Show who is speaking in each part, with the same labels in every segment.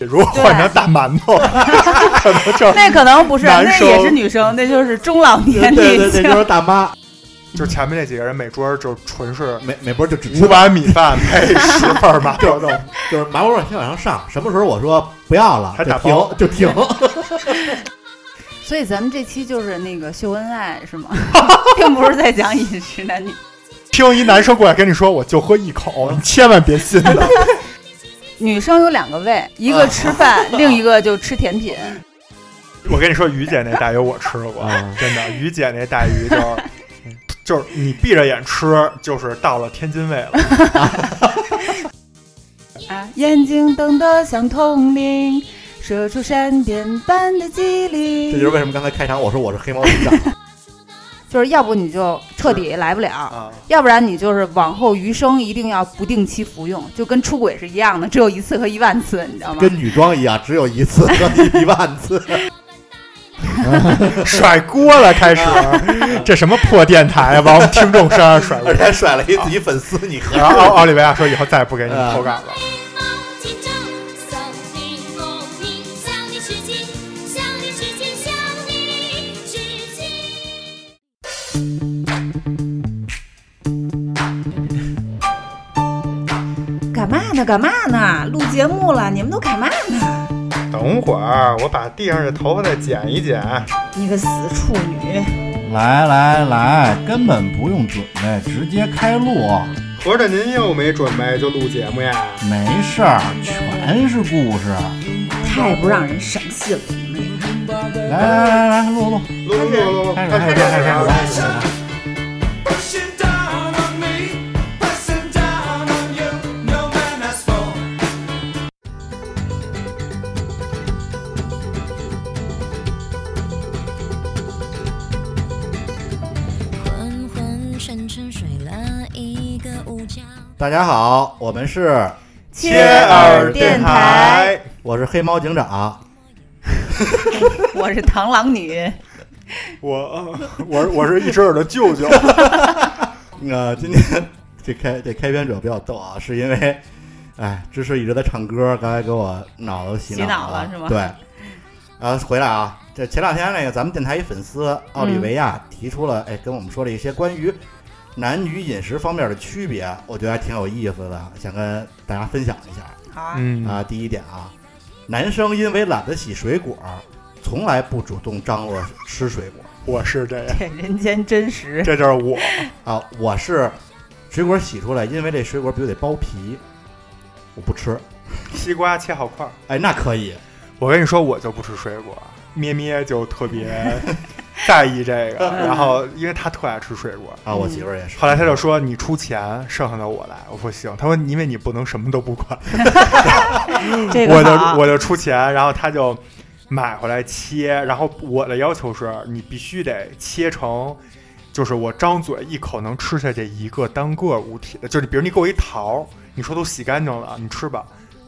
Speaker 1: 如果换成大馒头， 可能就
Speaker 2: 那可能不是，
Speaker 1: 男
Speaker 2: 那
Speaker 1: 生
Speaker 2: 也是女生，那就是中老 年
Speaker 3: 对
Speaker 2: 女
Speaker 3: 对对，
Speaker 2: 性
Speaker 3: 就。是大妈，
Speaker 1: 就前面那几个人每桌就纯是
Speaker 3: 每每波就只吃
Speaker 1: 五碗米饭配十份麻
Speaker 3: 就
Speaker 1: 婆
Speaker 3: 是
Speaker 1: 豆腐。
Speaker 3: 就是麻婆豆腐先往上上，什么时候我说不要了，
Speaker 1: 还
Speaker 3: 就
Speaker 1: 打
Speaker 3: 停
Speaker 1: 包
Speaker 3: 就 停。
Speaker 2: 所以咱们这期就是那个秀恩爱是吗？ 并不是在讲饮食男女。
Speaker 1: 听一男生过来跟你说，我就喝一口，你千万别信他。
Speaker 2: 女生有两个胃，一
Speaker 3: 啊
Speaker 2: 个吃饭，另一个就吃甜品。
Speaker 1: 我跟你说，于姐那带鱼我吃过，
Speaker 3: 啊
Speaker 1: 真的，于姐那带鱼 就是就是你闭着眼吃，就是到了天津卫了。
Speaker 2: 啊，眼睛瞪得像铜铃，射出闪电般的机
Speaker 3: 这就是
Speaker 2: 灵。
Speaker 3: 为什么刚才开场我说我是黑猫警长，
Speaker 2: 就是要不你就彻底来不了，
Speaker 1: 啊，
Speaker 2: 要不然你就是往后余生一定要不定期服用，就跟出轨是一样的，只有一次和一万次，你知道吗？
Speaker 3: 跟女装一样，只有一次和一万次。
Speaker 1: 甩锅了，开 始，这什么破电台啊，往我们听众身上甩锅
Speaker 3: 而。且还甩了一自己粉丝，你 喝
Speaker 1: 然后奥奥利维亚说，以后再也不给你们投稿了。
Speaker 4: 竞争，向你公平，向你致敬，向你致敬，向你致敬。
Speaker 5: 干嘛呢？干嘛呢？录节目了，你们都干嘛呢？
Speaker 1: 等会儿我把地上的头发再剪一剪。
Speaker 5: 你个死处女！
Speaker 6: 来来来，根本不用准备，直接开录，
Speaker 1: 合着您又没准备就录节目呀？
Speaker 6: 没事儿，全是故事。
Speaker 5: 太不让人省心了，你们
Speaker 6: 来来来来，录录，
Speaker 1: 录录录录，
Speaker 6: 开始开始开始开始。
Speaker 7: Pushing down on me, pressing down on you, no man has for.
Speaker 4: 昏昏沉沉睡了一个午觉。
Speaker 3: 大家好，我们是，
Speaker 1: 切耳电台，
Speaker 3: 我是黑猫警长，
Speaker 2: 我是螳螂女，
Speaker 1: 嗯我 我我是一只耳的舅舅。
Speaker 3: 呃，今天这开这开篇者比较逗啊，是因为，哎，芝士一直在唱歌，刚才给我脑子洗
Speaker 2: 洗
Speaker 3: 脑
Speaker 2: 脑了是吗
Speaker 3: 对，然后回来啊，这前两天那个咱们电台一粉丝奥利维亚
Speaker 2: 嗯
Speaker 3: 提出了，哎，跟我们说了一些关于男女饮食方面的区别，我觉得还挺有意思的，想跟大家分享一下。
Speaker 2: 好啊，
Speaker 1: 嗯，
Speaker 3: 啊，第一点啊，男生因为懒得洗水果，从来不主动张罗吃水果
Speaker 1: 我是这样，
Speaker 2: 这人间真实。
Speaker 1: 这就是我。
Speaker 3: 啊。我是水果洗出来，因为这水果比如得剥皮，我不吃。
Speaker 1: 西瓜切好块儿。
Speaker 3: 哎，那可以，
Speaker 1: 我跟你说，我就不吃水果，咩咩就特别 在意这个。然后，因为他特爱吃水果，
Speaker 3: 啊，我媳妇儿也是。
Speaker 1: 后来他就说：“你出钱，剩下的我来。”我说：“行。”他说：“因为你不能什么都不管。
Speaker 2: 这
Speaker 1: 我
Speaker 2: 个好
Speaker 1: 就我就出钱，然后他就买回来切。然后我的要求是你必须得切成，就是我张嘴一口能吃下去一个单个物体的，就是比如你给我一桃，你说都洗干净了，你吃吧。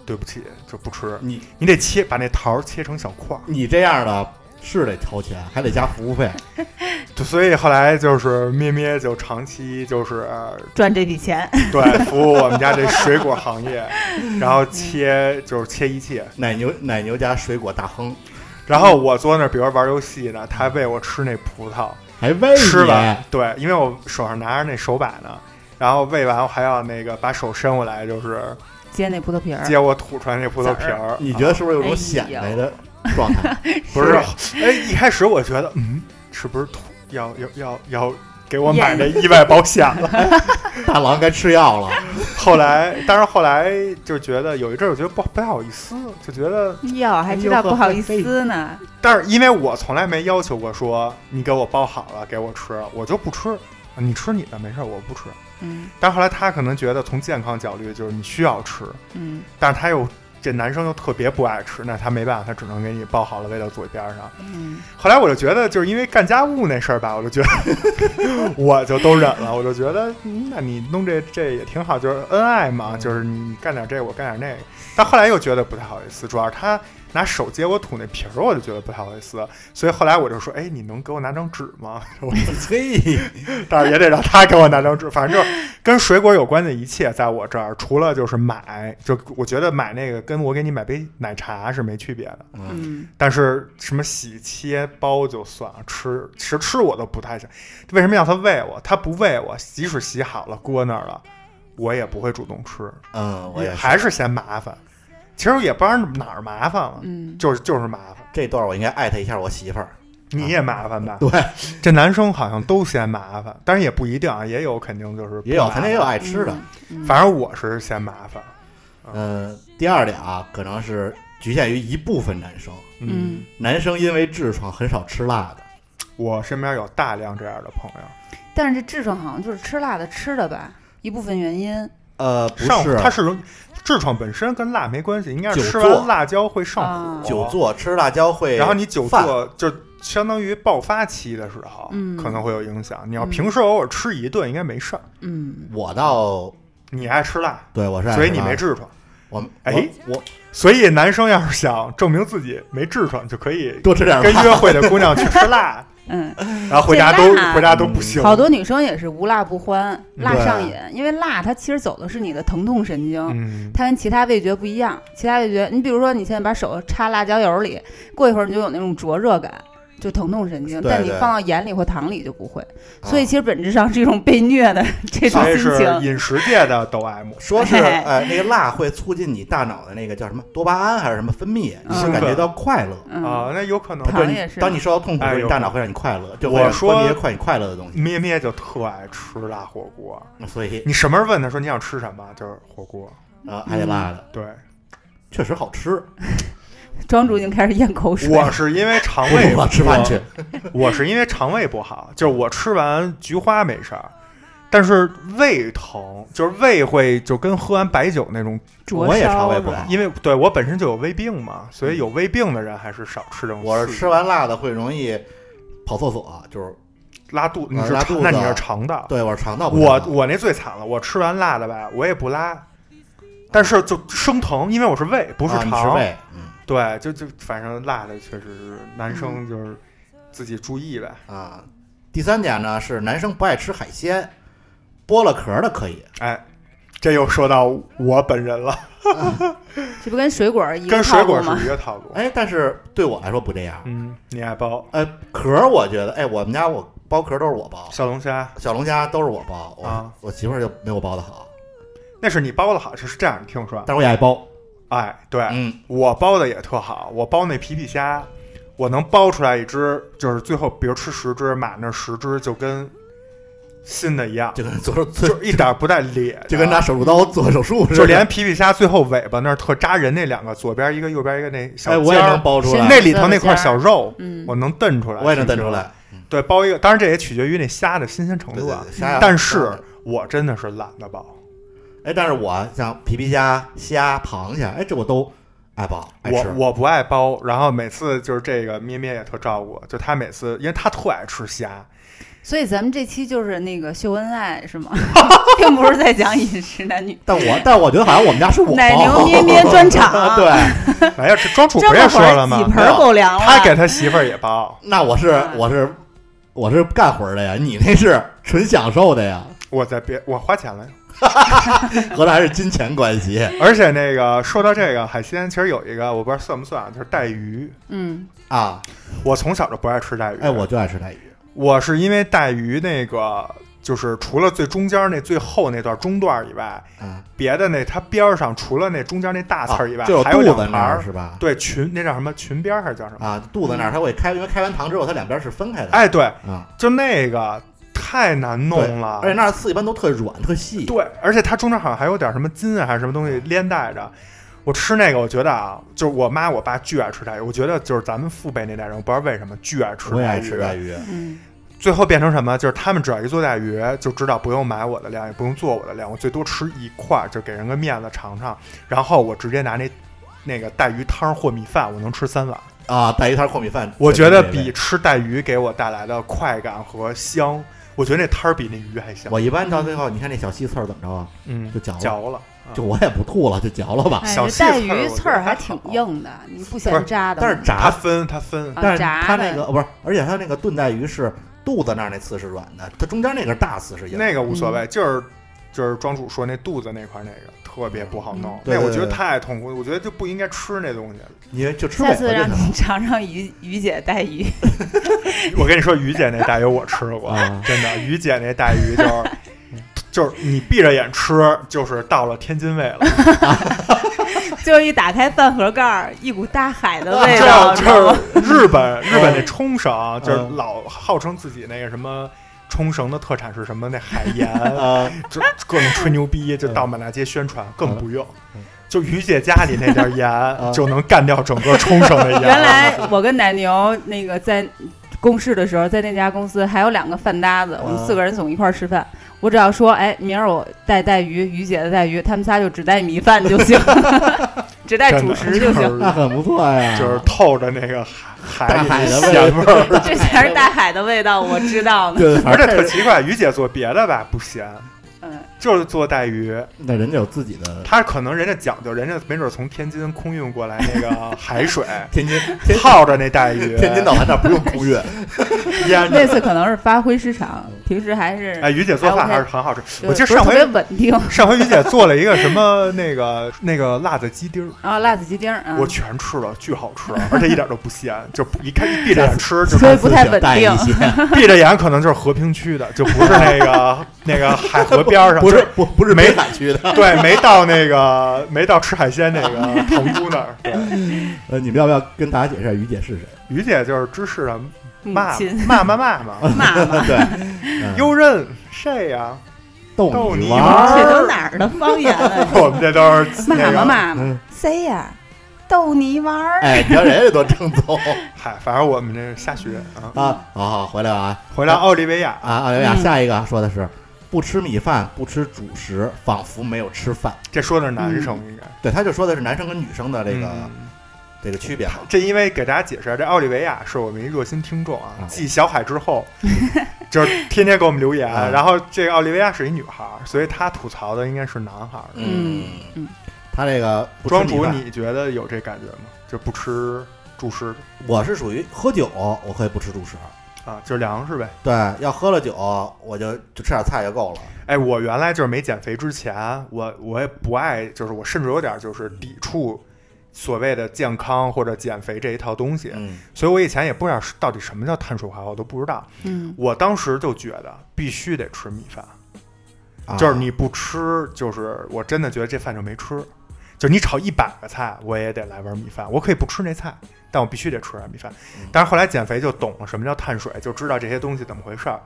Speaker 1: 对不起，就不吃。
Speaker 3: 你
Speaker 1: 你得切，把那桃切成小块儿。
Speaker 3: 你这样的是得掏钱，还得加服务费。
Speaker 1: 就所以后来就是咩咩就长期就是、呃
Speaker 2: 赚这笔钱，
Speaker 1: 对服务我们家这水果行业，然后切就是切一切，
Speaker 3: 奶牛奶牛加水果大亨，
Speaker 1: 然后我坐那儿，比如玩游戏呢，他喂我吃那葡萄，
Speaker 3: 还喂
Speaker 1: 吃
Speaker 3: 你
Speaker 1: 完对，因为我手上拿着那手把呢，然后喂完我还要那个把手伸过来，就是
Speaker 2: 接那葡萄皮儿，
Speaker 1: 接我吐出来那葡萄皮儿。
Speaker 3: 哎
Speaker 1: 啊
Speaker 3: 你觉得是不是有种
Speaker 2: 哎
Speaker 3: 显
Speaker 2: 呦
Speaker 3: 摆的状态？
Speaker 1: 不是？哎，一开始我觉得，嗯，是不是吐要要要要给我买那意外保险 了？
Speaker 3: 大郎该吃药了。
Speaker 1: 后来，但是后来就觉得有一阵儿，我觉得不不太好意思，就觉得，
Speaker 2: 哟，还知道不好意思呢。
Speaker 1: 但是因为我从来没要求过说你给我包好了给我吃，我就不吃，你吃你的没事儿，我不吃。
Speaker 2: 嗯
Speaker 1: 但是后来他可能觉得从健康角度，就是你需要吃，
Speaker 2: 嗯，
Speaker 1: 但是他又这男生又特别不爱吃，那他没办法，他只能给你包好了喂到嘴边上。
Speaker 2: 嗯，
Speaker 1: 后来我就觉得，就是因为干家务那事儿吧，我就觉得我就都忍了，我就觉得，嗯那你弄这这也挺好，就是恩爱嘛，就是你干点这，我干点那个。但后来又觉得不太好意思，主要是他拿手接我吐那皮儿，我就觉得不太好意思。所以后来我就说，哎，你能给我拿张纸吗？我
Speaker 3: 嘿，
Speaker 1: 但是也得让他给我拿张纸。反正就是跟水果有关的一切，在我这儿除了就是买，就我觉得买那个跟我给你买杯奶茶是没区别的。
Speaker 2: 嗯，
Speaker 1: 但是什么洗切包就算了，吃其实吃我都不太想。为什么要他喂我？他不喂我，即使洗好了搁那儿了，我也不会主动吃，
Speaker 3: 嗯，我也是。
Speaker 1: 还是嫌麻烦。其实也不知道哪儿麻烦了，
Speaker 2: 嗯
Speaker 1: 就是就是麻烦。
Speaker 3: 这段我应该艾特一下我媳妇儿。
Speaker 1: 你也麻烦吧？
Speaker 3: 对，
Speaker 1: 这男生好像都嫌麻烦，但是也不一定啊，也有肯定就是不
Speaker 3: 也有，
Speaker 1: 麻
Speaker 3: 肯
Speaker 1: 烦
Speaker 3: 定也有爱吃的。
Speaker 2: 嗯
Speaker 1: 反正我是嫌麻烦，
Speaker 3: 嗯，第二点啊，可能是局限于一部分男生，
Speaker 2: 嗯，
Speaker 3: 男生因为痔疮很少吃辣的。
Speaker 1: 我身边有大量这样的朋友，
Speaker 2: 但是这痔疮好像就是吃辣的吃的吧，一部分原因。
Speaker 3: 呃，不
Speaker 1: 上
Speaker 3: 是，
Speaker 1: 他是容痔疮本身跟辣没关系，应该是
Speaker 3: 久
Speaker 1: 吃
Speaker 3: 坐
Speaker 1: 完辣椒会上
Speaker 2: 啊
Speaker 1: 火，
Speaker 3: 久，坐吃辣椒会，
Speaker 1: 然后你久
Speaker 3: 饭
Speaker 1: 坐就相当于爆发期的时候，
Speaker 2: 嗯
Speaker 1: 可能会有影响。你要平时偶尔吃一顿应该没事儿，
Speaker 2: 嗯，
Speaker 3: 我倒
Speaker 1: 你爱吃辣，
Speaker 3: 对我是爱吃辣的，
Speaker 1: 所以你没痔疮。
Speaker 3: 我
Speaker 1: 哎
Speaker 3: 我我
Speaker 1: 所以男生要是想证明自己没痔疮，就可以
Speaker 3: 多吃点
Speaker 1: 跟
Speaker 3: 辣。
Speaker 1: 约会的姑娘去吃辣，
Speaker 2: 嗯，
Speaker 1: 然后回家都
Speaker 2: 这辣
Speaker 1: 回家都不行。
Speaker 2: 好多女生也是无辣不欢，
Speaker 1: 嗯
Speaker 2: 辣
Speaker 3: 对
Speaker 2: 上瘾，因为辣它其实走的是你的疼痛神经，
Speaker 1: 嗯，
Speaker 2: 它跟其他味觉不一样。其他味觉，你比如说你现在把手插辣椒油里，过一会儿你就有那种灼热感，就疼痛神经。
Speaker 3: 对
Speaker 2: 但你
Speaker 3: 对
Speaker 2: 放到眼里或糖里就不会。
Speaker 3: 啊
Speaker 2: 所以其实本质上是一种被虐的这种
Speaker 1: 所以
Speaker 2: 心
Speaker 1: 哦 是
Speaker 2: 情。
Speaker 1: 饮食界的抖 M。
Speaker 3: 说是
Speaker 2: 哎
Speaker 3: 呃，那个辣会促进你大脑的那个叫什么多巴胺还是什么分泌，你是
Speaker 2: 嗯
Speaker 3: 感觉到快乐。
Speaker 2: 嗯，
Speaker 1: 啊，那有可能。
Speaker 2: 糖
Speaker 3: 对，
Speaker 2: 也是
Speaker 3: 你当你受到痛苦的时
Speaker 1: 哎
Speaker 3: 候，
Speaker 1: 呦
Speaker 3: 你大脑会让你快乐，就
Speaker 1: 我
Speaker 3: 会让你
Speaker 1: 说
Speaker 3: 分泌快你快乐的东西。
Speaker 1: 咩咩就特爱吃辣火锅，
Speaker 3: 所以
Speaker 1: 你什么时候问他说你想吃什么，就是火锅。
Speaker 3: 呃，
Speaker 2: 嗯
Speaker 3: 还得辣的，
Speaker 1: 对，
Speaker 3: 确实好吃。
Speaker 2: 庄主已经开始咽口水。
Speaker 1: 啊我是因为肠
Speaker 3: 不
Speaker 1: 胃
Speaker 3: 如我吃饭去，
Speaker 1: 我是因为肠胃不好，就是我吃完菊花没事儿，但是胃疼，就是胃会就跟喝完白酒那种，
Speaker 2: 灼
Speaker 3: 我也肠
Speaker 2: 烧
Speaker 3: 胃
Speaker 2: 了
Speaker 3: 不好
Speaker 1: 因为对我本身就有胃病嘛，所以有胃病的人还是少吃这种。
Speaker 3: 我是吃完辣的会容易跑厕所，就是
Speaker 1: 拉肚，你
Speaker 3: 呃
Speaker 1: 是
Speaker 3: 拉
Speaker 1: 肠
Speaker 3: 肚
Speaker 1: 那
Speaker 3: 子
Speaker 1: 你是肠道。
Speaker 3: 对我是肠道不
Speaker 1: 啊我
Speaker 3: 太好
Speaker 1: 我那最惨了，我吃完辣的吧，我也不拉，但是就生疼，因为我是胃，不是
Speaker 3: 啊你吃
Speaker 1: 肠。
Speaker 3: 胃，嗯
Speaker 1: 对，就就反正辣的确实是男生就是自己注意呗。
Speaker 3: 啊。第三点呢是男生不爱吃海鲜，剥了壳的可以，
Speaker 1: 哎，这又说到我本人了，
Speaker 2: 这不跟水果儿一个
Speaker 1: 跟水
Speaker 2: 套
Speaker 1: 果
Speaker 2: 路
Speaker 1: 是
Speaker 2: 吗？
Speaker 1: 一个套路。
Speaker 3: 哎，但是对我来说不这样。
Speaker 1: 嗯，你爱包
Speaker 3: 呃，壳我觉得，哎，我们家我剥壳都是我剥，
Speaker 1: 小龙虾，
Speaker 3: 小龙虾都是我剥，我、
Speaker 1: 啊
Speaker 3: 我媳妇儿就没我剥的好，
Speaker 1: 那是你包的好，是这样，你听我说啊，
Speaker 3: 但是我也爱剥。
Speaker 1: 哎，对、
Speaker 3: 嗯，
Speaker 1: 我包的也特好，我包那皮皮虾，我能包出来一只，就是最后比如吃十只，买那十只就跟新的一样，
Speaker 3: 就跟做做
Speaker 1: 就是一点儿不带裂的，
Speaker 3: 就跟拿手术刀做手术似的，
Speaker 1: 就连皮皮虾最后尾巴那儿特扎人那两个，左边一个，右边一个那小
Speaker 3: 哎，我也
Speaker 1: 尖儿
Speaker 3: 能剥出来，
Speaker 1: 那里头那块小肉，
Speaker 2: 嗯
Speaker 1: 我能瞪出来，
Speaker 3: 我也能瞪出来。
Speaker 1: 对，包一个，当然这也取决于那虾的新鲜程
Speaker 3: 对
Speaker 1: 度
Speaker 3: 对
Speaker 1: 啊。
Speaker 3: 对虾呀
Speaker 1: 但是我真的是懒得包，
Speaker 3: 哎，但是我像皮皮虾、虾、螃蟹，哎，这我都爱剥爱
Speaker 1: 我
Speaker 3: 吃。
Speaker 1: 我不爱包。然后每次就是这个咩咩也特照顾我，就他每次，因为他特爱吃 虾，
Speaker 2: 所以咱们这期就是那个秀恩 爱是吗？ 并不是在讲饮食男女。
Speaker 3: 但我但我觉得好像我们家是我剥
Speaker 2: 奶 牛咩咩专场
Speaker 3: 对，
Speaker 1: 哎呀，这庄主
Speaker 2: 这
Speaker 1: 不也
Speaker 2: 么
Speaker 1: 说
Speaker 2: 会
Speaker 1: 了
Speaker 2: 儿
Speaker 1: 吗
Speaker 2: 几？盆啊儿够凉了。
Speaker 1: 他给他媳妇儿也包，
Speaker 3: 那我是
Speaker 2: 嗯
Speaker 3: 我是我是干活儿的呀，你那是纯享受的呀，
Speaker 1: 我在别我花钱了呀。
Speaker 3: 合着还是金钱关系
Speaker 1: 而且那个说到这个海鲜，其实有一个我不知道算不算，就是带鱼。
Speaker 2: 嗯，
Speaker 3: 啊？
Speaker 1: 我从小就不爱吃带鱼，
Speaker 3: 哎，我就爱吃带鱼。
Speaker 1: 我是因为带鱼那个，就是除了最中间那最后那段中段以外，
Speaker 3: 嗯
Speaker 1: 别的那它边儿上除了那中间那大刺
Speaker 3: 啊
Speaker 1: 儿以外，
Speaker 3: 就有
Speaker 1: 还有
Speaker 3: 肚
Speaker 1: 两
Speaker 3: 子那
Speaker 1: 盘
Speaker 3: 儿
Speaker 1: 儿，
Speaker 3: 是吧？
Speaker 1: 对裙那叫什么裙边儿还是叫什么？
Speaker 3: 啊，肚子那儿它会开，因为开完膛之后它两边是分开的。
Speaker 1: 哎，对，
Speaker 3: 啊，
Speaker 1: 就那个太难弄了，
Speaker 3: 而且那儿刺一般都特软特细。
Speaker 1: 对，而且它中间好像还有点什么筋啊还是什么东西连带着。我吃那个，我觉得啊，就是我妈我爸巨爱吃带鱼，我觉得就是咱们父辈那代人，我不知道为什么巨爱吃
Speaker 3: 我也
Speaker 1: 带
Speaker 3: 爱
Speaker 1: 鱼，
Speaker 3: 吃带鱼，
Speaker 2: 嗯，
Speaker 1: 最后变成什么？就是他们只要一做带鱼，就知道不用买我的量，也不用做我的量，我最多吃一块儿，就给人个面子尝尝。然后我直接拿那那个带鱼汤或米饭，我能吃三碗。
Speaker 3: 啊，带鱼摊儿烩米饭，
Speaker 1: 我觉得
Speaker 3: 这个美
Speaker 1: 比
Speaker 3: 味
Speaker 1: 吃带鱼给我带来的快感和香，我觉得那汤儿比那鱼还香。
Speaker 3: 我一般到最后，你看那小细刺儿怎么着啊？
Speaker 1: 嗯，
Speaker 3: 就嚼了
Speaker 1: 嚼了，
Speaker 3: 就我也不吐了，就嚼了吧。
Speaker 2: 哎，
Speaker 1: 啊小
Speaker 2: 这
Speaker 1: 细
Speaker 2: 带
Speaker 1: 刺儿
Speaker 2: 鱼
Speaker 1: 我觉
Speaker 2: 刺儿
Speaker 1: 得
Speaker 2: 还
Speaker 1: 还
Speaker 2: 挺
Speaker 1: 好
Speaker 2: 硬的，你不
Speaker 3: 不
Speaker 2: 嫌
Speaker 3: 是
Speaker 2: 扎的吗？
Speaker 3: 但
Speaker 1: 它
Speaker 3: 是炸，
Speaker 1: 分它分
Speaker 2: 啊
Speaker 3: 但是
Speaker 2: 炸
Speaker 3: 它那
Speaker 2: 的
Speaker 3: 个不是，而且它那个炖带鱼是肚子那儿那刺是软的，它中间那个大刺是硬的。
Speaker 1: 那个无所
Speaker 3: 嗯
Speaker 1: 谓，就是就是庄主说那肚子那块儿那个特别不好弄，
Speaker 3: 嗯对
Speaker 1: 那
Speaker 3: 对
Speaker 1: 我觉得
Speaker 3: 对
Speaker 1: 太痛苦，我觉得就不应该吃那东西。
Speaker 3: 你就吃尾
Speaker 2: 下
Speaker 3: 巴
Speaker 2: 次
Speaker 3: 就
Speaker 2: 让
Speaker 3: 行
Speaker 2: 你尝尝于于姐带鱼，
Speaker 1: 我跟你说，于姐那带鱼我吃 过
Speaker 3: 啊，
Speaker 1: 真的，于姐那带鱼就是就是你闭着眼吃，就是到了天津卫了，
Speaker 5: 就是一打开饭盒盖儿，一股大海的
Speaker 2: 啊
Speaker 5: 味道，
Speaker 1: 就
Speaker 5: 知道吗
Speaker 1: 就是日本日本那冲绳，就是
Speaker 3: 嗯
Speaker 1: 老号称自己那个什么。冲绳的特产是什么？那海 盐，
Speaker 3: 啊，
Speaker 1: 就各种吹牛逼，就到满大街宣传，更不用。
Speaker 3: 嗯
Speaker 1: 就于姐家里那点 盐，就能干掉整个冲绳的盐。
Speaker 2: 原来
Speaker 1: 啊
Speaker 2: 我跟奶牛那个在公示的时候，在那家公司还有两个饭搭子，我们
Speaker 3: 啊
Speaker 2: 四个人总一块儿吃饭。我只要说，哎，明儿我带带鱼，于姐的带鱼，他们仨就只带米饭就行， 只带
Speaker 1: 真
Speaker 2: 主
Speaker 1: 的
Speaker 2: 食就行。
Speaker 1: 是
Speaker 3: 那很不错呀。
Speaker 1: 就是透着那个海
Speaker 3: 大
Speaker 1: 海
Speaker 3: 海
Speaker 1: 里
Speaker 3: 的
Speaker 1: 的
Speaker 3: 味
Speaker 1: 咸味儿。
Speaker 5: 这才是大海的味道，我知道呢。
Speaker 3: 对，
Speaker 1: 而
Speaker 3: 反
Speaker 1: 且
Speaker 3: 正
Speaker 1: 特奇怪，于姐做别的吧不咸，
Speaker 2: 嗯，
Speaker 1: 就是做带鱼，
Speaker 3: 那人家有自己的
Speaker 1: 她可能人家讲究，人家没准从天津空运过来那 个海水，
Speaker 3: 天津天
Speaker 1: 泡着那带鱼。
Speaker 3: 天津到咱这儿不用 空运，
Speaker 1: 腌
Speaker 2: 那
Speaker 1: 着。
Speaker 2: 次可能是发挥失常，平时还是
Speaker 1: 哎，于姐做饭还
Speaker 2: 还
Speaker 1: 是
Speaker 2: OK
Speaker 1: 很好吃。
Speaker 2: 就
Speaker 1: 我记得上
Speaker 2: 呃不是特别
Speaker 1: 回
Speaker 2: 稳定。
Speaker 1: 上回于姐做了一个什么那个那个辣子鸡丁儿。
Speaker 2: 然后辣子鸡丁儿啊
Speaker 1: 我，全吃了，巨好吃，而且一点都不咸，就一看一闭着眼吃，就
Speaker 2: 所以不太
Speaker 3: 自己带一
Speaker 2: 稳
Speaker 3: 些
Speaker 1: 闭着眼可能就是和平区的，就不是那 个那个海河边上，
Speaker 3: 不
Speaker 1: 就是
Speaker 3: 不不是
Speaker 1: 没
Speaker 3: 海区的。
Speaker 1: 对，没到那个没到吃海鲜那个 堂姑那儿。对，
Speaker 3: 呃，你们要不要跟大家解释一下于姐是谁？
Speaker 1: 于姐就是芝士的
Speaker 2: 母
Speaker 1: 骂
Speaker 2: 嗯亲
Speaker 1: 骂骂骂骂，
Speaker 5: 妈妈，
Speaker 3: 对，呃
Speaker 1: 优任谁呀？
Speaker 3: 逗
Speaker 1: 逗
Speaker 3: 你
Speaker 1: 你
Speaker 3: 玩儿。
Speaker 1: 玩
Speaker 5: 这都哪儿的方言啊？
Speaker 1: 我们这都是
Speaker 2: 妈
Speaker 1: 那
Speaker 2: 妈
Speaker 1: 个，
Speaker 2: 妈妈，
Speaker 3: 嗯，
Speaker 5: 谁呀？逗你玩儿。
Speaker 3: 哎，你瞧人家多正宗
Speaker 1: 嗨，反正我们这是瞎学啊。
Speaker 3: 啊！好好，回来啊
Speaker 1: 回到奥利维亚，
Speaker 3: 啊！奥利维亚
Speaker 2: 嗯
Speaker 3: 下一个说的是不吃米饭，不吃主食，仿佛没有吃饭。
Speaker 1: 这说的是男生应该
Speaker 3: 对，他就说的是男生跟女生的这个、
Speaker 1: 嗯
Speaker 3: 这个区别嘛。
Speaker 1: 这因为给大家解释啊，这奥利维亚是我们一热心听众啊
Speaker 3: 啊，
Speaker 1: 继小海之 后，就是天天给我们留言。
Speaker 3: 啊
Speaker 1: 然后这个奥利维亚是一女孩儿，所以她吐槽的应该是男孩儿。
Speaker 2: 嗯嗯
Speaker 3: 他这个不吃
Speaker 1: 庄
Speaker 3: 米
Speaker 1: 主，
Speaker 3: 饭
Speaker 1: 你觉得有这感觉吗？就不吃主食
Speaker 3: 我是属于喝酒我可以不吃主食，
Speaker 1: 啊，就是粮食呗。
Speaker 3: 对，要喝了酒我就就吃点菜就够了。
Speaker 1: 哎，我原来就是没减肥之前，我我也不爱，就是我甚至有点就是抵触所谓的健康或者减肥这一套东西，
Speaker 3: 嗯
Speaker 1: 所以我以前也不知道是到底什么叫碳水化合物，都不知道。
Speaker 2: 嗯，
Speaker 1: 我当时就觉得必须得吃米饭，
Speaker 3: 啊
Speaker 1: 就是你不吃，就是我真的觉得这饭就没吃。就你炒一百个菜，我也得来碗米饭。我可以不吃那菜，但我必须得吃点米饭
Speaker 3: 嗯。
Speaker 1: 但是后来减肥就懂了什么叫碳水，就知道这些东西怎么回事儿。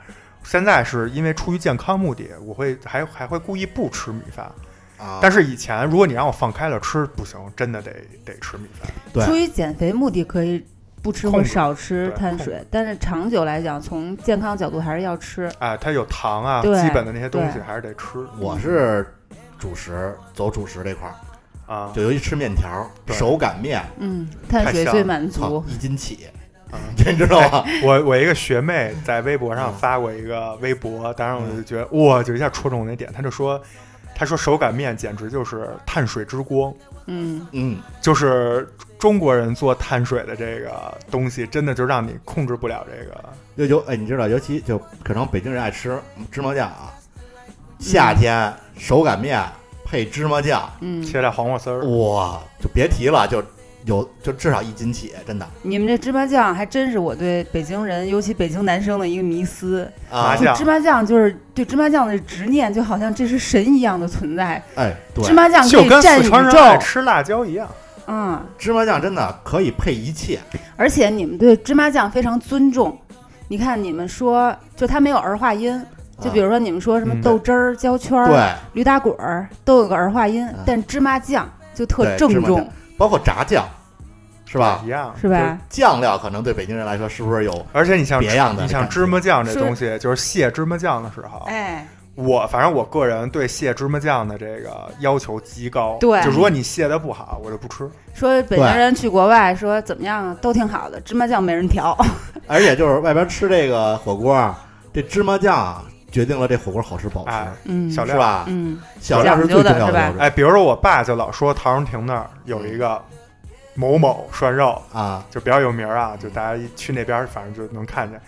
Speaker 1: 现在是因为出于健康目的，我会还还会故意不吃米饭。
Speaker 3: 啊，
Speaker 1: 但是以前如果你让我放开了吃，不行，真的得得吃米饭。
Speaker 3: 对
Speaker 2: 出于减肥目的可以。不吃
Speaker 1: 控
Speaker 2: 或
Speaker 1: 制
Speaker 2: 少吃
Speaker 1: 对
Speaker 2: 碳
Speaker 1: 控
Speaker 2: 水，但是长久来讲，从健康角度还是要吃。
Speaker 1: 哎，它有糖啊，
Speaker 2: 对
Speaker 1: 基本的那些东西
Speaker 2: 对
Speaker 1: 还是得吃
Speaker 3: 我是主食走主食这块儿，
Speaker 1: 啊。
Speaker 3: 就尤其吃面条、
Speaker 1: 对
Speaker 3: 手擀面，
Speaker 2: 嗯，碳
Speaker 1: 太
Speaker 2: 水
Speaker 1: 香
Speaker 2: 最
Speaker 1: 了
Speaker 2: 满
Speaker 3: 操
Speaker 2: 足。
Speaker 3: 一斤起
Speaker 1: 啊，
Speaker 3: 你知道吗？
Speaker 1: 我我一个学妹在微博上
Speaker 3: 嗯
Speaker 1: 发过一个微博，当然我
Speaker 2: 嗯
Speaker 1: 就觉得哇，就一下戳中我那点。她就说，她说手擀面简直就是碳水之光，
Speaker 2: 嗯，
Speaker 3: 嗯，
Speaker 1: 就是中国人做碳水的这个东西，真的就让你控制不了这个。
Speaker 3: 就尤哎，你知道，尤其就可能北京人爱吃芝麻酱啊，夏天手擀面配芝麻酱，
Speaker 2: 嗯，
Speaker 1: 切点黄瓜丝儿，
Speaker 3: 哇，就别提了，就有就至少一斤起，真的
Speaker 2: 你们这芝麻酱还真是我对北京人，尤其北京男生的一个迷思。
Speaker 1: 麻
Speaker 3: 啊，
Speaker 1: 酱
Speaker 2: 哦芝麻酱就是对芝麻酱的执念，就好像这是神一样的存在。
Speaker 3: 哎，对
Speaker 2: 芝，麻酱可
Speaker 1: 就
Speaker 2: 以
Speaker 1: 跟
Speaker 2: 占
Speaker 1: 四
Speaker 2: 宇
Speaker 1: 川人爱
Speaker 2: 宙。
Speaker 1: 吃辣椒一样。
Speaker 2: 嗯，
Speaker 3: 芝麻酱真的可以配一切，
Speaker 2: 而且你们对芝麻酱非常尊重。你看，你们说就它没有儿化音，就比如说你们说什么
Speaker 1: 嗯
Speaker 2: 豆汁儿、焦圈儿、
Speaker 3: 啊对，
Speaker 2: 驴打滚儿都有个儿化音，
Speaker 3: 嗯
Speaker 2: 但芝麻酱就特
Speaker 3: 对芝
Speaker 2: 郑
Speaker 3: 麻
Speaker 2: 重
Speaker 3: 酱，包括炸酱，是吧
Speaker 1: 一？样。
Speaker 2: 是吧？
Speaker 3: 酱料可能对北京人来说是不是有
Speaker 1: 而且你像
Speaker 3: 别样的
Speaker 1: 你像
Speaker 3: 感觉
Speaker 1: 芝麻酱这
Speaker 2: 是
Speaker 1: 东西，就是卸芝麻酱的时候，
Speaker 5: 哎，
Speaker 1: 我反正我个人对卸芝麻酱的这个要求极高。
Speaker 2: 对
Speaker 1: 就如果你卸的不好，我就不吃。
Speaker 2: 说北京人去国外说怎么样啊，都挺好的，芝麻酱没人调。
Speaker 3: 而且就是外边吃这个火锅，这芝麻酱啊决定了这火锅好吃不好吃，
Speaker 1: 哎
Speaker 2: 嗯，
Speaker 1: 小
Speaker 3: 是
Speaker 1: 料。
Speaker 3: 吧？
Speaker 2: 嗯，
Speaker 3: 嗯小料是最重要
Speaker 2: 讲究的
Speaker 3: 标
Speaker 2: 是
Speaker 3: 准
Speaker 1: 哎，比如说我爸就老说陶然亭那儿有一个某某涮肉，
Speaker 3: 啊，
Speaker 1: 就比较有名儿啊，就大家一去那边儿，反正就能看见。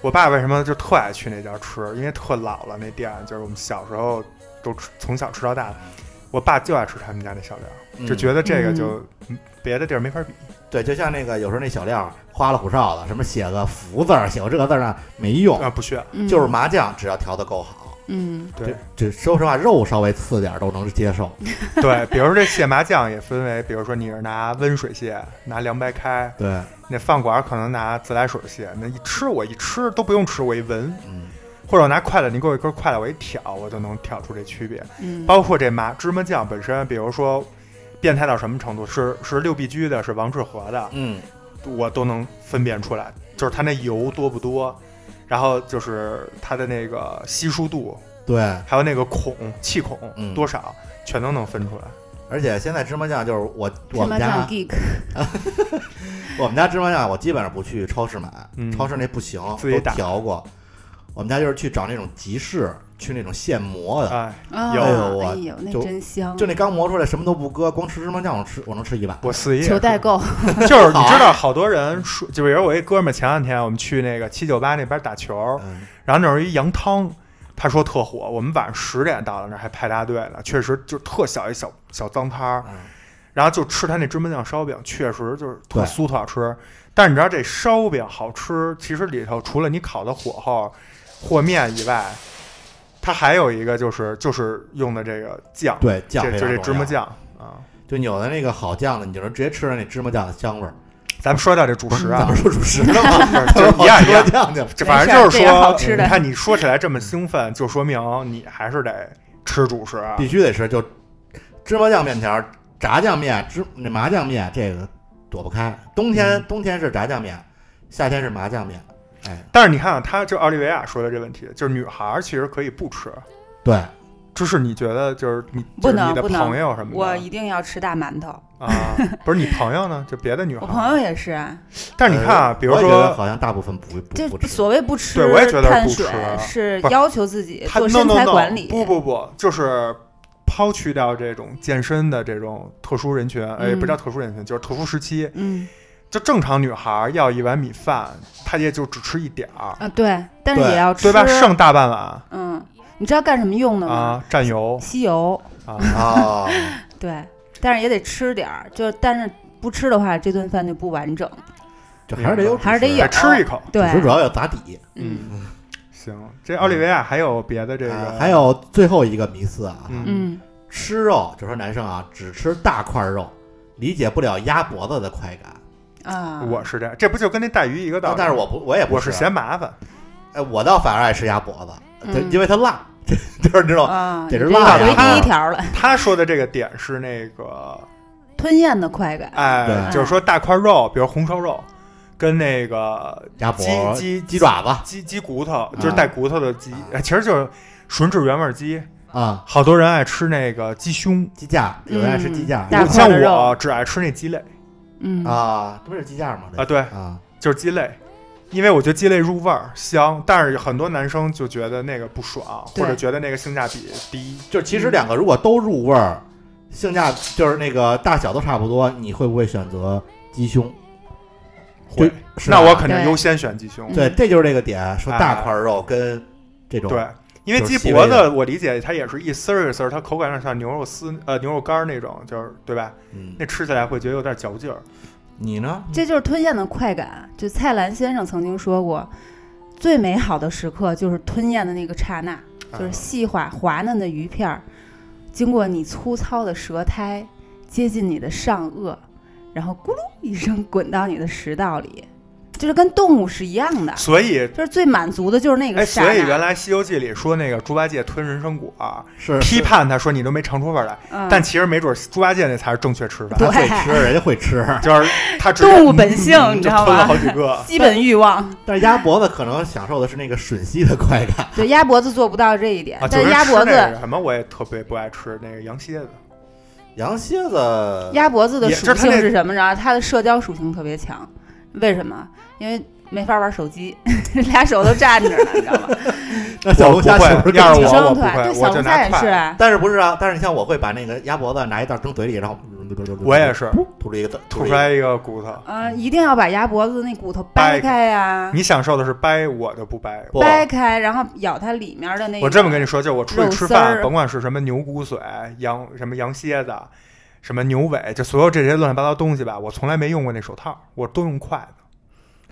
Speaker 1: 我爸为什么就特爱去那家吃？因为特老了，那店就是我们小时候都吃，从小吃到大。我爸就爱吃他们家那小料儿，就觉
Speaker 3: 得
Speaker 1: 得这个就嗯别的地儿没法比。
Speaker 3: 对，就像那个有时候那小料花里胡哨的，什么写个福字儿，写个这个字儿呢没用，
Speaker 1: 啊，不需要，
Speaker 2: 嗯
Speaker 3: 就是麻酱只要调的够好，
Speaker 2: 嗯，
Speaker 1: 对
Speaker 3: 这说实话肉稍微次点儿都能接受，
Speaker 1: 对，比如说这蟹麻酱也分为，比如说你是拿温水蟹，拿凉白开，
Speaker 3: 对，
Speaker 1: 那饭馆儿可能拿自来水蟹，那一吃我一吃都不用吃，我一闻，
Speaker 3: 嗯，
Speaker 1: 或者我拿筷子，你给我一根筷子，我一挑，我就能挑出这区别。
Speaker 2: 嗯
Speaker 1: 包括这麻芝麻酱本身，比如说变态到什么程度，是是六必居的，是王致和的，
Speaker 3: 嗯，
Speaker 1: 我都能分辨出来，就是它那油多不多，然后就是它的那个稀疏度，
Speaker 3: 对，
Speaker 1: 还有那个孔气孔
Speaker 3: 嗯
Speaker 1: 多少，全都能分出来。
Speaker 3: 而且现在芝麻酱就是我
Speaker 2: 芝
Speaker 3: 我们
Speaker 2: 麻
Speaker 3: 家
Speaker 2: 酱 geek，
Speaker 3: 我们家芝麻酱啊我基本上不去超市买，
Speaker 1: 嗯
Speaker 3: 超市那不行，
Speaker 1: 自己
Speaker 3: 都
Speaker 1: 打
Speaker 3: 调过。我们家就是去找那种集市，去那种现磨的，
Speaker 1: 哎，
Speaker 2: 啊
Speaker 1: 有
Speaker 3: 我
Speaker 2: 哎呦，那
Speaker 3: 就
Speaker 2: 真香，
Speaker 3: 就那刚磨出来什么都不搁，光吃芝麻酱我吃我能吃一碗。
Speaker 1: 我四爷
Speaker 2: 求代购，
Speaker 1: 就是你知道，好多人说，就比如我一哥们儿前两天我们去那个七九八那边打球，
Speaker 3: 嗯，
Speaker 1: 然后那儿有一羊汤，他说特火，我们晚上十点到了那儿还排大队呢，确实就特小一小小脏摊儿
Speaker 3: 嗯，
Speaker 1: 然后就吃他那芝麻酱烧饼，确实就是特
Speaker 3: 对
Speaker 1: 酥特好吃。但你知道这烧饼好吃，其实里头除了你烤的火候、和面以外，它还有一个就是就是用的这个酱，
Speaker 3: 对，酱
Speaker 1: 这
Speaker 3: 非
Speaker 1: 就
Speaker 3: 常
Speaker 1: 这
Speaker 3: 重
Speaker 1: 芝麻
Speaker 3: 要，
Speaker 1: 酱啊。
Speaker 3: 就有的那个好酱的，你就能直接吃上那芝麻酱的香味儿。
Speaker 1: 咱们说到这主食
Speaker 3: 咱
Speaker 1: 啊
Speaker 3: 们，说主食了吗？
Speaker 1: 不是 就是一样一
Speaker 3: 芝麻
Speaker 1: 样。
Speaker 3: 酱去了。
Speaker 1: 这反正就是
Speaker 2: 没事这样
Speaker 1: 说
Speaker 2: 好，吃的
Speaker 1: 你看你说起来这么兴奋，就说明你还是得吃主食啊。
Speaker 3: 必须得吃，就芝麻酱面条、炸酱面、芝那麻酱面，这个躲不开。冬天、
Speaker 1: 嗯
Speaker 3: 冬天是炸酱面，夏天是麻酱面。哎，
Speaker 1: 但是你看啊，他就奥利维亚说的这问题，就是女孩儿其实可以不吃，
Speaker 3: 对，
Speaker 1: 就是你觉得就是你
Speaker 2: 不
Speaker 1: 就是
Speaker 2: 能
Speaker 1: 你的
Speaker 2: 不能
Speaker 1: 朋友什么
Speaker 2: 我
Speaker 1: 的
Speaker 2: 一定要吃大馒头。
Speaker 1: 啊，不是你朋友呢，就别的女孩
Speaker 2: 我
Speaker 1: 儿。
Speaker 2: 朋友也是啊，
Speaker 1: 但是你看啊，比如
Speaker 3: 呃我也觉得
Speaker 1: 说
Speaker 3: 好像大部分不不
Speaker 2: 这
Speaker 3: 不吃，
Speaker 2: 所谓不吃
Speaker 1: 对我也觉得是不
Speaker 2: 碳
Speaker 1: 吃啊
Speaker 2: 水是
Speaker 1: 不是
Speaker 2: 要求自己
Speaker 1: 他
Speaker 2: 做
Speaker 1: no
Speaker 2: 身
Speaker 1: no
Speaker 2: 材
Speaker 1: no，
Speaker 2: 管理，
Speaker 1: 不不不，就是抛去掉这种健身的这种特殊人群，哎，
Speaker 2: 嗯
Speaker 1: 不叫特殊人群，就是特殊时期，
Speaker 2: 嗯
Speaker 1: 就正常女孩儿要一碗米饭，她也就只吃一点儿，
Speaker 2: 啊对，但是
Speaker 3: 对
Speaker 2: 也要吃，
Speaker 1: 对吧？剩大半碗
Speaker 2: 嗯，你知道干什么用的吗？
Speaker 1: 啊，蘸油
Speaker 2: 吸油，
Speaker 1: 啊，
Speaker 3: 啊，
Speaker 2: 对，但是也得吃点儿，就是但是不吃的话，这顿饭就不完整，
Speaker 3: 就还是得有主食，
Speaker 2: 还是得有
Speaker 1: 得吃一口。
Speaker 2: 对
Speaker 3: 主，食主要要打底。
Speaker 2: 嗯
Speaker 1: 行，这奥利维亚还有别的这个，
Speaker 3: 啊还有最后一个迷思啊，
Speaker 1: 嗯，
Speaker 2: 嗯
Speaker 3: 吃肉就说男生啊，只吃大块肉，理解不了鸭脖子的快感。
Speaker 1: 嗯
Speaker 2: 啊，
Speaker 1: 我是这样，这不就跟那带鱼一个道理？
Speaker 3: 哦但是我不，我也不
Speaker 1: 我
Speaker 3: 吃
Speaker 1: 是嫌麻烦，
Speaker 3: 哎，我倒反而爱吃鸭脖子，这
Speaker 2: 嗯
Speaker 3: 因为它辣， 这这你知道吗？
Speaker 2: 啊，
Speaker 3: 得
Speaker 2: 你
Speaker 3: 是
Speaker 2: 这
Speaker 3: 辣
Speaker 2: 个
Speaker 1: 呀
Speaker 2: 回第一条了，
Speaker 1: 他说的这个点是那个，
Speaker 2: 吞咽的快感，
Speaker 1: 哎，
Speaker 3: 对
Speaker 1: 就是说大块肉，比如红烧肉，跟那个
Speaker 3: 鸭脖
Speaker 1: 鸡鸡
Speaker 3: 鸡啊爪子
Speaker 1: 鸡鸡骨头，就是带骨头的鸡，哎其实就是纯质原味鸡。
Speaker 3: 啊，
Speaker 1: 好多人爱吃那个鸡胸，
Speaker 3: 鸡架，有人爱吃鸡架
Speaker 2: 嗯，大块
Speaker 1: 像
Speaker 2: 的肉
Speaker 1: 我只爱吃那鸡肋
Speaker 2: 嗯
Speaker 3: 啊，这不是鸡架吗？
Speaker 1: 啊，对，
Speaker 3: 啊，
Speaker 1: 就是鸡肋。因为我觉得鸡肋入味儿香，但是很多男生就觉得那个不爽，
Speaker 2: 对
Speaker 1: 或者觉得那个性价比低。
Speaker 3: 就是其实两个如果都入味儿，性价就是那个大小都差不多，你会不会选择鸡胸？
Speaker 1: 会
Speaker 3: 对，是啊吧
Speaker 1: 那我肯定
Speaker 2: 对
Speaker 1: 优先选鸡胸。
Speaker 2: 嗯
Speaker 3: 对，这就是这个点，说大块肉跟这种
Speaker 1: 对，因为
Speaker 3: 就是
Speaker 1: 鸡
Speaker 3: 细
Speaker 1: 脖
Speaker 3: 微的
Speaker 1: 子我理解它也是一丝儿一丝儿，它口感上像牛肉丝呃牛肉干儿那种，就是对吧？
Speaker 3: 嗯，
Speaker 1: 那吃起来会觉得有点嚼劲儿。
Speaker 3: 你呢？
Speaker 2: 这就是吞咽的快感。就蔡澜先生曾经说过，最美好的时刻就是吞咽的那个刹那，
Speaker 1: 哎
Speaker 2: 就是
Speaker 1: 嗯
Speaker 2: 细滑滑嫩的鱼片儿，经过你粗糙的舌苔，接近你的上颚，然后咕噜一声滚到你的食道里，就是跟动物是一样的。
Speaker 1: 所以
Speaker 2: 就是最满足的就是那
Speaker 1: 哎，
Speaker 2: 个刹那。
Speaker 1: 所以原来《西游记》里说那个猪八戒吞人参果儿，
Speaker 3: 是
Speaker 1: 批判他说你都没尝出味儿来，
Speaker 2: 嗯、
Speaker 1: 但其实没准儿猪八戒那才是正确吃法，
Speaker 3: 他会吃，人家会吃，
Speaker 1: 就是他直接
Speaker 2: 动物本性
Speaker 1: 嗯
Speaker 2: 你知道
Speaker 1: 就吞了
Speaker 2: 吗。
Speaker 1: 好几个
Speaker 2: 基本欲望，
Speaker 3: 但是鸭脖子可能享受的是那个吮吸的快感。
Speaker 2: 对鸭脖子做不到这一点，
Speaker 1: 啊，就
Speaker 2: 但
Speaker 1: 是
Speaker 2: 鸭
Speaker 1: 吃
Speaker 2: 脖
Speaker 1: 那
Speaker 2: 子
Speaker 1: 个什么，我也特别不爱吃那个羊蝎子，
Speaker 3: 羊蝎子
Speaker 2: 鸭脖子的
Speaker 1: 也
Speaker 2: 属
Speaker 1: 就是它
Speaker 2: 性
Speaker 1: 那
Speaker 2: 是什么？然后它的社交属性特别强，为什么？因为没法玩手机， 俩手都站着呢，你知道 吗？
Speaker 3: 那小
Speaker 1: 我
Speaker 3: 龙
Speaker 1: 不
Speaker 3: 虾是不
Speaker 1: 会，
Speaker 3: 是
Speaker 1: 要
Speaker 3: 更
Speaker 1: 是我
Speaker 2: 寄
Speaker 1: 我不
Speaker 2: 生团
Speaker 1: 会，
Speaker 2: 对
Speaker 1: 我
Speaker 2: 小
Speaker 1: 就
Speaker 2: 龙
Speaker 1: 拿
Speaker 2: 虾也是
Speaker 1: 筷。
Speaker 2: 啊，
Speaker 3: 但是不是啊？但是你像我会把那个鸭脖子拿一袋扔嘴里，然后
Speaker 1: 我也是
Speaker 3: 吐出一个
Speaker 1: 吐出来一个骨头。
Speaker 2: 呃，一定要把鸭脖子那骨头
Speaker 1: 掰
Speaker 2: 掰开呀、
Speaker 1: 你享受的是掰，我就不掰。
Speaker 3: 不
Speaker 2: 嗯掰开，然后咬它里面的那个。
Speaker 1: 我这么跟你说，就我出去吃
Speaker 2: 肉丝
Speaker 1: 饭，
Speaker 2: 儿
Speaker 1: 甭管是什么牛骨髓、羊什么羊蝎子、什么牛尾，就所有这些乱七八糟东西吧，我从来没用过那手套，我都用筷子。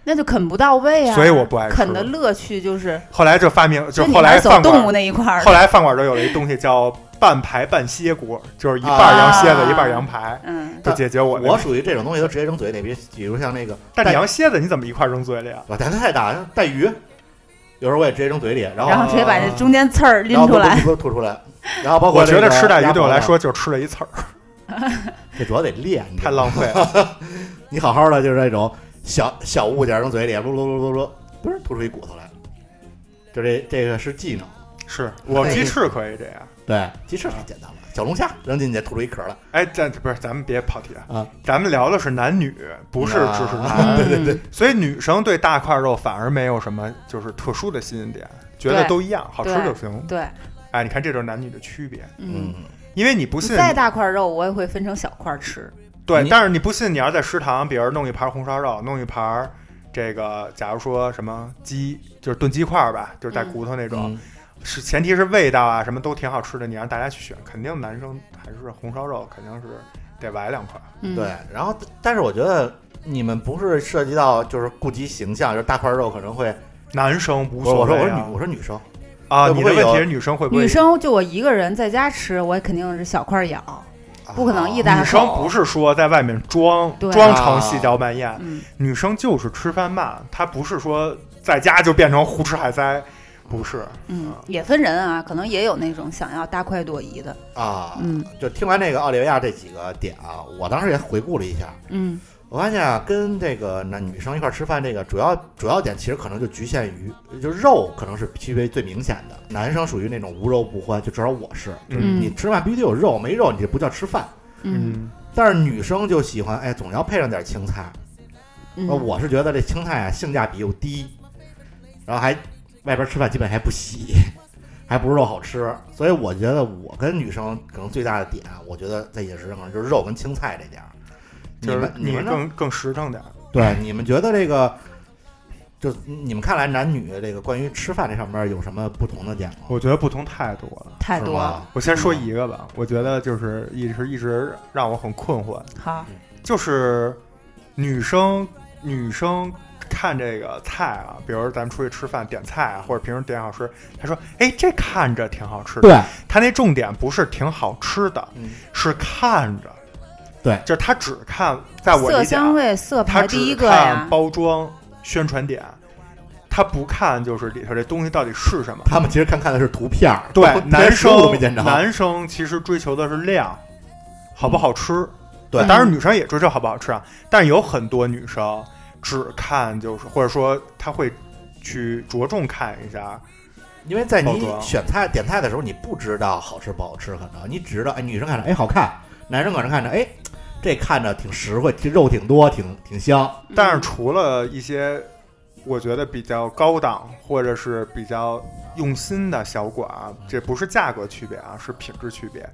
Speaker 2: 那就啃不到位啊。
Speaker 1: 所以我不爱吃
Speaker 2: 啃的乐趣就是，
Speaker 1: 后来就发明，就
Speaker 2: 你
Speaker 1: 后来
Speaker 2: 玩走
Speaker 1: 饭
Speaker 2: 动物
Speaker 1: 馆，
Speaker 2: 那一块儿
Speaker 1: 后
Speaker 2: 的。
Speaker 1: 来饭馆都有了一东西叫半排半歇骨，就是一半
Speaker 3: 啊
Speaker 1: 羊蝎子，一半羊排，
Speaker 2: 嗯，
Speaker 1: 就解决我那个
Speaker 3: 我属于这种东西都直接扔嘴里，比比如像那个
Speaker 1: 但
Speaker 3: 带
Speaker 1: 羊蝎子你怎么一块扔嘴里啊？
Speaker 3: 我胆子太大，带鱼，有时候我也直接扔嘴里，
Speaker 1: 哦
Speaker 3: 然后
Speaker 2: 然后直接把这中间刺儿拎出来。
Speaker 3: 然后吐出来，然后包括
Speaker 1: 我觉
Speaker 3: 那
Speaker 1: 得
Speaker 3: 个
Speaker 1: 吃带
Speaker 3: 鸭
Speaker 1: 鱼对我
Speaker 3: 脖
Speaker 1: 来
Speaker 3: 子，
Speaker 1: 说就吃了一刺儿，
Speaker 3: 这主要得练，你知
Speaker 1: 太
Speaker 3: 道
Speaker 1: 浪
Speaker 3: 吗
Speaker 1: 费 了。
Speaker 3: 你好好的就是那种小小物件扔嘴里，噜噜噜噜噜，不是吐出一骨头来，就这这个是技能。
Speaker 1: 是我鸡翅可以这样。
Speaker 3: 对，鸡翅太简单了，小龙虾扔进去吐出一壳来
Speaker 1: 哎，咱不是咱们别跑题啊，
Speaker 3: 啊，
Speaker 1: 咱们聊的是男女，不是只是男。
Speaker 3: 啊
Speaker 2: 嗯
Speaker 3: 对对对，
Speaker 1: 所以女生对大块肉反而没有什么就是特殊的吸引点，觉得
Speaker 2: 对
Speaker 1: 都一样，好吃
Speaker 2: 对
Speaker 1: 就行。
Speaker 2: 对，
Speaker 1: 哎，你看这就是男女的区别，
Speaker 2: 嗯
Speaker 3: 嗯，，
Speaker 1: 因为你不
Speaker 2: 你
Speaker 1: 信，
Speaker 2: 再大块肉我也会分成小块儿吃。
Speaker 1: 对，
Speaker 3: 你
Speaker 1: 但是你不信，你要是在食堂，比如弄一盘红烧肉，弄一盘这个，假如说什么鸡，就是炖鸡块儿吧，就是带
Speaker 2: 嗯
Speaker 1: 骨头那种，
Speaker 3: 嗯
Speaker 1: 是前提是味道啊什么都挺好吃的，你让大家去选，肯定男生还是红烧肉肯定是得崴两块。
Speaker 2: 嗯，
Speaker 3: 对，然后但是我觉得你们不是涉及到就是顾及形象，就是大块肉可能会，
Speaker 1: 男生无
Speaker 3: 我说
Speaker 1: 所
Speaker 3: 我说我
Speaker 1: 谓
Speaker 3: 是女
Speaker 1: 啊，
Speaker 3: 我说女生，
Speaker 1: 啊，
Speaker 3: 会不
Speaker 1: 你的
Speaker 3: 会
Speaker 1: 问
Speaker 3: 有
Speaker 1: 题是女生会不会？
Speaker 2: 女生就我一个人在家吃，我肯定是小块儿咬，
Speaker 3: 啊
Speaker 2: 不可能一大口。
Speaker 1: 女生不是说在外面装
Speaker 2: 对啊
Speaker 1: 装成细嚼慢咽，
Speaker 2: 嗯，
Speaker 1: 女生就是吃饭慢，她不是说在家就变成胡吃海塞，不是。
Speaker 2: 嗯，也分人啊，可能也有那种想要大快朵颐的。
Speaker 3: 啊，
Speaker 2: 嗯
Speaker 3: 就听完这个奥利维亚这几个点啊，我当时也回顾了一下，
Speaker 2: 嗯
Speaker 3: 我发现啊，跟这个男女生一块儿吃饭，这个主要主要点其实可能就局限于，就肉可能是区别最明显的。男生属于那种无肉不欢，就至少我是，就是
Speaker 2: 嗯
Speaker 3: 你吃饭必须得有肉，没肉你这不叫吃饭。
Speaker 2: 嗯
Speaker 3: 但是女生就喜欢，哎，总要配上点青菜。
Speaker 2: 嗯，
Speaker 3: 呃我是觉得这青菜啊性价比又低，然后还外边吃饭基本还不洗，还不如肉好吃。所以我觉得我跟女生可能最大的点啊，我觉得在饮食上可能就是肉跟青菜这点儿。
Speaker 1: 就
Speaker 3: 你
Speaker 1: 是
Speaker 3: 们你
Speaker 1: 嗯你
Speaker 3: 们呢？
Speaker 1: 更嗯更实诚点儿。
Speaker 3: 对，你们觉得这个，就你们看来男女这个关于吃饭这上面有什么不同的点吗？
Speaker 1: 我觉得不同太多了。
Speaker 2: 太
Speaker 3: 是
Speaker 2: 多了。
Speaker 3: 吗？
Speaker 1: 我先说一个吧，我觉得就是一直一直让我很困惑，
Speaker 2: 好，
Speaker 1: 就是女生女生看这个菜啊，比如咱们出去吃饭点菜啊，或者平时点好吃，她说：“哎，这看着挺好吃的。”
Speaker 3: 对，
Speaker 1: 她那重点不是挺好吃的，
Speaker 3: 嗯
Speaker 1: 是看着。
Speaker 3: 对
Speaker 1: 就是她只看，在我
Speaker 2: 色
Speaker 1: 理解啊，
Speaker 2: 香味色
Speaker 1: 她
Speaker 2: 排第
Speaker 1: 只
Speaker 2: 一个呀
Speaker 1: 看。包装、宣传点，她不看就是里头这东西到底是什么。
Speaker 3: 他们其实看看的是图片 儿，
Speaker 1: 对，男
Speaker 3: 食物都没
Speaker 1: 生
Speaker 3: 见着。
Speaker 1: 男生其实追求的是量，好不好吃？
Speaker 3: 对
Speaker 1: 当然女生也追求好不好吃啊，但有很多女生只看就是，或者说她会去着重看一下，
Speaker 3: 因为在
Speaker 1: 包
Speaker 3: 你
Speaker 1: 装
Speaker 3: 选菜点菜的时候，你不知道好吃不好吃，可能你只知道哎，女生看着哎好看，男生可能看着哎，这看着挺实惠，这肉挺多，挺挺香。
Speaker 2: 嗯
Speaker 1: 但是除了一些我觉得比较高档或者是比较用心的小馆儿，这不是价格区别啊，是品质区别。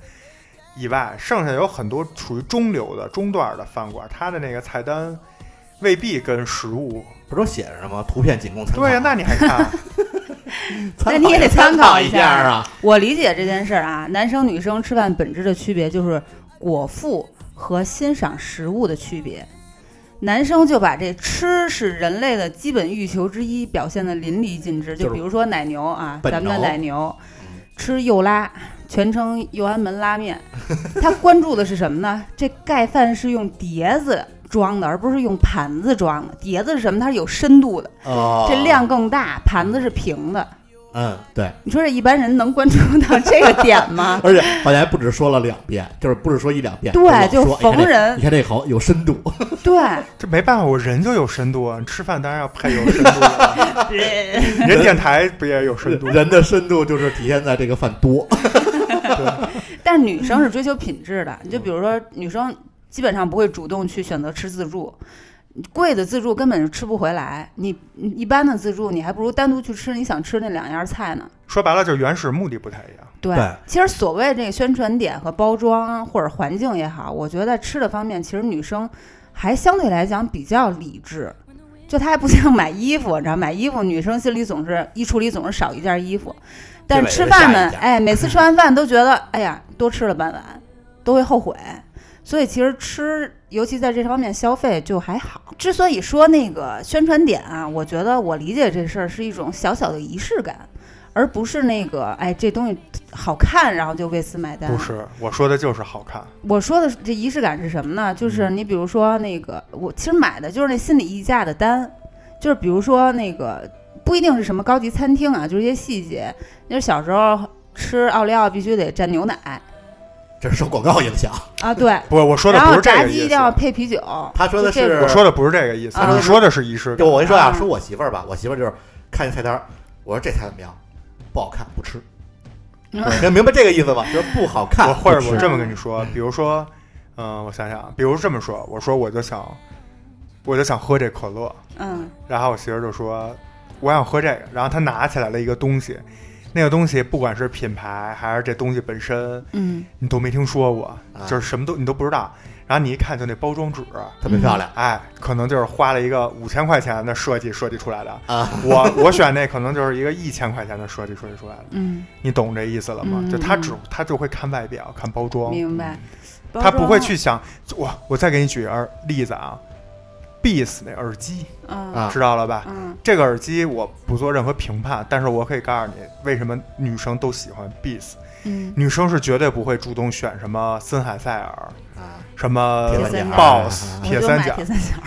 Speaker 1: 以外，剩下有很多属于中流的、中段儿的饭馆，它的那个菜单未必跟食物
Speaker 3: 不是都写着什么图片仅供参考？
Speaker 1: 对 呀、那你还看？
Speaker 3: 参
Speaker 2: 那你也得参考
Speaker 3: 一
Speaker 2: 一下
Speaker 3: 下啊。
Speaker 2: 我理解这件事儿啊，男生女生吃饭本质的区别就是果腹和欣赏食物的区别。男生就把这吃是人类的基本欲求之一表现的淋漓尽致，
Speaker 3: 就是
Speaker 2: 就比如说奶牛啊，
Speaker 3: 本
Speaker 2: 咱们的
Speaker 3: 能
Speaker 2: 奶牛
Speaker 3: 嗯
Speaker 2: 吃幼拉，全称右安门拉面，他关注的是什么呢？这盖饭是用碟子装的，而不是用盘子装的。碟子是什么？它是有深度的，
Speaker 3: 哦，
Speaker 2: 这量更大，盘子是平的。
Speaker 3: 嗯对，
Speaker 2: 你说这一般人能关注到这个点吗？
Speaker 3: 而且好像还不止说了两遍，就是不是说一两遍，
Speaker 2: 对，就
Speaker 3: 老说哎
Speaker 2: 逢。人
Speaker 3: 你看这你看这好有深度，
Speaker 2: 对，
Speaker 1: 这没办法，我人就有深度啊！你吃饭当然要配有深度 了，
Speaker 2: 人
Speaker 1: 你这电台不也有深度？
Speaker 3: 人的深度就是体现在这个饭多。
Speaker 2: 但是女生是追求品质的，你就比如说女生基本上不会主动去选择吃自助。贵的自助根本就吃不回来，你你一般的自助你还不如单独去吃你想吃那两样菜呢。
Speaker 1: 说白了就是原始目的不太一样。
Speaker 2: 对，
Speaker 3: 对
Speaker 2: 其实所谓这个宣传点和包装啊或者环境也好，我觉得在吃的方面，其实女生还相对来讲比较理智。就她还不像买衣服，你知道，买衣服女生心里总是衣橱里总是少一件衣服，但是
Speaker 3: 对
Speaker 2: 吃饭
Speaker 3: 下
Speaker 2: 呢
Speaker 3: 一，件
Speaker 2: 哎，每次吃完饭都觉得，哎呀，多吃了半碗，都会后悔。所以其实吃，尤其在这方面消费就还好。之所以说那个宣传点啊，我觉得我理解这事儿是一种小小的仪式感，而不是那个哎这东西好看，然后就为此买单。
Speaker 1: 不是，我说的就是好看。
Speaker 2: 我说的是这仪式感是什
Speaker 1: 嗯
Speaker 2: 么呢？就是你比如说那个，我其实买的就是那心理溢价的单，就是比如说那个不一定是什么高级餐厅啊，就是一些细节。就是小时候吃奥利奥必须得蘸牛奶
Speaker 3: 这是受广告影响。
Speaker 2: 啊，对。
Speaker 1: 不，我说的
Speaker 2: 然
Speaker 1: 不
Speaker 2: 后
Speaker 1: 是这
Speaker 2: 炸
Speaker 1: 个
Speaker 2: 鸡一
Speaker 1: 意
Speaker 2: 定要
Speaker 1: 思。
Speaker 2: 配啤酒。
Speaker 3: 他说的
Speaker 2: 就这
Speaker 3: 是，
Speaker 2: 种
Speaker 1: 我说的不是这个意思，
Speaker 2: 啊
Speaker 1: 你说的是仪式
Speaker 3: 就
Speaker 1: 感。
Speaker 3: 我跟你说啊，
Speaker 2: 啊
Speaker 3: 说我媳妇儿吧，我媳妇儿就是看见菜单儿，我说这菜怎么样，不好看不吃。
Speaker 2: 嗯
Speaker 3: 能明白这个意思吗？就是不好看，
Speaker 1: 我或者
Speaker 3: 不
Speaker 1: 我
Speaker 3: 吃
Speaker 1: 这么跟你说，比如说，嗯、我想想啊，比如这么说，我说我就想，我就想喝这可乐，
Speaker 2: 嗯，
Speaker 1: 然后我媳妇儿就说我想喝这个，然后她拿起来了一个东西，那个东西不管是品牌还是这东西本身，
Speaker 2: 嗯，
Speaker 1: 你都没听说过，
Speaker 3: 啊
Speaker 1: 就是什么都你都不知道，然后你一看就那包装纸，
Speaker 3: 特别漂亮
Speaker 1: 哎，可能就是花了一个五千块钱的设计设计出来的。
Speaker 3: 啊。
Speaker 1: 我我选那可能就是一个一千块钱的设计设计出来的，
Speaker 2: 嗯，
Speaker 1: 你懂这意思了吗？
Speaker 2: 嗯
Speaker 1: 就他
Speaker 2: 嗯
Speaker 1: 只他就会看外表，看包装，
Speaker 2: 明白。
Speaker 1: 他不会
Speaker 2: 包装，啊
Speaker 1: 去想我。我再给你举个儿例子啊，Beats 那耳机，
Speaker 2: 嗯
Speaker 3: 啊
Speaker 1: 知道了吧？
Speaker 2: 嗯
Speaker 1: 这个耳机我不做任何评判，但是我可以告诉你，为什么女生都喜欢 Beats，
Speaker 2: 嗯，
Speaker 1: 女生是绝对不会主动选什么森海塞尔、
Speaker 3: 啊
Speaker 1: 什么
Speaker 2: 铁三角啊
Speaker 1: Boss、
Speaker 2: 我
Speaker 1: 铁
Speaker 2: 就
Speaker 1: 三
Speaker 2: 买
Speaker 1: 角
Speaker 2: 铁，三角。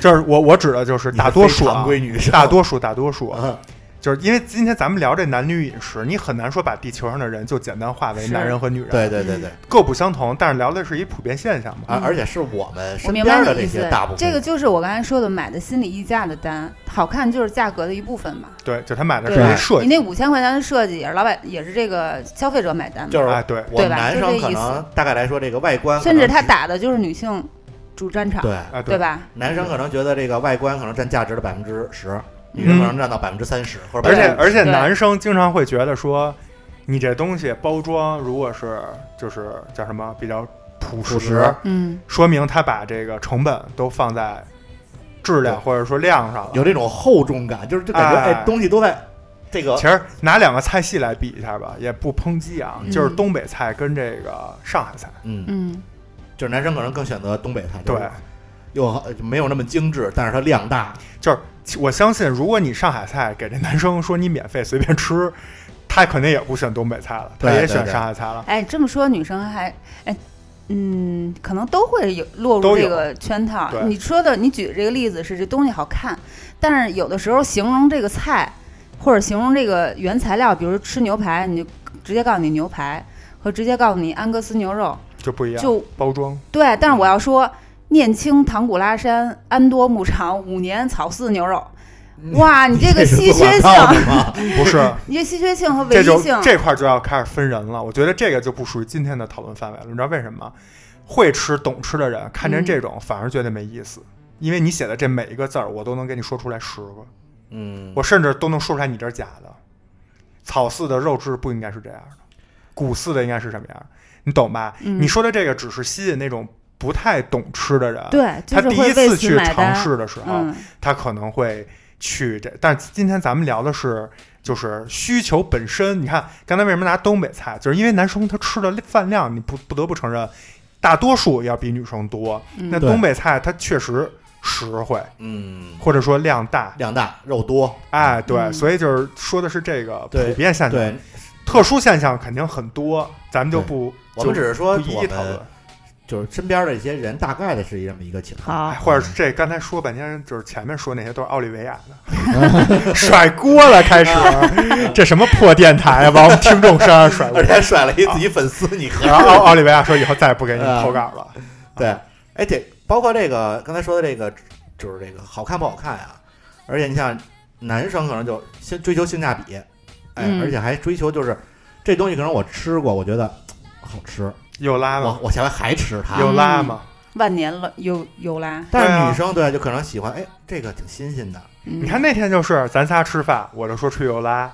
Speaker 1: 就是我我指的就是
Speaker 3: 你
Speaker 1: 大
Speaker 3: 是
Speaker 1: 多
Speaker 3: 非
Speaker 1: 数
Speaker 3: 常
Speaker 1: 啊
Speaker 3: 规女生
Speaker 1: 大多数大多数，
Speaker 3: 啊
Speaker 1: 就是因为今天咱们聊这男女饮食，你很难说把地球上的人就简单化为
Speaker 2: 是
Speaker 1: 男人和女人，
Speaker 3: 对对对对，
Speaker 1: 各不相同，但是聊的是一普遍现象嘛。
Speaker 3: 而而且是我们
Speaker 2: 嗯我
Speaker 3: 身
Speaker 2: 明
Speaker 3: 边
Speaker 2: 白你
Speaker 3: 的
Speaker 2: 的
Speaker 3: 这
Speaker 2: 意思
Speaker 3: 些大部，分
Speaker 2: 这个就是我刚才说的买的心理溢价的单，好看就是价格的一部分嘛。
Speaker 1: 对，就他买的是
Speaker 2: 对
Speaker 1: 一设计，
Speaker 2: 你那五千块钱的设计也是老板，也是这个消费者买单的，
Speaker 3: 就是
Speaker 1: 哎，对，
Speaker 3: 我
Speaker 2: 对吧
Speaker 3: 们男
Speaker 2: 就这
Speaker 3: 生
Speaker 2: 意
Speaker 3: 可能大概来说，这个外观可
Speaker 2: 甚
Speaker 3: 能
Speaker 2: 至他打的就是女性主战场，
Speaker 3: 对
Speaker 1: 哎，
Speaker 2: 对？吧？
Speaker 3: 男生可能觉得这个外观可能占价值的百分之十，女生可
Speaker 2: 嗯
Speaker 3: 能占到百分之三十或者
Speaker 1: 而且
Speaker 3: 百分之
Speaker 1: 而且
Speaker 2: 对
Speaker 1: 男生经常会觉得说，你这东西包装如果是就是叫什么比较朴实，
Speaker 3: 朴实
Speaker 2: 嗯，
Speaker 1: 说明他把这个成本都放在质量
Speaker 3: 对
Speaker 1: 或者说量上了。
Speaker 3: 有这种厚重感，就是就感觉
Speaker 1: 哎
Speaker 3: 哎东西都在这个
Speaker 1: 其实拿两个菜系来比一下吧，也不抨击啊，
Speaker 2: 嗯
Speaker 1: 就是东北菜跟这个上海菜，
Speaker 3: 嗯，
Speaker 2: 嗯，
Speaker 3: 就是男生可能更选择东北菜，就
Speaker 1: 对
Speaker 3: 是，又好没有那么精致，但是它量大，
Speaker 1: 就是其我相信，如果你上海菜给这男生说你免费随便吃，他肯定也不选东北菜了，他
Speaker 3: 对
Speaker 1: 也
Speaker 3: 对
Speaker 1: 选
Speaker 3: 对
Speaker 1: 上海菜了。
Speaker 2: 哎，这么说女生还哎。嗯，可能都会有落
Speaker 1: 都
Speaker 2: 入
Speaker 1: 有
Speaker 2: 这个圈套
Speaker 1: 对。
Speaker 2: 你说的，你举这个例子是这东西好看，但是有的时候形容这个菜，或者形容这个原材料，比如吃牛排，你就直接告诉你牛排，和直接告诉你安格斯牛肉，
Speaker 1: 就不一样，
Speaker 2: 就
Speaker 1: 包装
Speaker 2: 对，但是我要说，念青唐古拉山安多牧场五年草饲牛肉，
Speaker 1: 嗯
Speaker 2: 哇，你这 个稀缺性，
Speaker 1: 不是，
Speaker 2: 你这稀缺性和唯
Speaker 1: 这
Speaker 2: 一
Speaker 1: 就
Speaker 2: 性，
Speaker 1: 这块儿就要开始分人了。我觉得这个就不属于今天的讨论范围了。你知道为什么吗？会吃、懂吃的人看见
Speaker 2: 嗯
Speaker 1: 这种反而觉得没意思，因为你写的这每一个字儿，我都能给你说出来十个，
Speaker 3: 嗯，
Speaker 1: 我甚至都能说出来你这是假的。草饲的肉质不应该是这样的，谷饲的应该是什么样？你懂吧？
Speaker 2: 嗯
Speaker 1: 你说的这个只是吸引那种不太懂吃的人，
Speaker 2: 对，就
Speaker 1: 他
Speaker 2: 是
Speaker 1: 第
Speaker 2: 会
Speaker 1: 一
Speaker 2: 为
Speaker 1: 次
Speaker 2: 此
Speaker 1: 去
Speaker 2: 买
Speaker 1: 尝
Speaker 2: 单。
Speaker 1: 试啊的时候，
Speaker 2: 嗯，
Speaker 1: 他可能会去这。但是今天咱们聊的是，就是需求本身。你看刚才为什么拿东北菜，就是因为男生他吃的饭量，你不不得不承认，大多数要比女生多。
Speaker 2: 嗯
Speaker 1: 那
Speaker 3: 对
Speaker 1: 东北菜它确实实惠，
Speaker 3: 嗯，
Speaker 1: 或者说量大。
Speaker 3: 量大肉多，
Speaker 1: 哎，对，
Speaker 2: 嗯
Speaker 1: 所以就是说的是这个
Speaker 3: 对
Speaker 1: 普遍现象，
Speaker 3: 对，
Speaker 1: 特殊现象肯定很多，咱们就
Speaker 3: 对
Speaker 1: 不
Speaker 3: 我们
Speaker 1: 就
Speaker 3: 只是说
Speaker 1: 不一
Speaker 3: 我
Speaker 1: 一讨论
Speaker 3: 们。就是身边的一些人大概的是这么一个情况。
Speaker 1: 哎
Speaker 2: 好，
Speaker 1: 或者是这刚才说半天，就是前面说那些都是奥利维亚的， 甩锅了开始， 这什么破电台啊，把我们听众身上甩锅
Speaker 3: 而且。还甩了一自己粉丝，你喝
Speaker 1: 然后奥奥利维亚说以后再也不给你
Speaker 3: 嗯
Speaker 1: 们投稿了。
Speaker 3: 对，哎对，包括这个刚才说的这个，就是这个好看不好看啊，而且你像男生可能就先追求性价比，哎，
Speaker 2: 嗯
Speaker 3: 而且还追求就是这东西可能我吃过，我觉得嘖好吃，
Speaker 1: 又拉
Speaker 3: 我
Speaker 1: 吗？
Speaker 3: 我下回还吃它
Speaker 1: 又，拉吗？
Speaker 2: 万年了油油拉。
Speaker 3: 但
Speaker 1: 对
Speaker 3: 是
Speaker 1: 啊
Speaker 3: 女生对就可能喜欢，哎，这个挺新鲜的，
Speaker 2: 你
Speaker 1: 你看那天就是咱仨吃饭，我就说吹油 拉，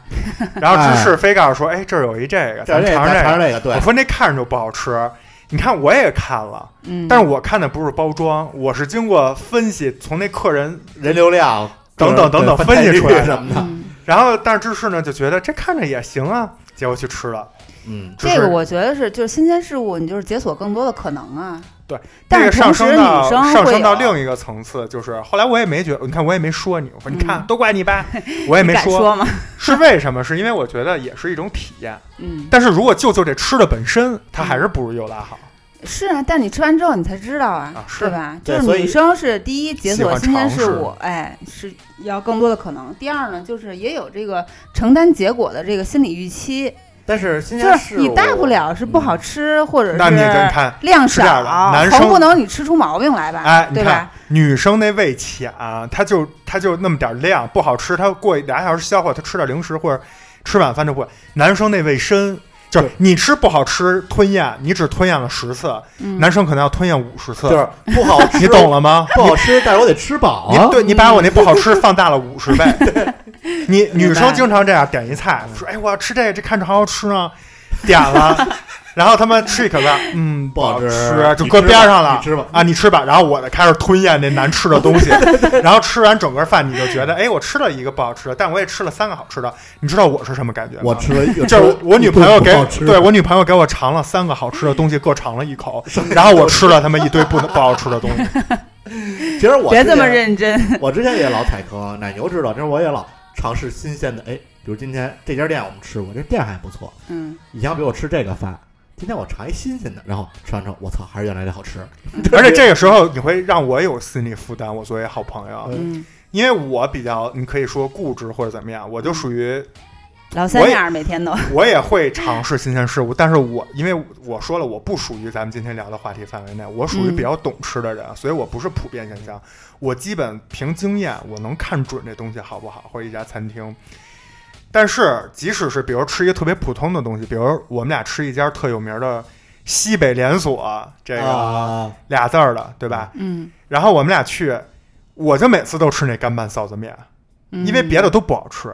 Speaker 1: 然后芝士非告诉说，哎，这儿有一这个，咱
Speaker 3: 这
Speaker 1: 们尝
Speaker 3: 尝
Speaker 1: 这个。
Speaker 3: 这个，对
Speaker 1: 我，说那看着就不好吃，你看我也看了，
Speaker 2: 嗯，
Speaker 1: 但是我看的不是包装，我是经过分析，从那客人，
Speaker 3: 人流量
Speaker 1: 等等等等
Speaker 3: 对
Speaker 1: 分析出来
Speaker 3: 翻台率什么的，
Speaker 2: 嗯
Speaker 1: 然后但是芝士呢就觉得这看着也行啊，结果去吃了。
Speaker 3: 嗯，
Speaker 1: 芝士
Speaker 2: 这个我觉得是就是新鲜事物，你就是解锁更多的可能啊。
Speaker 1: 对，
Speaker 2: 但
Speaker 1: 这
Speaker 2: 是
Speaker 1: 个上
Speaker 2: 同时
Speaker 1: 升
Speaker 2: 女
Speaker 1: 到
Speaker 2: 生
Speaker 1: 上
Speaker 2: 会
Speaker 1: 升到
Speaker 2: 有啊
Speaker 1: 另一个层次，就是后来我也没觉得，你看我也没说你，我说你看、
Speaker 2: 嗯
Speaker 1: 都怪你吧，我也
Speaker 2: 你
Speaker 1: 没
Speaker 2: 敢说吗？
Speaker 1: 是为什么？是因为我觉得也是一种体验。
Speaker 2: 嗯，
Speaker 1: 但是如果就就这吃的本身，它还是不如油拉好。
Speaker 2: 是啊，但你吃完之后你才知道啊，
Speaker 1: 啊是
Speaker 2: 对吧？
Speaker 3: 对
Speaker 2: 就是
Speaker 3: 所以
Speaker 2: 女生是第一解
Speaker 1: 喜
Speaker 2: 锁
Speaker 1: 欢
Speaker 2: 新鲜
Speaker 1: 尝
Speaker 2: 事
Speaker 1: 试
Speaker 2: 物，哎，是要更多的可能。第二呢，就是也有这个承担结果的这个心理预期，
Speaker 3: 但是新
Speaker 2: 就
Speaker 3: 鲜
Speaker 2: 是
Speaker 3: 事
Speaker 2: 你
Speaker 3: 物
Speaker 2: 大不了是不好
Speaker 1: 嗯
Speaker 2: 吃，或者是
Speaker 1: 那你真看，
Speaker 2: 量
Speaker 1: 是这样
Speaker 2: 少，
Speaker 1: 的男
Speaker 2: 总
Speaker 1: 生
Speaker 2: 不能你吃出毛病来吧？
Speaker 1: 哎，你
Speaker 2: 对
Speaker 1: 看
Speaker 2: 吧？
Speaker 1: 女生那胃浅，她就她就那么点儿量，不好吃，她过俩小时消化，她吃点零食或者吃晚饭就不会。男生那胃深。就是
Speaker 3: 对
Speaker 1: 你吃不好吃，吞咽，你只吞咽了十次，
Speaker 2: 嗯，
Speaker 1: 男生可能要吞咽五十次，
Speaker 3: 就是不好吃，
Speaker 1: 你懂了吗？
Speaker 3: 不好吃，但是我得吃饱
Speaker 1: 你
Speaker 3: 啊，
Speaker 1: 对你把我那不好 吃放大了五十倍。你女生经常这样点一菜，
Speaker 3: 嗯
Speaker 1: 说：“哎，我要吃这个，这看着好好吃呢。”点 了，然后他们吃一口饭，嗯，不
Speaker 3: 好
Speaker 1: 好
Speaker 3: 吃，啊
Speaker 1: 就
Speaker 3: 你
Speaker 1: 搁
Speaker 3: 吃
Speaker 1: 边
Speaker 3: 吧
Speaker 1: 上了
Speaker 3: 你。吃吧，
Speaker 1: 啊，你吃吧，然后我就开始吞咽那难吃的东 西，然后吃完整个饭，你就觉得，哎，我吃了一个不好吃的，但我也吃了三个好吃的，你知道我是什么感
Speaker 3: 嗯
Speaker 1: 觉吗？
Speaker 6: 我吃了一，
Speaker 1: 就是我我女朋友给
Speaker 6: 一顿不好吃
Speaker 1: 对我女朋友给我尝了三个好吃的东西，各尝了一口，然后我吃了他们一堆不不好吃的东西，
Speaker 3: 其实我
Speaker 2: 别
Speaker 3: 之
Speaker 2: 这么
Speaker 3: 前
Speaker 2: 认真。
Speaker 3: 我之前也老踩坑，奶牛知道，这我也老尝试新鲜的。哎，比如今天这家店我们吃过，这店还不错。
Speaker 2: 嗯，
Speaker 3: 以前比如我吃这个饭，今天我尝一新鲜的，然后吃完之后，我操，还是原来的好吃。
Speaker 1: 而且这个时候你会让我有心理负担，我作为好朋友，
Speaker 2: 嗯，
Speaker 1: 因为我比较你可以说固执或者怎么样，我就属于
Speaker 2: 老三样儿每天都，
Speaker 1: 我也会尝试新鲜事物，但是我因为我说了我不属于咱们今天聊的话题范围内，我属于比较懂吃的人，所以我不是普遍现象，我基本凭经验我能看准这东西好不好，或者一家餐厅。但是即使是比如吃一个特别普通的东西，比如我们俩吃一家特有名的西北连锁这个
Speaker 3: 啊，
Speaker 1: 俩字儿的，对吧？
Speaker 2: 嗯，
Speaker 1: 然后我们俩去，我就每次都吃那干拌臊子面，
Speaker 2: 嗯
Speaker 1: 因为别的都不好吃，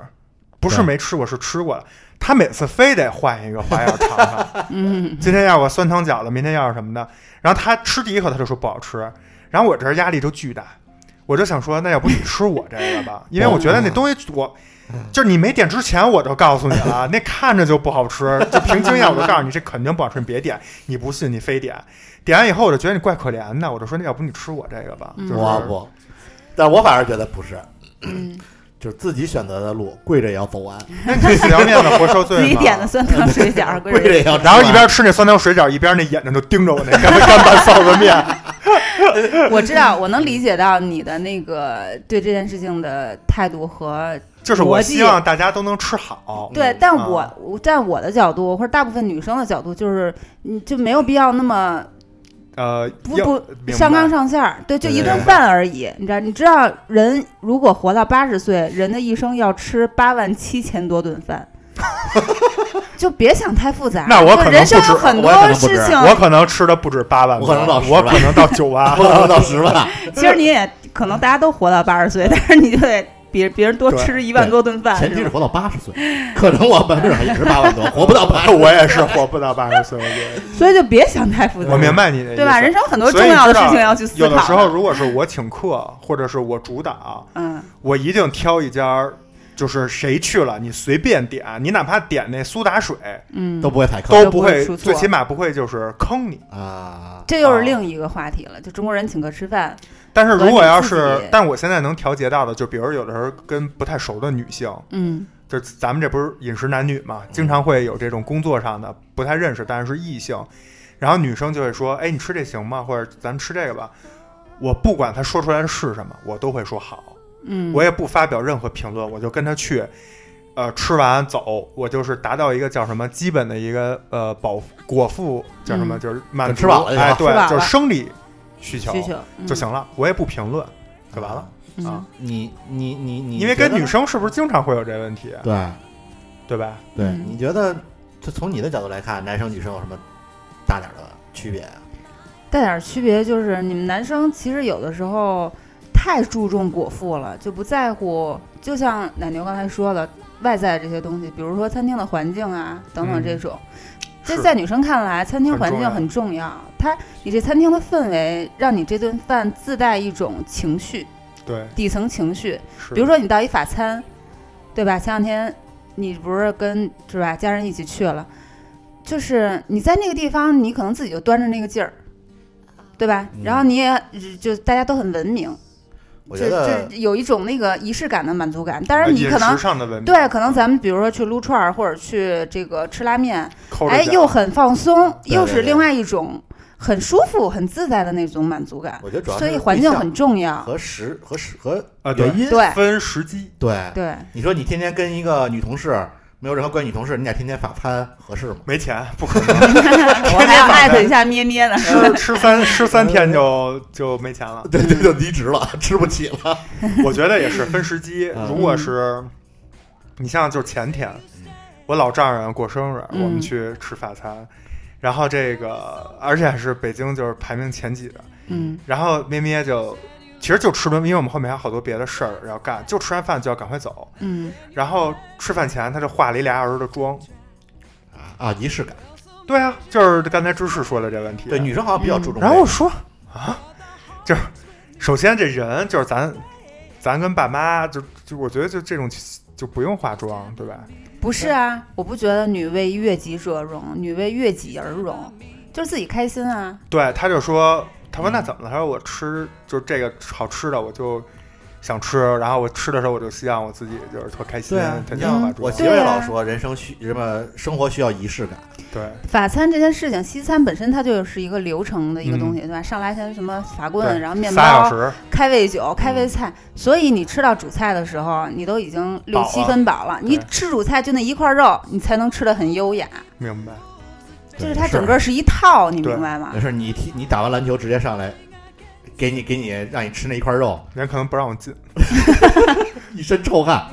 Speaker 1: 不是
Speaker 3: 对
Speaker 1: 没吃过，是吃过的。他每次非得换一个花样尝尝，
Speaker 2: 嗯
Speaker 1: 今天要个酸汤饺子，明天要是什么的。然后他吃第一口他就说不好吃，然后我这儿压力就巨大，我就想说，那要不你吃我这个吧，因为我觉得那东西我。就是你没点之前我就告诉你了，那看着就不好吃，就凭经验我就告诉你这肯定不好吃，你别点，你不信你非点，点完以后我就觉得你怪可怜的，我就说那要不你吃我这个吧，就是
Speaker 3: 我不，但我反而觉得不是，
Speaker 2: 嗯，
Speaker 3: 就是自己选择的路，跪着也要走完，
Speaker 1: 那你这死要面子活受罪
Speaker 2: 自
Speaker 1: 吗？
Speaker 2: 己点的酸汤水 饺儿，
Speaker 3: 跪着也要吃
Speaker 1: 然
Speaker 3: 完。
Speaker 1: 后一边吃那酸汤水饺，一边那眼睛就盯着我那干 干拌臊子面。
Speaker 2: 我知道，我能理解到你的那个对这件事情的态度和
Speaker 1: 就是我
Speaker 2: 逻辑
Speaker 1: 希望大家都能吃好。
Speaker 2: 对
Speaker 3: 嗯，
Speaker 2: 但
Speaker 1: 啊
Speaker 2: 我我站我的角度，或者大部分女生的角度，就是你就没有必要那么
Speaker 1: 呃，
Speaker 2: 不
Speaker 1: 要
Speaker 2: 不
Speaker 1: 明
Speaker 2: 上纲
Speaker 1: 白
Speaker 2: 上线儿，对，就
Speaker 3: 对
Speaker 2: 一
Speaker 3: 对
Speaker 2: 顿
Speaker 3: 对
Speaker 2: 饭而已，你知道？你知道人如果活到八十岁，人的一生要吃八万七千多顿饭。 就别想太复杂，
Speaker 1: 那我
Speaker 2: 就
Speaker 1: 可能
Speaker 2: 人生
Speaker 1: 不止
Speaker 2: 有很
Speaker 3: 我也可
Speaker 2: 多
Speaker 3: 能不
Speaker 2: 事
Speaker 3: 止
Speaker 2: 情，
Speaker 1: 我可能吃的不止八万，
Speaker 3: 我可能到十
Speaker 1: 我
Speaker 3: 万
Speaker 1: 可能到九万
Speaker 3: 不。能到十万，
Speaker 2: 其实你也可能大家都活到八十岁，但是你就得比别人多
Speaker 1: 对
Speaker 2: 吃一万
Speaker 3: 对
Speaker 2: 多顿饭，
Speaker 3: 前提
Speaker 2: 是
Speaker 3: 是
Speaker 2: 吧
Speaker 3: 活到八十岁，可能我本质上也是八万多，活不到八十。
Speaker 1: 我也是活不到八十岁，我觉得。
Speaker 2: 所以就别想太复杂。
Speaker 1: 我明白你的意思，
Speaker 2: 对吧？人生有很多
Speaker 1: 所以
Speaker 2: 重要的事
Speaker 1: 你知
Speaker 2: 情
Speaker 1: 道
Speaker 2: 要去思考。
Speaker 1: 有的时候，，如果是我请客，或者是我主导，
Speaker 2: 嗯，
Speaker 1: 我一定挑一家儿，就是谁去了，你随便点，你哪怕点那苏打水
Speaker 2: 嗯，
Speaker 3: 都不会踩坑
Speaker 1: 都不会
Speaker 2: 都不会出，错
Speaker 1: 最起码不会就是坑你。
Speaker 3: 啊！
Speaker 2: 这又是另一个话题了，就中国人请客吃饭，
Speaker 1: 但是如果要
Speaker 2: 和你
Speaker 1: 是
Speaker 2: 自己，
Speaker 1: 但我现在能调节到的，就比如有的时候跟不太熟的女性，
Speaker 2: 嗯
Speaker 1: 就是咱们这不是饮食男女嘛，经常会有这种工作上的不太认识，但是是异性，然后女生就会说：“哎，你吃这行吗？”或者“咱们吃这个吧。”我不管她说出来的是什么，我都会说好。
Speaker 2: 嗯，
Speaker 1: 我也不发表任何评论，我就跟他去，呃，吃完走，我就是达到一个叫什么基本的一个呃饱果腹叫什么，
Speaker 2: 嗯
Speaker 1: 就是满足
Speaker 3: 吃饱了就好
Speaker 1: 哎，
Speaker 2: 吃饱
Speaker 1: 对，
Speaker 2: 了
Speaker 1: 就是生理需求
Speaker 2: 需求
Speaker 1: 就，行了，我也不评论就完了，
Speaker 2: 嗯
Speaker 1: 啊。
Speaker 3: 你你你你，
Speaker 1: 因为跟
Speaker 3: 觉得
Speaker 1: 女生是不是经常会有这问题，
Speaker 3: 对
Speaker 1: 对吧？
Speaker 3: 对，
Speaker 2: 嗯
Speaker 3: 你觉得就从你的角度来看，男生女生有什么大点儿的区别啊？
Speaker 2: 带点儿区别就是，你们男生其实有的时候太注重果腹了，就不在乎。就像奶牛刚才说的，外在的这些东西，比如说餐厅的环境啊等等
Speaker 1: 嗯
Speaker 2: 这种，这
Speaker 1: 是
Speaker 2: 在女生看来，餐厅环境很
Speaker 1: 很
Speaker 2: 重要。它，你这餐厅的氛围，让你这顿饭自带一种情绪，
Speaker 1: 对，
Speaker 2: 底层情绪。
Speaker 1: 是
Speaker 2: 比如说你到一法餐，对吧？前两天你不是跟是吧家人一起去了，就是你在那个地方，你可能自己就端着那个劲儿，对吧？
Speaker 3: 嗯
Speaker 2: 然后你也就大家都很文明，
Speaker 3: 我
Speaker 2: 就
Speaker 3: 觉得
Speaker 2: 就有一种那个仪式感的满足感。当然
Speaker 1: 呃
Speaker 2: 你
Speaker 1: 饮
Speaker 2: 可能
Speaker 1: 食。上的文明
Speaker 2: 对，可能咱们比如说去撸串儿，或者去这个吃拉面，
Speaker 1: 扣着
Speaker 2: 哎，
Speaker 1: 点
Speaker 2: 又很放松，
Speaker 3: 对
Speaker 2: 又是
Speaker 3: 对对
Speaker 2: 另外一种很舒服、很自在的那种满足感。
Speaker 3: 我觉得主要
Speaker 2: 所以
Speaker 3: 是
Speaker 2: 环
Speaker 3: 对
Speaker 2: 境
Speaker 3: 象
Speaker 2: 很重要。
Speaker 3: 和时和时和
Speaker 1: 啊对
Speaker 3: 原因
Speaker 2: 对
Speaker 1: 分时机，
Speaker 3: 对
Speaker 2: 对，
Speaker 3: 你说你天天跟一个女同事没有任何关于女同事，你俩天天法餐合适吗？
Speaker 1: 没钱不可能，
Speaker 2: 我还要艾特一下咩咩呢。
Speaker 1: 吃吃三吃三天就就没钱了。
Speaker 3: 对对，就离职了， 吃不起了。
Speaker 1: 我觉得也是分时机
Speaker 3: 嗯。
Speaker 1: 如果是你像就是前天，我老丈人过生日，
Speaker 2: 嗯
Speaker 1: 我们去吃法餐，然后这个而且还是北京就是排名前几的，
Speaker 2: 嗯
Speaker 1: 然后咩咩就其实就吃顿，因为我们后面还有好多别的事儿要干，就吃完饭就要赶快走。
Speaker 2: 嗯，
Speaker 1: 然后吃饭前他就化了一俩小时的妆。
Speaker 3: 啊，仪式感。
Speaker 1: 对啊，就是刚才芝士说的这问题。啊
Speaker 3: 对，女生好像比较
Speaker 2: 嗯
Speaker 3: 注重这个。
Speaker 1: 然后我说啊，就是首先这人就是咱，咱跟爸妈就就我觉得就这种就不用化妆，对吧？
Speaker 2: 不是啊，我不觉得女为悦己者容，女为悦己而容，就是自己开心啊。
Speaker 1: 对，他就说，他
Speaker 2: 嗯
Speaker 1: 说那怎么了？他说我吃就是这个好吃的，我就想吃，然后我吃的时候我就希望我自己就是特开心，
Speaker 3: 对啊
Speaker 1: 他
Speaker 3: 你
Speaker 1: 就
Speaker 3: 像
Speaker 1: 化
Speaker 3: 我
Speaker 1: 妆。
Speaker 3: 媳妇儿也
Speaker 2: 对啊
Speaker 3: 老说，人生需什么生活需要仪式感。
Speaker 1: 对
Speaker 2: 法餐这件事情，西餐本身它就是一个流程的一个东西，对吧？上来先什么法棍，
Speaker 1: 对，
Speaker 2: 然后面
Speaker 1: 仨小
Speaker 2: 包、
Speaker 1: 时，
Speaker 2: 开胃酒、开胃菜，所以你吃到主菜的时候，你都已经六
Speaker 1: 嗯饱
Speaker 2: 七
Speaker 1: 了
Speaker 2: 分饱了。你
Speaker 1: 对
Speaker 2: 吃主菜就那一块肉，你才能吃的很优雅。
Speaker 1: 明白？
Speaker 2: 就
Speaker 3: 对
Speaker 2: 是它
Speaker 3: 是
Speaker 2: 整个是啊一套，你
Speaker 1: 对
Speaker 2: 明白吗
Speaker 3: 没？事，你踢你打完篮球直接上来，给你给你让你吃那一块肉，
Speaker 1: 人可能不让我进。
Speaker 3: 一身臭汗，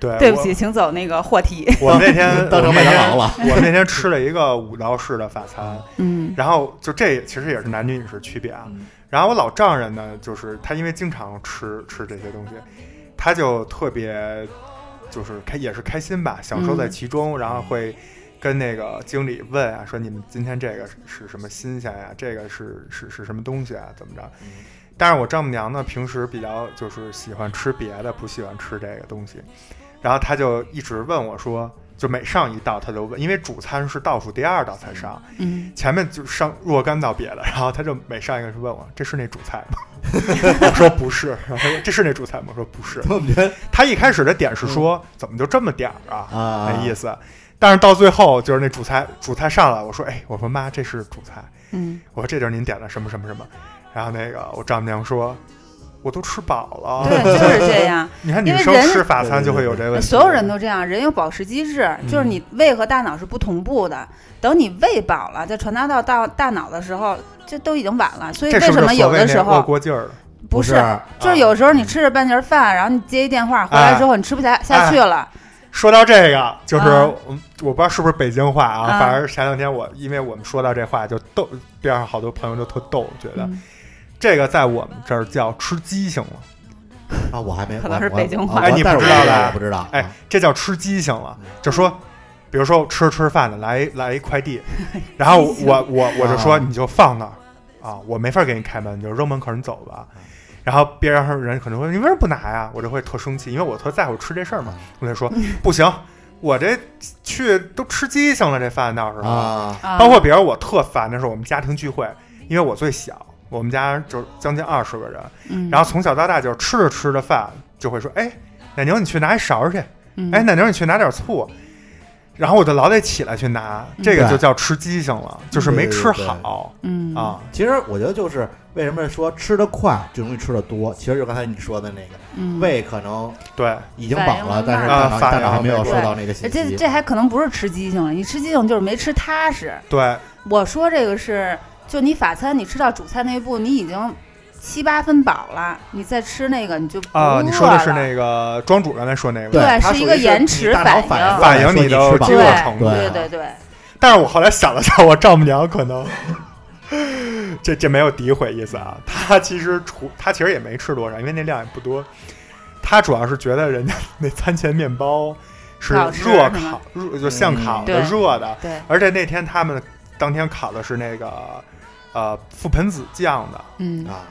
Speaker 1: 对，
Speaker 2: 对不起，请走那个货题。
Speaker 1: 我，我那天
Speaker 3: 当成麦当劳。了。
Speaker 1: 我那天我那天吃了一个五道式的法餐，
Speaker 2: 嗯
Speaker 1: 然后就这其实也是男女饮食区别啊
Speaker 3: 嗯。
Speaker 1: 然后我老丈人呢，就是他因为经常吃吃这些东西，他就特别就是开也是开心吧，享受在其中，然后会跟那个经理问啊，说你们今天这个是是什么新鲜呀、这个是是是什么东西啊？怎么着？但是我丈母娘呢，平时比较就是喜欢吃别的，不喜欢吃这个东西，然后她就一直问我说，就每上一道她就问，因为主餐是倒数第二道才上。
Speaker 2: 嗯，
Speaker 1: 前面就上若干道别的，然后他就每上一个就问我：“这是那主菜 吗？”我说：“不是。” 然后他说：“这是那主菜吗？”我说：“不
Speaker 2: 嗯
Speaker 1: 是。
Speaker 3: 我们觉得”
Speaker 1: 他一开始的点是说：“怎么就这么点儿
Speaker 2: 嗯
Speaker 1: 啊？”
Speaker 3: 啊，
Speaker 1: 那意思。但是到最后就是那主菜，主菜上来，我说：“哎，我说妈，这是主菜。
Speaker 2: 嗯，”
Speaker 1: 我说：“这就是您点的什么什么什么。”然后那个我丈母娘说：“我都吃饱
Speaker 2: 对，
Speaker 1: 了。
Speaker 2: 就是这样。”
Speaker 1: 你看
Speaker 2: 因
Speaker 1: 女
Speaker 2: 为
Speaker 1: 生
Speaker 2: 人
Speaker 1: 吃法餐就会有这个问题，
Speaker 2: 所有人都这样，人有饱食机制，
Speaker 1: 嗯
Speaker 2: 就是你胃和大脑是不同步的。等你胃饱了，再传达到大大脑的时候，这都已经晚了。所以
Speaker 1: 这是
Speaker 2: 为
Speaker 1: 不
Speaker 2: 什
Speaker 1: 是
Speaker 2: 么有
Speaker 1: 所谓
Speaker 2: 的
Speaker 1: 那
Speaker 2: 时
Speaker 1: 饿
Speaker 2: 候
Speaker 1: 过劲儿了？
Speaker 2: 不
Speaker 3: 是，
Speaker 2: 是？
Speaker 1: 啊
Speaker 2: 就是有时候你吃着半截饭，然后你接一电话，回
Speaker 1: 哎
Speaker 2: 来之后你吃不下下去了。
Speaker 1: 说到这个，就是
Speaker 2: 啊
Speaker 1: 嗯我不知道是不是北京话啊，
Speaker 2: 啊
Speaker 1: 反正前两天我因为我们说到这话就逗，边上好多朋友就特逗，觉得、
Speaker 2: 嗯
Speaker 1: 这个在我们这儿叫吃鸡性了，
Speaker 3: 啊，我还没，
Speaker 2: 可能
Speaker 3: 我
Speaker 2: 是
Speaker 3: 我
Speaker 2: 北京
Speaker 3: 我
Speaker 2: 话
Speaker 1: 哎你
Speaker 3: 但是
Speaker 1: 不
Speaker 3: 我
Speaker 1: 知道
Speaker 3: 也
Speaker 1: 吧
Speaker 3: 不知道。
Speaker 1: 哎，这叫吃鸡性了，
Speaker 3: 嗯
Speaker 1: 就说。比如说吃着吃着饭的来一来一快 递，然后我我我就说
Speaker 3: 啊
Speaker 1: 你就放那儿啊，我没法给你开门，你就扔门口你走吧。
Speaker 3: 嗯
Speaker 1: 然后边上人可能会你为什么不拿呀？我就会特生气，因为我特在乎吃这事儿嘛。
Speaker 3: 嗯
Speaker 1: 我就说不行，我这去都吃鸡性了，这饭到时候
Speaker 3: 啊，
Speaker 2: 啊
Speaker 1: 包括比如我特烦的是我们家庭聚会，因为我最小，我们家就将近二十个人，
Speaker 2: 嗯
Speaker 1: 然后从小到大就是吃着吃着饭就会说，哎，奶牛你去拿一勺儿去，
Speaker 2: 嗯
Speaker 1: 哎，奶牛你去拿点醋，然后我就老得起来去拿，这个
Speaker 3: 对
Speaker 1: 就叫吃鸡性了，就是没吃
Speaker 3: 对对
Speaker 1: 好
Speaker 2: 嗯
Speaker 1: 啊，
Speaker 3: 其实我觉得就是为什么说吃的快就容易吃的多，其实就刚才你说的那个，
Speaker 2: 嗯
Speaker 3: 胃可能
Speaker 1: 对，
Speaker 3: 已经饱了，但是大
Speaker 1: 啊
Speaker 3: 脑
Speaker 1: 反
Speaker 3: 大脑还没有
Speaker 1: 应
Speaker 3: 收
Speaker 2: 对
Speaker 3: 到那个信
Speaker 2: 哎这
Speaker 3: 息。
Speaker 2: 这还可能不是吃鸡性了，你吃鸡性就是没吃踏实。
Speaker 1: 对，
Speaker 2: 我说这个是，就你法餐，你吃到主菜那一步，你已经七八分饱了，你再吃那个你就不
Speaker 1: 啊，你说的
Speaker 2: 饿
Speaker 1: 是
Speaker 2: 了
Speaker 1: 那个庄主刚才说那
Speaker 3: 对
Speaker 1: 个。
Speaker 2: 对
Speaker 3: 它
Speaker 2: 是一
Speaker 3: 属
Speaker 2: 个
Speaker 3: 于
Speaker 2: 延
Speaker 3: 你
Speaker 2: 迟
Speaker 3: 大脑
Speaker 2: 反
Speaker 3: 反
Speaker 1: 反
Speaker 2: 应
Speaker 3: 应
Speaker 1: 应
Speaker 3: 说
Speaker 1: 你
Speaker 3: 你
Speaker 1: 的饥
Speaker 3: 吃饱
Speaker 1: 饿
Speaker 3: 了
Speaker 2: 对
Speaker 1: 程度，啊
Speaker 2: 对对对，
Speaker 1: 但是我后来想了想，我丈母娘可能 这这没有诋毁意思啊。他其实除他其实也没吃多少，因为那量也不多。他主要是觉得人家那餐前面包是
Speaker 2: 好吃
Speaker 1: 热
Speaker 2: 是吗
Speaker 1: 烤，热就现烤的、
Speaker 2: 对
Speaker 1: 热的，
Speaker 2: 对，
Speaker 1: 而且那天他们当天烤的是那个呃覆盆子酱的，
Speaker 2: 嗯
Speaker 3: 啊。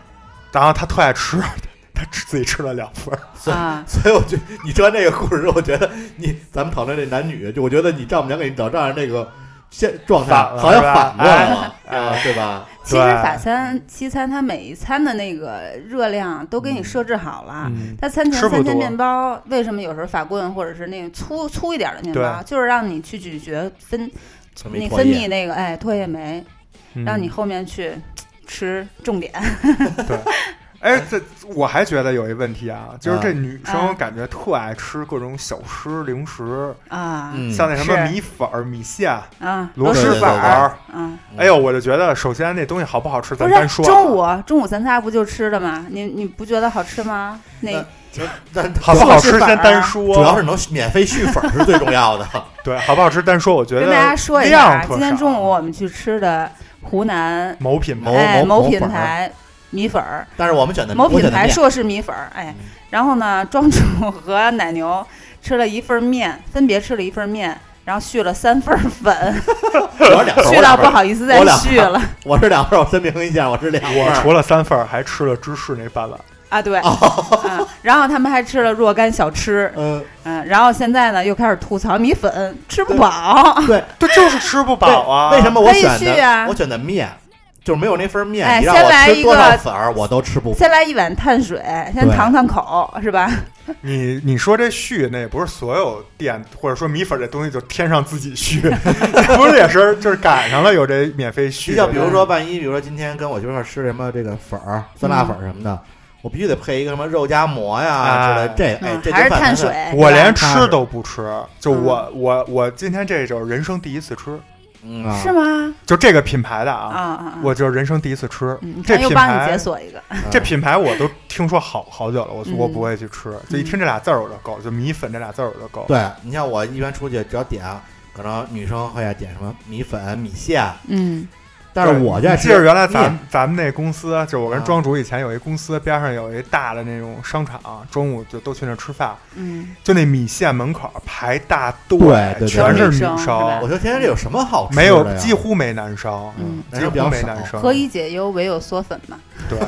Speaker 1: 然后他特爱吃， 他吃自己吃了两份儿。
Speaker 2: 啊，
Speaker 3: 所以我觉得你说完这个故事，我觉得你咱们讨论这男女，就我觉得你丈母娘给你找丈人那个现状态
Speaker 1: 反了
Speaker 3: 好像
Speaker 1: 是吧
Speaker 3: 反过来了，
Speaker 1: 哎
Speaker 3: 啊，对吧？
Speaker 2: 其实法餐、西餐，它每一餐的那个热量都给你设置好了。
Speaker 1: 嗯，
Speaker 2: 它餐前
Speaker 1: 吃不
Speaker 2: 三
Speaker 1: 多
Speaker 2: 鲜面包为什么有时候法棍或者是那个粗粗一点的面包，就是让你去咀嚼分
Speaker 3: 分
Speaker 2: 那
Speaker 3: 泌
Speaker 2: 分
Speaker 3: 唾
Speaker 2: 泌
Speaker 3: 液，
Speaker 2: 那个哎唾液酶，让你
Speaker 1: 嗯
Speaker 2: 后面去吃重点。
Speaker 1: 哎，这我还觉得有一问题啊，就是这女
Speaker 2: 啊
Speaker 1: 生感觉特爱吃各种小吃零食，
Speaker 2: 啊
Speaker 3: 嗯
Speaker 1: 像那什么
Speaker 2: 是
Speaker 1: 米粉儿、米线、
Speaker 2: 啊，
Speaker 1: 螺
Speaker 3: 对
Speaker 1: 蛳
Speaker 3: 对
Speaker 1: 粉儿。
Speaker 2: 啊，
Speaker 3: 嗯
Speaker 1: 哎呦，我就觉得，首先那东西好不好吃，
Speaker 2: 不
Speaker 1: 咱
Speaker 2: 是
Speaker 1: 单说啊。
Speaker 2: 中午中午咱仨不就吃了吗？你你不觉得好吃吗？那
Speaker 3: 那但
Speaker 1: 好不好吃
Speaker 2: 螺蛳粉儿
Speaker 1: 先
Speaker 2: 啊
Speaker 1: 单说，
Speaker 3: 主要是能免费续粉儿是最重要 的。
Speaker 1: 对好不好吃单说。我觉得
Speaker 2: 跟大家说一下
Speaker 1: 量
Speaker 2: 啊，
Speaker 1: 特
Speaker 2: 今天
Speaker 1: 少
Speaker 2: 中午我们去吃的湖南
Speaker 1: 某品
Speaker 3: 某
Speaker 1: 牌
Speaker 2: 哎
Speaker 3: 某
Speaker 2: 某品
Speaker 3: 粉儿
Speaker 2: 牌米粉儿，
Speaker 3: 但是我们选的
Speaker 2: 某
Speaker 3: 我
Speaker 2: 品
Speaker 3: 选的
Speaker 2: 牌
Speaker 3: 面
Speaker 2: 硕士米粉儿，哎，然后呢，庄主和奶牛吃了一份面，分别吃了一份面，然后续了三份粉，
Speaker 3: 我是两份儿，
Speaker 2: 续
Speaker 3: 我
Speaker 2: 到
Speaker 3: 两
Speaker 2: 不
Speaker 3: 份儿，
Speaker 2: 好意思再
Speaker 3: 我俩
Speaker 2: 续了
Speaker 3: 我是两份儿，我声明一下，我是两份
Speaker 1: 我
Speaker 3: 儿。
Speaker 1: 除了三份儿，还吃了芝士那半碗。
Speaker 2: 啊，对，嗯，然后他们还吃了若干小吃，
Speaker 3: 嗯，
Speaker 2: 嗯，然后现在呢又开始吐槽米粉吃不饱，
Speaker 3: 对，
Speaker 1: 对，就是吃不饱啊。
Speaker 3: 为什？么我选
Speaker 2: 可以续
Speaker 3: 的、
Speaker 2: 啊
Speaker 3: 我选的面，就是没有那份儿面，
Speaker 2: 哎
Speaker 3: 你让
Speaker 2: 先
Speaker 3: 我
Speaker 2: 来一
Speaker 3: 吃多少
Speaker 2: 个
Speaker 3: 粉儿我都吃不。
Speaker 2: 先来一碗碳水，先
Speaker 3: 对
Speaker 2: 尝尝口，是吧？
Speaker 1: 你你说这续，那也不是所有店或者说米粉这东西就天上自己续， 不是也是就是赶上了有这免费续
Speaker 3: 比
Speaker 1: 的。
Speaker 3: 较，比如说，万一比如说今天跟我媳妇儿吃什么这个粉儿、酸辣
Speaker 2: 嗯
Speaker 3: 粉儿什么的，我必须得配一个什么肉夹馍呀之类
Speaker 1: 哎
Speaker 3: 的。这个哎
Speaker 2: 嗯，
Speaker 3: 这，
Speaker 2: 还
Speaker 3: 顿
Speaker 2: 是
Speaker 3: 饭
Speaker 2: 碳
Speaker 3: 真
Speaker 2: 水
Speaker 3: 的，，
Speaker 1: 我
Speaker 2: 是吧
Speaker 1: 连吃都不吃，就
Speaker 2: 嗯
Speaker 1: 我我我今天这就是人生第一次吃，
Speaker 3: 嗯啊，
Speaker 2: 是吗？
Speaker 1: 就这个品牌的
Speaker 2: 啊
Speaker 1: 啊，
Speaker 2: 啊啊！
Speaker 1: 我就是人生第一次吃
Speaker 2: 嗯，
Speaker 1: 这
Speaker 2: 看又
Speaker 1: 品
Speaker 2: 帮你解
Speaker 1: 牌。
Speaker 2: 锁一个，
Speaker 3: 嗯
Speaker 1: 这品牌我都听说好好久了，我
Speaker 2: 嗯
Speaker 1: 我不会去吃，就一听这俩字儿我就够，就米粉这俩字儿我就够。
Speaker 3: 对你像我一般出去只要点，可能女生会爱点什么米粉、米线，
Speaker 2: 嗯
Speaker 3: 但是我就爱
Speaker 1: 记
Speaker 3: 吃
Speaker 1: 得原来
Speaker 3: 面
Speaker 1: 咱咱们那公司，就我跟
Speaker 3: 啊
Speaker 1: 庄主以前有一公司，边上有一大的那种商场，中午就都去那儿吃饭，
Speaker 2: 嗯，
Speaker 1: 就那米线门口排大队，
Speaker 3: 对对对
Speaker 1: 全是女
Speaker 2: 全是女生是吧
Speaker 3: 我说天天这有什么好吃的
Speaker 1: 没
Speaker 3: 呀？
Speaker 1: 有几乎没男生，
Speaker 2: 嗯
Speaker 3: 男
Speaker 1: 几
Speaker 3: 生比较
Speaker 1: 乎没
Speaker 3: 少
Speaker 1: 男生。
Speaker 2: 何以解忧，唯有嗦粉嘛。
Speaker 1: 对，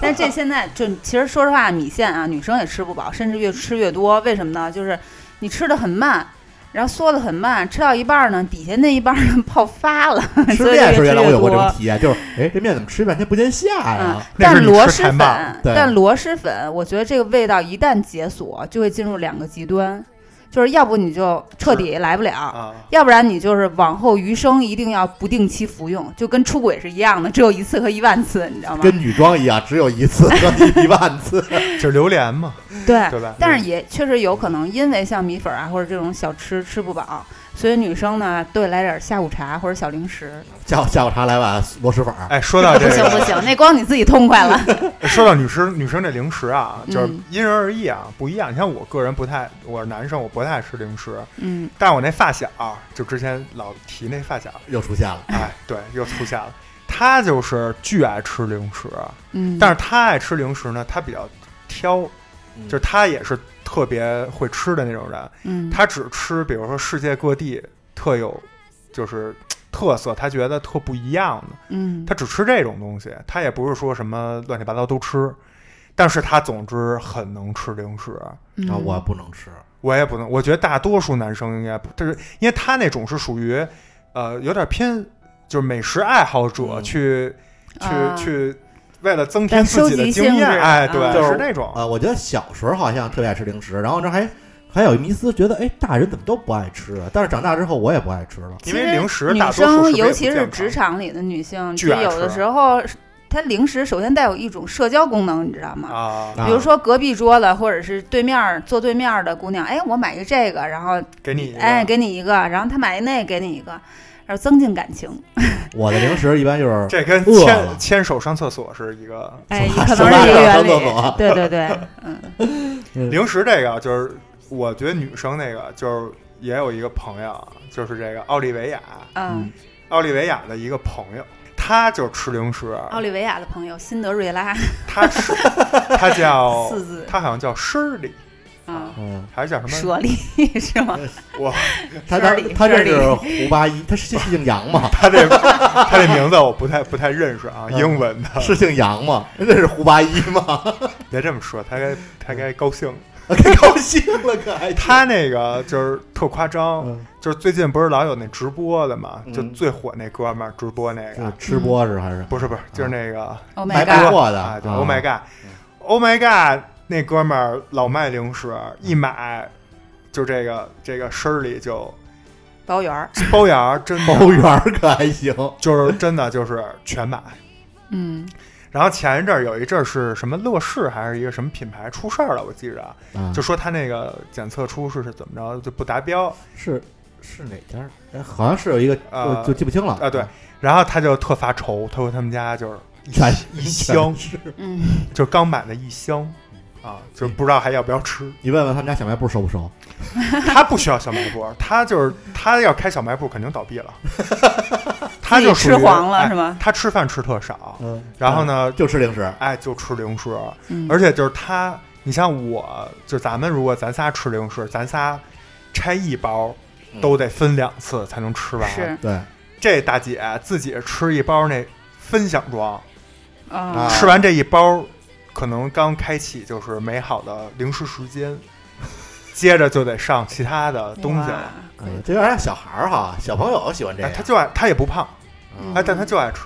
Speaker 2: 但这现在就其实说实话，米线啊，女生也吃不饱，甚至越吃越多。为什么呢？就是你吃的很慢，然后缩的很慢，吃到一半儿呢，底下那一半儿呢泡发了，
Speaker 3: 吃
Speaker 2: 所以
Speaker 3: 面的时
Speaker 2: 就越
Speaker 3: 候，
Speaker 2: 吃
Speaker 3: 原来我
Speaker 2: 越
Speaker 3: 有过这种
Speaker 2: 多。
Speaker 3: 体验， 就是哎，这面怎么吃半天不见啊下
Speaker 2: 嗯
Speaker 3: 呀？，
Speaker 1: 那是
Speaker 2: 但
Speaker 1: 你
Speaker 2: 螺
Speaker 1: 吃
Speaker 2: 蛳
Speaker 1: 太
Speaker 2: 粉
Speaker 1: 慢，
Speaker 3: 对
Speaker 2: 但螺蛳粉，我觉得这个味道一旦解锁，就会进入两个极端，就是要不你就彻底来不了，
Speaker 1: 啊，
Speaker 2: 要不然你就是往后余生一定要不定期服用，就跟出轨是一样的，只有一次和一万次，你知道吗？
Speaker 3: 跟女装一样，只有一次和一万次。
Speaker 1: 就是榴莲嘛，
Speaker 2: 对
Speaker 1: 对吧？嗯
Speaker 2: 但是也确实有可能，因为像米粉啊或者这种小吃吃不饱，所以女生呢对来点下午茶或者小零食。
Speaker 3: 下午下午茶来碗螺蛳粉儿，
Speaker 1: 哎，说到
Speaker 2: 不
Speaker 1: 这
Speaker 2: 行不
Speaker 1: 个，
Speaker 2: 行，那光你自己痛 快了。
Speaker 1: 说到女生女生这零食啊，就是
Speaker 2: 嗯
Speaker 1: 因人而异啊，不一样。你像我个人不太，我是男生，我不太爱吃零食，
Speaker 2: 嗯，
Speaker 1: 但是我那发小，就之前老提那发小，
Speaker 3: 又出现了。
Speaker 1: 哎，对，又出现了。他就是巨爱吃零食，
Speaker 2: 嗯
Speaker 1: 但是他爱吃零食呢，他比较挑，就是他也是特别会吃的那种人。
Speaker 2: 嗯
Speaker 1: 他只吃，比如说世界各地特有，就是特色，他觉得特不一样的，
Speaker 2: 嗯
Speaker 1: 他只吃这种东西。他也不是说什么乱七八糟都吃，但是他总之很能吃零食。
Speaker 2: 嗯
Speaker 3: 啊，我不能吃，
Speaker 1: 我也不能，我觉得大多数男生应该不，就是因为他那种是属于，呃，有点偏就是美食爱好者
Speaker 3: 嗯
Speaker 1: 去、
Speaker 2: 啊
Speaker 1: 去去，为了增添
Speaker 2: 但
Speaker 1: 自己
Speaker 2: 收
Speaker 1: 的
Speaker 2: 集
Speaker 1: 经
Speaker 2: 性质
Speaker 1: 验，哎，
Speaker 2: 啊
Speaker 1: 对，
Speaker 3: 就是
Speaker 1: 是那种，
Speaker 3: 啊，我觉得小时候好像特别爱吃零食，然后这还还有一迷思，觉得哎，大人怎么都不爱吃啊？但是长大之后我也不爱吃了。
Speaker 1: 因为零食
Speaker 2: 女
Speaker 1: 大多数
Speaker 2: 生，
Speaker 1: 是
Speaker 2: 尤其是
Speaker 1: 是
Speaker 2: 职，场里的女性，
Speaker 1: 巨
Speaker 2: 就
Speaker 1: 爱
Speaker 2: 有
Speaker 1: 吃
Speaker 2: 的时候她零食首先带有一种社交功能，你知道吗？
Speaker 1: 啊，
Speaker 3: 啊
Speaker 2: 比如说隔壁桌的，或者是对面儿坐对面儿的姑娘，哎，我买一这个，然后
Speaker 1: 给你一个
Speaker 2: 哎给你一个，然后她买一那给你一个，然后增进感情。
Speaker 3: 我的零食一般就是
Speaker 1: 这跟
Speaker 3: 饿
Speaker 1: 牵
Speaker 3: 了
Speaker 1: 牵手上厕所是一个
Speaker 2: 哎，
Speaker 3: 手
Speaker 2: 可
Speaker 3: 拉
Speaker 2: 能是一个
Speaker 3: 手拉
Speaker 2: 原
Speaker 3: 手上厕
Speaker 2: 理
Speaker 3: 所。
Speaker 2: 对对对，嗯
Speaker 1: 零食这个，就是我觉得女生那个就是也有一个朋友，就是这个奥利维亚，
Speaker 2: 嗯
Speaker 1: 奥利维亚的一个朋友，他就吃零食，
Speaker 2: 奥利维亚的朋友辛德瑞拉，
Speaker 1: 他 吃他叫
Speaker 2: 四字
Speaker 1: 他好像叫 Shirley，
Speaker 2: 嗯，
Speaker 3: 嗯，
Speaker 1: 还是叫什么？
Speaker 2: 舍利是吗？
Speaker 1: 我
Speaker 2: 嗯
Speaker 3: 他他
Speaker 2: 这里
Speaker 3: 他
Speaker 2: 这
Speaker 3: 认
Speaker 2: 里
Speaker 3: 识胡八一，他是姓杨 吗？
Speaker 1: 他这他这名字我不太不太认识啊，
Speaker 3: 嗯
Speaker 1: 英文的。
Speaker 3: 是姓杨吗？认识胡八一 吗？
Speaker 1: 别这么说，他该他该高兴。
Speaker 3: 太高兴了，可还
Speaker 1: 他那个就是特夸张，
Speaker 3: 嗯
Speaker 1: 就是最近不是老有那直播的嘛，就
Speaker 3: 嗯
Speaker 1: 最火那哥们儿直播那
Speaker 3: 就是
Speaker 1: 个，
Speaker 3: 吃播是还是
Speaker 1: 不是不是，就是那个
Speaker 2: ，Oh
Speaker 3: 白
Speaker 2: my
Speaker 3: 白
Speaker 2: god，
Speaker 3: 货的
Speaker 1: 啊，对
Speaker 3: 啊
Speaker 1: ，Oh my God，Oh my God，那哥们儿老卖零食，一买就这个这个身儿里就
Speaker 2: 包圆儿，
Speaker 1: 包圆儿，真的
Speaker 3: 包圆儿可还行？
Speaker 1: 就是真的就是全买。
Speaker 2: 嗯，
Speaker 1: 然后前一阵儿有一阵儿是什么乐视还是一个什么品牌出事儿了，我记着啊，
Speaker 3: 啊
Speaker 1: 就说他那个检测出是是怎么着就不达标
Speaker 3: 是是哪家儿？哎好像是有一个，
Speaker 1: 呃
Speaker 3: 我就记不清了
Speaker 1: 啊，对，，然后他就特发愁，他说他们家就是一
Speaker 3: 全嗯
Speaker 1: 一箱，
Speaker 3: 是。
Speaker 2: 嗯，
Speaker 1: 就是刚买的一箱啊，就不知道还要不要吃。
Speaker 3: 你问问他们家小卖部收不收？
Speaker 1: 他不需要小卖部，他就是他要开小卖部肯定倒闭 了，他就
Speaker 2: 自己吃
Speaker 1: 属于
Speaker 2: 黄了
Speaker 1: 哎
Speaker 2: 是吗？
Speaker 1: 他吃饭吃特少，
Speaker 3: 嗯，
Speaker 1: 然后呢，
Speaker 3: 就吃零食。
Speaker 1: 哎就吃零食，
Speaker 2: 嗯
Speaker 1: 而且就是他，你像我，就咱们如果咱仨吃零食，咱仨拆一包
Speaker 3: 嗯
Speaker 1: 都得分两次才能吃完。
Speaker 2: 是
Speaker 3: 对，
Speaker 1: 这大姐自己吃一包那分享装，
Speaker 2: 啊，
Speaker 1: 吃完这一包，可能刚开启就是美好的零食时间，接着就得上其他的东西啊了。
Speaker 2: 哇
Speaker 3: 嗯这有点像小孩儿哈，小朋友喜欢这
Speaker 1: 哎，他
Speaker 3: 个。
Speaker 1: 就爱，他也不胖，
Speaker 2: 嗯
Speaker 1: 哎，但他就爱吃。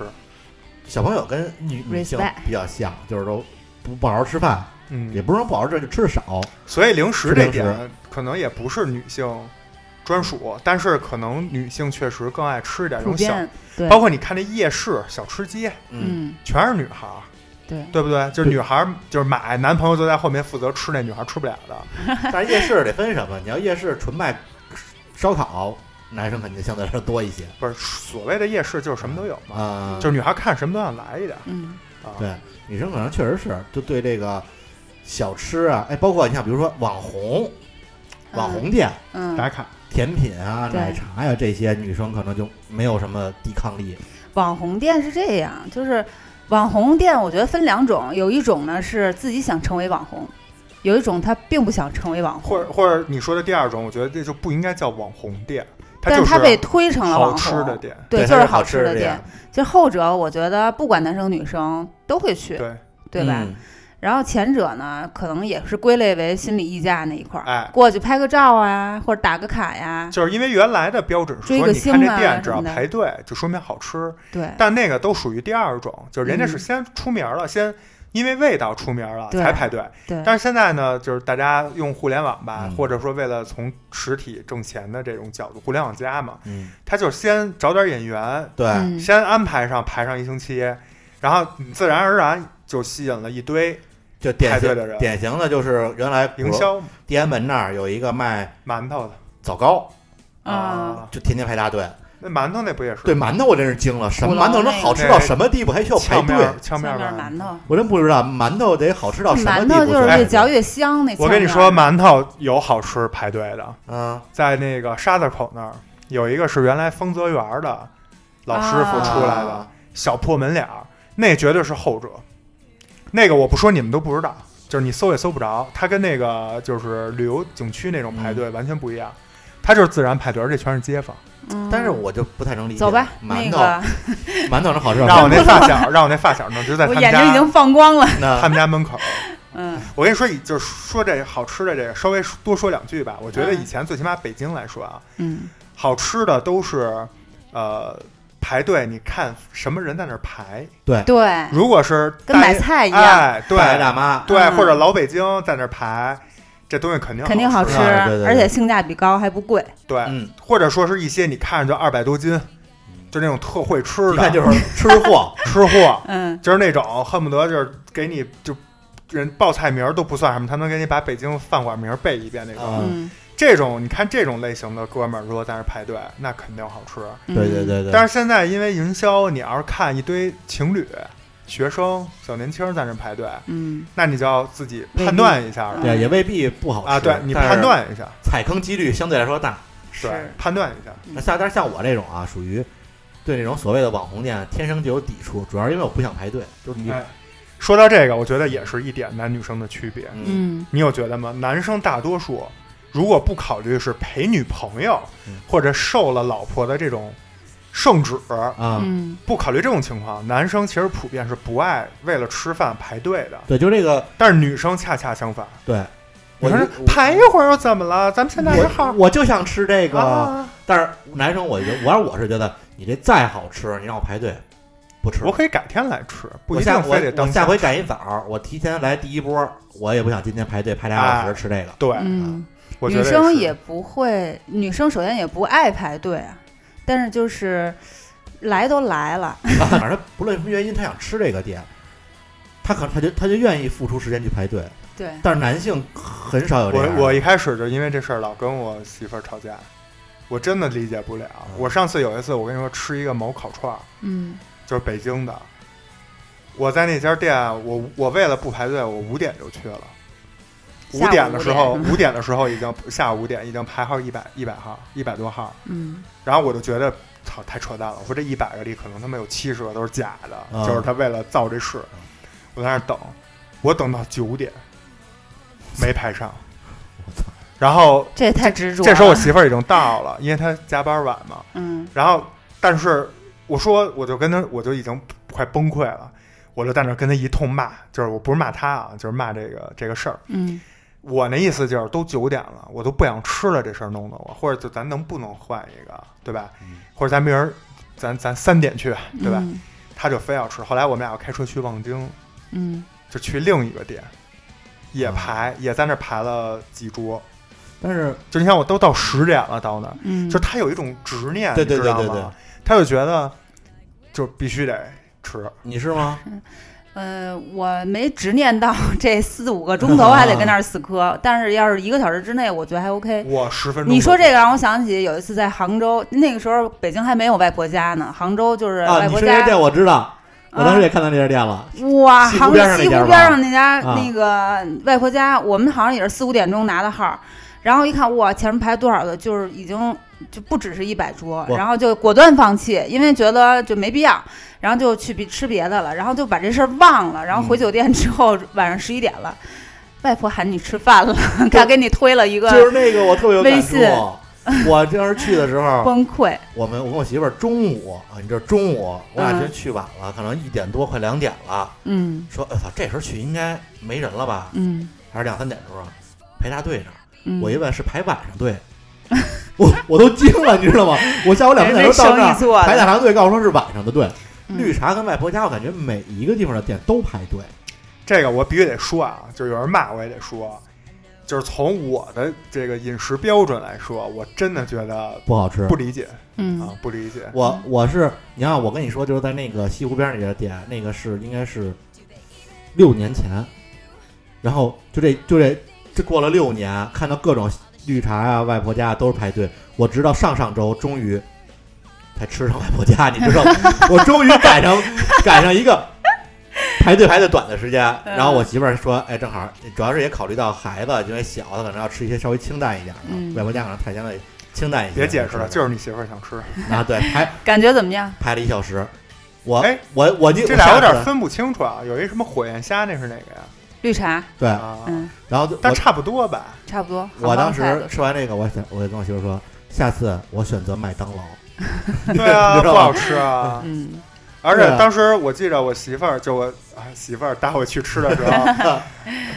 Speaker 3: 小朋友跟女女性
Speaker 2: Respect
Speaker 3: 比较像，就是都不不好好吃饭，也
Speaker 1: 嗯，
Speaker 3: 不是说不好好吃，就吃的少。
Speaker 1: 所以零食嗯这
Speaker 3: 吃
Speaker 1: 点可能也不是女性专属，但是可能女性确实更爱吃一点这
Speaker 2: 普
Speaker 1: 种小
Speaker 2: 遍对，
Speaker 1: 包括你看那夜市、小吃街，
Speaker 2: 嗯，
Speaker 1: 全是女孩儿，
Speaker 2: 对
Speaker 1: 对不对？就是女孩儿就是买，男朋友就在后面负责吃那女孩儿吃不了的。
Speaker 3: 但是夜市得分什么？你要夜市纯卖烧烤，男生肯定相对来说多一些
Speaker 1: 不是所谓的夜市就是什么都有嘛，
Speaker 3: 啊。
Speaker 1: 就是女孩儿看什么都想来一点
Speaker 2: 嗯，
Speaker 1: 啊。
Speaker 3: 对女生可能确实是就对这个小吃啊，哎，包括你像比如说网红、网红店、
Speaker 2: 嗯，
Speaker 1: 打卡
Speaker 3: 甜品啊、
Speaker 2: 对
Speaker 3: 奶茶呀、这些，女生可能就没有什么抵抗力。
Speaker 2: 网红店是这样，就是网红店，我觉得分两种，有一种呢是自己想成为网红，有一种他并不想成为网红，
Speaker 1: 或者或者你说的第二种，我觉得这就不应该叫网红店，它
Speaker 2: 但
Speaker 1: 就是
Speaker 2: 他被推成了
Speaker 1: 好
Speaker 2: 网
Speaker 1: 吃
Speaker 2: 红。
Speaker 1: 的店。
Speaker 2: 对，
Speaker 3: 对
Speaker 2: 就
Speaker 3: 它是好
Speaker 2: 好
Speaker 3: 吃
Speaker 2: 的
Speaker 3: 的
Speaker 2: 店
Speaker 3: 店。
Speaker 2: 就后者，我觉得不管男生女生都会去，
Speaker 1: 对，
Speaker 2: 对吧？
Speaker 3: 嗯
Speaker 2: 然后前者呢，可能也是归类为心理溢价那一块儿，
Speaker 1: 哎
Speaker 2: 过去拍个照啊，或者打个卡呀，
Speaker 1: 就是因为原来的标准是
Speaker 2: 追
Speaker 1: 说，
Speaker 2: 个
Speaker 1: 你看
Speaker 2: 星
Speaker 1: 这
Speaker 2: 啊
Speaker 1: 店
Speaker 2: 什
Speaker 1: 只
Speaker 2: 么
Speaker 1: 要
Speaker 2: 的
Speaker 1: 排队就说明好吃，
Speaker 2: 对，
Speaker 1: 但那个都属于第二种，就是人家是
Speaker 2: 嗯
Speaker 1: 先出名了，先因为味道出名了
Speaker 2: 对
Speaker 1: 才排队。
Speaker 2: 对，
Speaker 1: 但是现在呢，就是大家用互联网吧，
Speaker 3: 嗯
Speaker 1: 或者说为了从实体挣钱的这种角度，互联网加嘛，
Speaker 3: 嗯，
Speaker 1: 他就先找点演员，
Speaker 3: 对，
Speaker 2: 嗯，
Speaker 1: 先安排上排上一星期，然后你自然而然就吸引了一堆
Speaker 3: 就典
Speaker 1: 排队
Speaker 3: 型
Speaker 1: 的人
Speaker 3: 典型的就是原来比如
Speaker 1: 营销
Speaker 3: 地安门那儿有一个卖
Speaker 1: 馒头的
Speaker 3: 枣糕，
Speaker 2: 啊，
Speaker 3: 就天天排大队。
Speaker 1: 那馒头那不也是
Speaker 3: 对馒头我真是惊了，什
Speaker 2: 古
Speaker 3: 么
Speaker 2: 劳
Speaker 3: 馒头能
Speaker 2: 那
Speaker 3: 好
Speaker 2: 个
Speaker 3: 吃到什么地步，还需要排
Speaker 1: 呛面
Speaker 3: 队
Speaker 1: 儿？呛面
Speaker 2: 下
Speaker 1: 儿
Speaker 2: 面
Speaker 1: 馒
Speaker 2: 馒头，
Speaker 3: 我真不知道馒头得好吃哦到什么
Speaker 2: 馒
Speaker 3: 地步才哎
Speaker 2: 头
Speaker 3: 行。
Speaker 2: 就是越嚼越香那。啊
Speaker 1: 我跟你说，，馒头有好吃排队的，
Speaker 3: 啊，
Speaker 1: 在那个沙子口那儿有一个是原来丰泽园的老师傅出来的、
Speaker 3: 啊
Speaker 1: 小破门脸儿，那绝对是后者。那个我不说你们都不知道，就是你搜也搜不着，它跟那个就是旅游景区那种排队完全不一样，它就是自然排队，而且全是街坊。
Speaker 2: 嗯
Speaker 3: 但是我就不太能理解。
Speaker 2: 走吧，
Speaker 3: 馒
Speaker 2: 那
Speaker 3: 头
Speaker 2: 个
Speaker 3: 馒头能好吃到
Speaker 1: 让我那
Speaker 3: 什么地步？
Speaker 1: 发小，让我那发小呢，就在他
Speaker 2: 我
Speaker 1: 们
Speaker 2: 眼睛已
Speaker 1: 家
Speaker 2: 经放光 了，
Speaker 3: 那
Speaker 1: 他们家门口。
Speaker 2: 嗯
Speaker 1: 我跟你说，以就是说这好吃的这个，稍微多说两句吧。我觉得
Speaker 2: 嗯
Speaker 1: 以前最起码北京来说啊，
Speaker 2: 嗯
Speaker 1: 好吃的都是，呃，排队，你看什么人在那儿排。
Speaker 2: 对，
Speaker 1: 如果是
Speaker 2: 哎跟
Speaker 1: 大
Speaker 2: 买
Speaker 1: 爷
Speaker 2: 菜一样，
Speaker 1: 哎，
Speaker 3: 大爷
Speaker 1: 对
Speaker 3: 大妈，
Speaker 1: 对，
Speaker 2: 嗯
Speaker 1: 或者老北京在那儿排，这东西肯定
Speaker 2: 肯定好
Speaker 1: 好
Speaker 2: 吃，
Speaker 3: 啊对对对
Speaker 2: 而且性价比高还不贵，
Speaker 1: 对，
Speaker 3: 嗯，
Speaker 1: 或者说是一些你看着就二百多斤，就那种特会吃
Speaker 3: 一
Speaker 1: 的
Speaker 3: 看就是吃 货。
Speaker 1: 吃货，
Speaker 2: 嗯
Speaker 1: 就是那种恨不得就是给你就人报菜名儿都不算什么，他能给你把北京饭馆名儿背一遍那种。
Speaker 3: 啊
Speaker 2: 嗯，
Speaker 1: 这种你看这种类型的哥们儿，如果在那儿排队，那肯定好吃。
Speaker 2: 嗯
Speaker 3: 对对，对对，
Speaker 1: 但是现在因为营销，你要是看一堆情侣、学生、小年轻在那儿排队，
Speaker 2: 嗯
Speaker 1: 那你就要自己判断一下了
Speaker 3: 对也未必不好吃
Speaker 1: 啊！对你
Speaker 3: 但是
Speaker 1: 判断一下，
Speaker 3: 踩坑几率相对来说大。
Speaker 1: 对判断一下，
Speaker 2: 嗯
Speaker 3: 那像但是像我这种啊，属于对这种所谓的网红店啊天生就有抵触，主要是因为我不想排队，就是你，
Speaker 1: 哎说到这个，我觉得也是一点男女生的区别。
Speaker 3: 嗯，
Speaker 2: 嗯
Speaker 1: 你有觉得吗？男生大多数如果不考虑是陪女朋友
Speaker 3: 嗯
Speaker 1: 或者受了老婆的这种圣旨，
Speaker 3: 啊，
Speaker 2: 嗯，
Speaker 1: 不考虑这种情况，男生其实普遍是不爱为了吃饭排队的。
Speaker 3: 对，就这个，
Speaker 1: 但是女生恰恰相反，
Speaker 3: 对，
Speaker 1: 女
Speaker 3: 我
Speaker 1: 生
Speaker 3: 就
Speaker 1: 说排一会儿又怎么了？咱们现在是啊
Speaker 3: 我
Speaker 1: 号
Speaker 3: 我就想吃这个，
Speaker 1: 啊，
Speaker 3: 但是男生我觉得，我要我是觉得你这再好吃，你让我排队，不吃。
Speaker 1: 我可以改天来吃，不
Speaker 3: 我
Speaker 1: 一
Speaker 3: 下
Speaker 1: 定
Speaker 3: 我
Speaker 1: 非得
Speaker 3: 我
Speaker 1: 当
Speaker 3: 下回赶一早儿，我提前来第一波，我也不想今天排队排俩
Speaker 1: 啊
Speaker 3: 小时吃这个。
Speaker 1: 对，
Speaker 2: 嗯，
Speaker 1: 我觉
Speaker 2: 女
Speaker 1: 得
Speaker 2: 生
Speaker 1: 是
Speaker 2: 也不会，女生首先也不爱排队啊，但是就是来都来了，
Speaker 3: 反正他不论什么原因，他想吃这个店，他可能他就他就愿意付出时间去排队。
Speaker 2: 对，
Speaker 3: 但是男性很少有这样的。
Speaker 1: 我我一开始就因为这事儿老跟我媳妇儿吵架，我真的理解不了。
Speaker 3: 嗯
Speaker 1: 我上次有一次，我跟你说吃一个某烤串儿，
Speaker 2: 嗯
Speaker 1: 就是北京的，我在那家店，啊我我为了不排队，我五点就去了。
Speaker 2: 下午
Speaker 1: 五点的时候，
Speaker 2: 五
Speaker 1: 五点的时候已经下午五点已经排号一百一百号一百多号，
Speaker 2: 嗯
Speaker 1: 然后我就觉得操太扯淡了，我说这一百个里可能他们有七十个都是假的，
Speaker 3: 嗯
Speaker 1: 就是他为了造这势，我在那儿等，我等到九点没排上，然后
Speaker 2: 这也太执着了。
Speaker 1: 这时候我媳妇儿已经到了，因为她加班晚嘛。
Speaker 2: 嗯
Speaker 1: 然后，但是我说，我就跟她，我就已经快崩溃了，我就在那儿跟她一通骂，就是我不是骂她啊，就是骂这个这个事儿。
Speaker 2: 嗯
Speaker 1: 我那意思就是，都九点了，我都不想吃了，这事儿弄得我，或者就咱能不能换一个，对吧？或者咱明儿，咱咱三点去，对吧？
Speaker 2: 嗯
Speaker 1: 她就非要吃。后来我们俩要开车去望京，
Speaker 2: 嗯
Speaker 1: 就去另一个店，也
Speaker 3: 啊
Speaker 1: 排，也在那儿排了几桌。
Speaker 3: 但是
Speaker 1: 就你像我都到十点了，到那儿。
Speaker 2: 嗯，
Speaker 1: 就是他有一种执念，
Speaker 3: 对对
Speaker 1: 你知道
Speaker 3: 对
Speaker 1: 吗
Speaker 3: 对对
Speaker 1: 他就觉得就必须得吃，
Speaker 3: 你是吗？
Speaker 2: 呃，我没执念到 这四五个钟头还得跟那儿死磕，但是要是一个小时之内，我觉得还 OK。
Speaker 1: 我十分钟。
Speaker 2: 哎你说这个，让我想起有一次在杭州，那个时候北京还没有外婆家呢，杭州就是
Speaker 3: 啊，
Speaker 2: 外
Speaker 3: 你
Speaker 2: 婆
Speaker 3: 说这
Speaker 2: 家。啊
Speaker 3: 家店我知道，我当时也看到这家店了。
Speaker 2: 哇，
Speaker 3: 西湖
Speaker 2: 杭州
Speaker 3: 边上那
Speaker 2: 西湖
Speaker 3: 家吧
Speaker 2: 边上那家
Speaker 3: 啊
Speaker 2: 那个外婆家，我们好像也是四五点钟拿的号，然后一看哇，前面排多少个，就是已经就不只是一百桌，
Speaker 3: 哇
Speaker 2: 然后就果断放弃，因为觉得就没必要，然后就去别吃别的了，然后就把这事儿忘了，然后
Speaker 3: 嗯
Speaker 2: 回酒店之后、晚上十一点了，外婆喊你吃饭了， 她给你推了一
Speaker 3: 就
Speaker 2: 个
Speaker 3: 是那个我特别有
Speaker 2: 微
Speaker 3: 感触
Speaker 2: 信。
Speaker 3: 我当时去的时 候，
Speaker 2: 崩溃，
Speaker 3: 我们我跟我媳妇儿中午啊，你知道中午我俩
Speaker 2: 嗯
Speaker 3: 真去晚了，可能一点多快两点了，
Speaker 2: 嗯
Speaker 3: 说哎操、这时候去应该没人了吧？
Speaker 2: 嗯
Speaker 3: 还是两三点的时候排大队呢。
Speaker 2: 嗯，
Speaker 3: 我一问是排晚上队， 我我都惊了，你知道吗？我下午两三点钟到
Speaker 2: 人家生意
Speaker 3: 这
Speaker 2: 做
Speaker 3: 儿
Speaker 2: 的
Speaker 3: 排大长队，告诉我说是晚上的队。
Speaker 2: 嗯
Speaker 3: 绿茶跟外婆家，我感觉每一个地方的店都排队。
Speaker 1: 这个我必须得说啊，就是有人骂我也得说，就是从我的这个饮食标准来说，我真的觉得
Speaker 3: 不好吃
Speaker 1: 不。理解啊
Speaker 2: 嗯，
Speaker 1: 不理解。
Speaker 3: 我我是你看，我跟你说，就是在那个西湖边那家店，那个是应该是六年前，然后就这就这这过了六年，看到各种绿茶啊、外婆家啊都是排队，我直到上上周终于才吃上外婆家，你知道吗？我终于赶上赶上一个排队排队短的时间，然后我媳妇儿说，哎，正好主要是也考虑到孩子因为小，他可能要吃一些稍微清淡一点的，
Speaker 2: 嗯
Speaker 3: 外婆家可能太相对清淡一些。
Speaker 1: 别解释了，就是是你媳妇儿想吃，
Speaker 3: 啊，对排。
Speaker 2: 感觉怎么样？
Speaker 3: 拍了一小时。我
Speaker 1: 哎
Speaker 3: 我我就
Speaker 1: 这俩有
Speaker 3: 我想
Speaker 1: 点
Speaker 3: 起来
Speaker 1: 分不清楚啊。有一什么火焰虾，那是哪个呀？
Speaker 2: 绿茶，
Speaker 3: 对，
Speaker 1: 啊，
Speaker 2: 嗯，
Speaker 3: 然后就
Speaker 1: 但
Speaker 3: 我
Speaker 1: 差不多 吧。
Speaker 2: 差不多。
Speaker 3: 我
Speaker 2: 杭帮
Speaker 3: 当
Speaker 2: 菜
Speaker 3: 时
Speaker 2: 都是
Speaker 3: 吃完这个，我想我就跟我媳妇说，下次我选择麦当劳。
Speaker 1: 对啊，
Speaker 3: 你
Speaker 1: 不
Speaker 3: 知道吗
Speaker 1: 好吃 啊。
Speaker 2: 嗯。
Speaker 1: 而
Speaker 3: 对
Speaker 1: 且
Speaker 3: 啊
Speaker 1: 当时我记着我媳妇儿，就我啊媳妇儿带我去吃的时 候，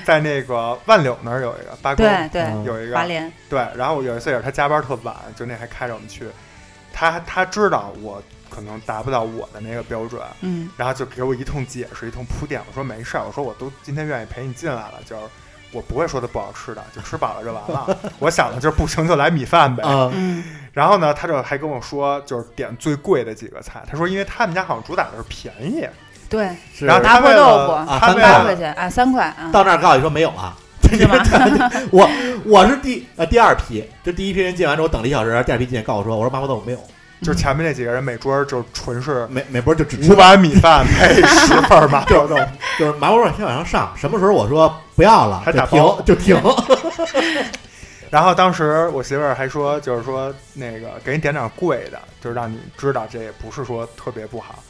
Speaker 1: 在那个万柳那儿有一个八公
Speaker 2: 对对，
Speaker 3: 嗯
Speaker 1: 有一
Speaker 2: 华
Speaker 1: 个
Speaker 2: 联，
Speaker 1: 对，然后我有一次也是她加班特晚，就那还开着我们去，她她知道我可能达不到我的那个标准，
Speaker 2: 嗯
Speaker 1: 然后就给我一通解释一通铺垫，我说没事儿，我说我都今天愿意陪你进来了，就是我不会说它不好吃的，就吃饱了就完了。我想的就是不行就来米饭呗，
Speaker 3: 啊，
Speaker 2: 嗯
Speaker 1: 然后呢，他就还跟我说，就是点最贵的几个菜。他说，因为他们家好像主打的是便宜，，
Speaker 2: 对，
Speaker 3: 是
Speaker 1: 然后
Speaker 2: 拿
Speaker 1: 他
Speaker 2: 破
Speaker 1: 为
Speaker 2: 豆
Speaker 1: 了
Speaker 2: 腐
Speaker 3: 啊
Speaker 1: 他为
Speaker 2: 八
Speaker 3: 翻
Speaker 1: 了
Speaker 2: 块钱啊，三块啊，
Speaker 3: 到那儿告诉你说没有了。
Speaker 2: 是吗？
Speaker 3: 我我是第呃第二批，就第一批人进完之后等了一小时，第二批进来告诉我说，我说麻婆豆腐没有，
Speaker 1: 就是前面那几个人每桌就纯是
Speaker 3: 每每波就只吃
Speaker 1: 五碗米饭配十份麻
Speaker 3: 就是就是就是 麻婆豆腐先往上上，什么时候我说不要了
Speaker 1: 还
Speaker 3: 就
Speaker 1: 打包
Speaker 3: 停就停，
Speaker 1: 然后当时我媳妇儿还说，就是说那个给你点点贵的，就是让你知道这也不是说特别不好。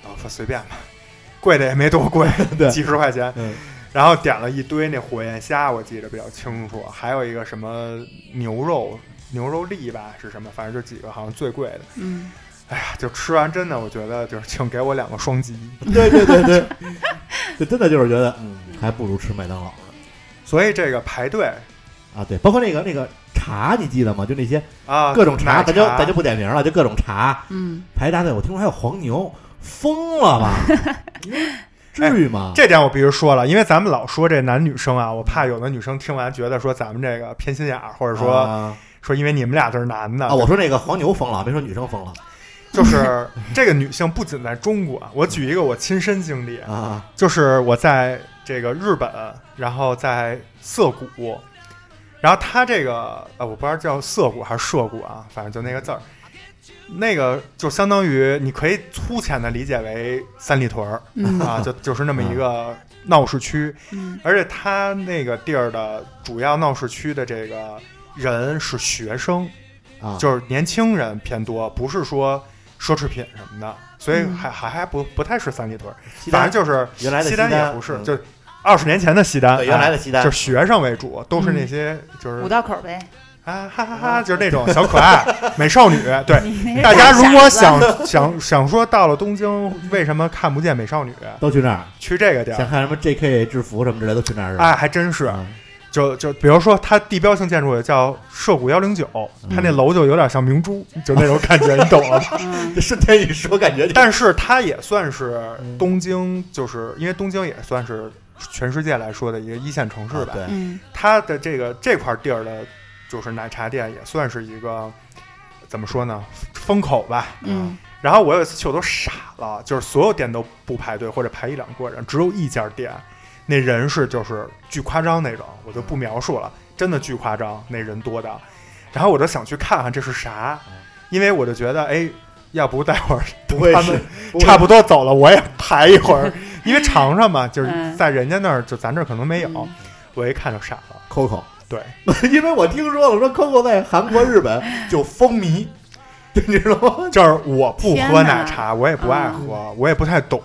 Speaker 1: 然后我说随便吧， 贵的也没多贵
Speaker 3: 嗯对，
Speaker 1: 几十块钱。
Speaker 3: 嗯
Speaker 1: 然后点了一堆那火焰虾，我记得比较清楚，还有一个什么牛肉牛肉粒吧是什么，反正就几个好像最贵的。
Speaker 2: 嗯，
Speaker 1: 哎呀，就吃完真的，我觉得就是请给我两个双击。
Speaker 3: 对对对对，这真的就是觉得，嗯，还不如吃麦当劳呢
Speaker 1: 所以这个排队
Speaker 3: 啊。对，包括那个那个茶，你记得吗？就那些
Speaker 1: 啊，
Speaker 3: 各种茶，
Speaker 1: 奶
Speaker 3: 咱就咱就不点名了，就各种茶
Speaker 2: 嗯，
Speaker 3: 排大队。我听说还有黄牛，疯 了吧？至于吗？
Speaker 1: 这点我必须说了，因为咱们老说这男女生啊，我怕有的女生听完觉得说咱们这个偏心眼儿，或者说、
Speaker 3: 啊，
Speaker 1: 说因为你们俩都是男的，
Speaker 3: 啊我说那个黄牛疯了，没说女生疯了
Speaker 1: 就是这个女性不仅在中国，我举一个我亲身经历，
Speaker 3: 啊。
Speaker 1: 就是我在这个日本，然后在涩谷，然后他这个呃，我不知道叫涩谷还是涩谷啊，反正就那个字儿，那个就相当于你可以粗浅的理解为三里屯儿、
Speaker 2: 嗯
Speaker 1: 啊，就就是那么一个闹市区，
Speaker 2: 嗯
Speaker 1: 而且他那个地儿的主要闹市区的这个人是学生，
Speaker 3: 啊，
Speaker 1: 就是年轻人偏多，不是说奢侈品什么的，所
Speaker 2: 嗯
Speaker 1: 以还还还不不太是三里屯儿，
Speaker 3: 西单
Speaker 1: 反正就是
Speaker 3: 原来的
Speaker 1: 西单也
Speaker 3: 单
Speaker 1: 不是，
Speaker 3: 嗯
Speaker 1: 就二十年前的西单，
Speaker 3: 对原来
Speaker 1: 哎
Speaker 3: 的西单
Speaker 1: 就是学生为主，都是那
Speaker 2: 嗯
Speaker 1: 些就是
Speaker 2: 五道口呗。
Speaker 1: 啊哈哈哈，就是那种小可 爱美少女。对，
Speaker 2: 你那
Speaker 1: 大
Speaker 2: 是
Speaker 1: 家如果
Speaker 2: 傻子
Speaker 1: 想想想说到了东京为什么看不见美少女，
Speaker 3: 都去那儿，
Speaker 1: 去这个地
Speaker 3: 想
Speaker 1: 儿，
Speaker 3: 看什么 J.K. 制服什么之类的都去那儿是吧？
Speaker 1: 啊哎，还真是。
Speaker 3: 啊
Speaker 1: 就就比如说，它地标性建筑也叫涉谷幺零九，
Speaker 3: 嗯
Speaker 1: 它那楼就有点像明珠，就那种感觉，你懂 了吧？
Speaker 2: 嗯
Speaker 3: 这瞬间一说，感觉就
Speaker 1: 但是它也算是
Speaker 3: 嗯
Speaker 1: 东京，就是因为东京也算是全世界来说的一个一线城市
Speaker 3: 啊
Speaker 1: 吧。
Speaker 3: 对，
Speaker 2: 嗯
Speaker 1: 它的这个这块地儿的，就是奶茶店也算是一个怎么说呢，风口吧。
Speaker 2: 嗯
Speaker 1: 然后我有一次去，我都傻了，就是所有店都不排队，或者排一两个人，只有一家店，那人是就是巨夸张那种，我就不描述了，真的巨夸张，那人多的。然后我就想去看看这是啥，因为我就觉得，哎，要不待会儿
Speaker 3: 不会
Speaker 1: 他
Speaker 3: 是
Speaker 1: 们
Speaker 3: 不会
Speaker 1: 差不多走了，我也排一会 儿，因为尝尝嘛，就是
Speaker 2: 嗯
Speaker 1: 在人家那儿，就咱这儿可能没有
Speaker 2: 嗯。
Speaker 1: 我一看就傻了，
Speaker 3: Coco，
Speaker 1: 对，
Speaker 3: 因为我听说了，说 Coco 在韩国、日本就风靡，你知道吗？
Speaker 1: 就是我不
Speaker 2: 天
Speaker 1: 喝
Speaker 2: 哪
Speaker 1: 奶茶，我也不爱
Speaker 2: 嗯
Speaker 1: 喝，我也不太懂，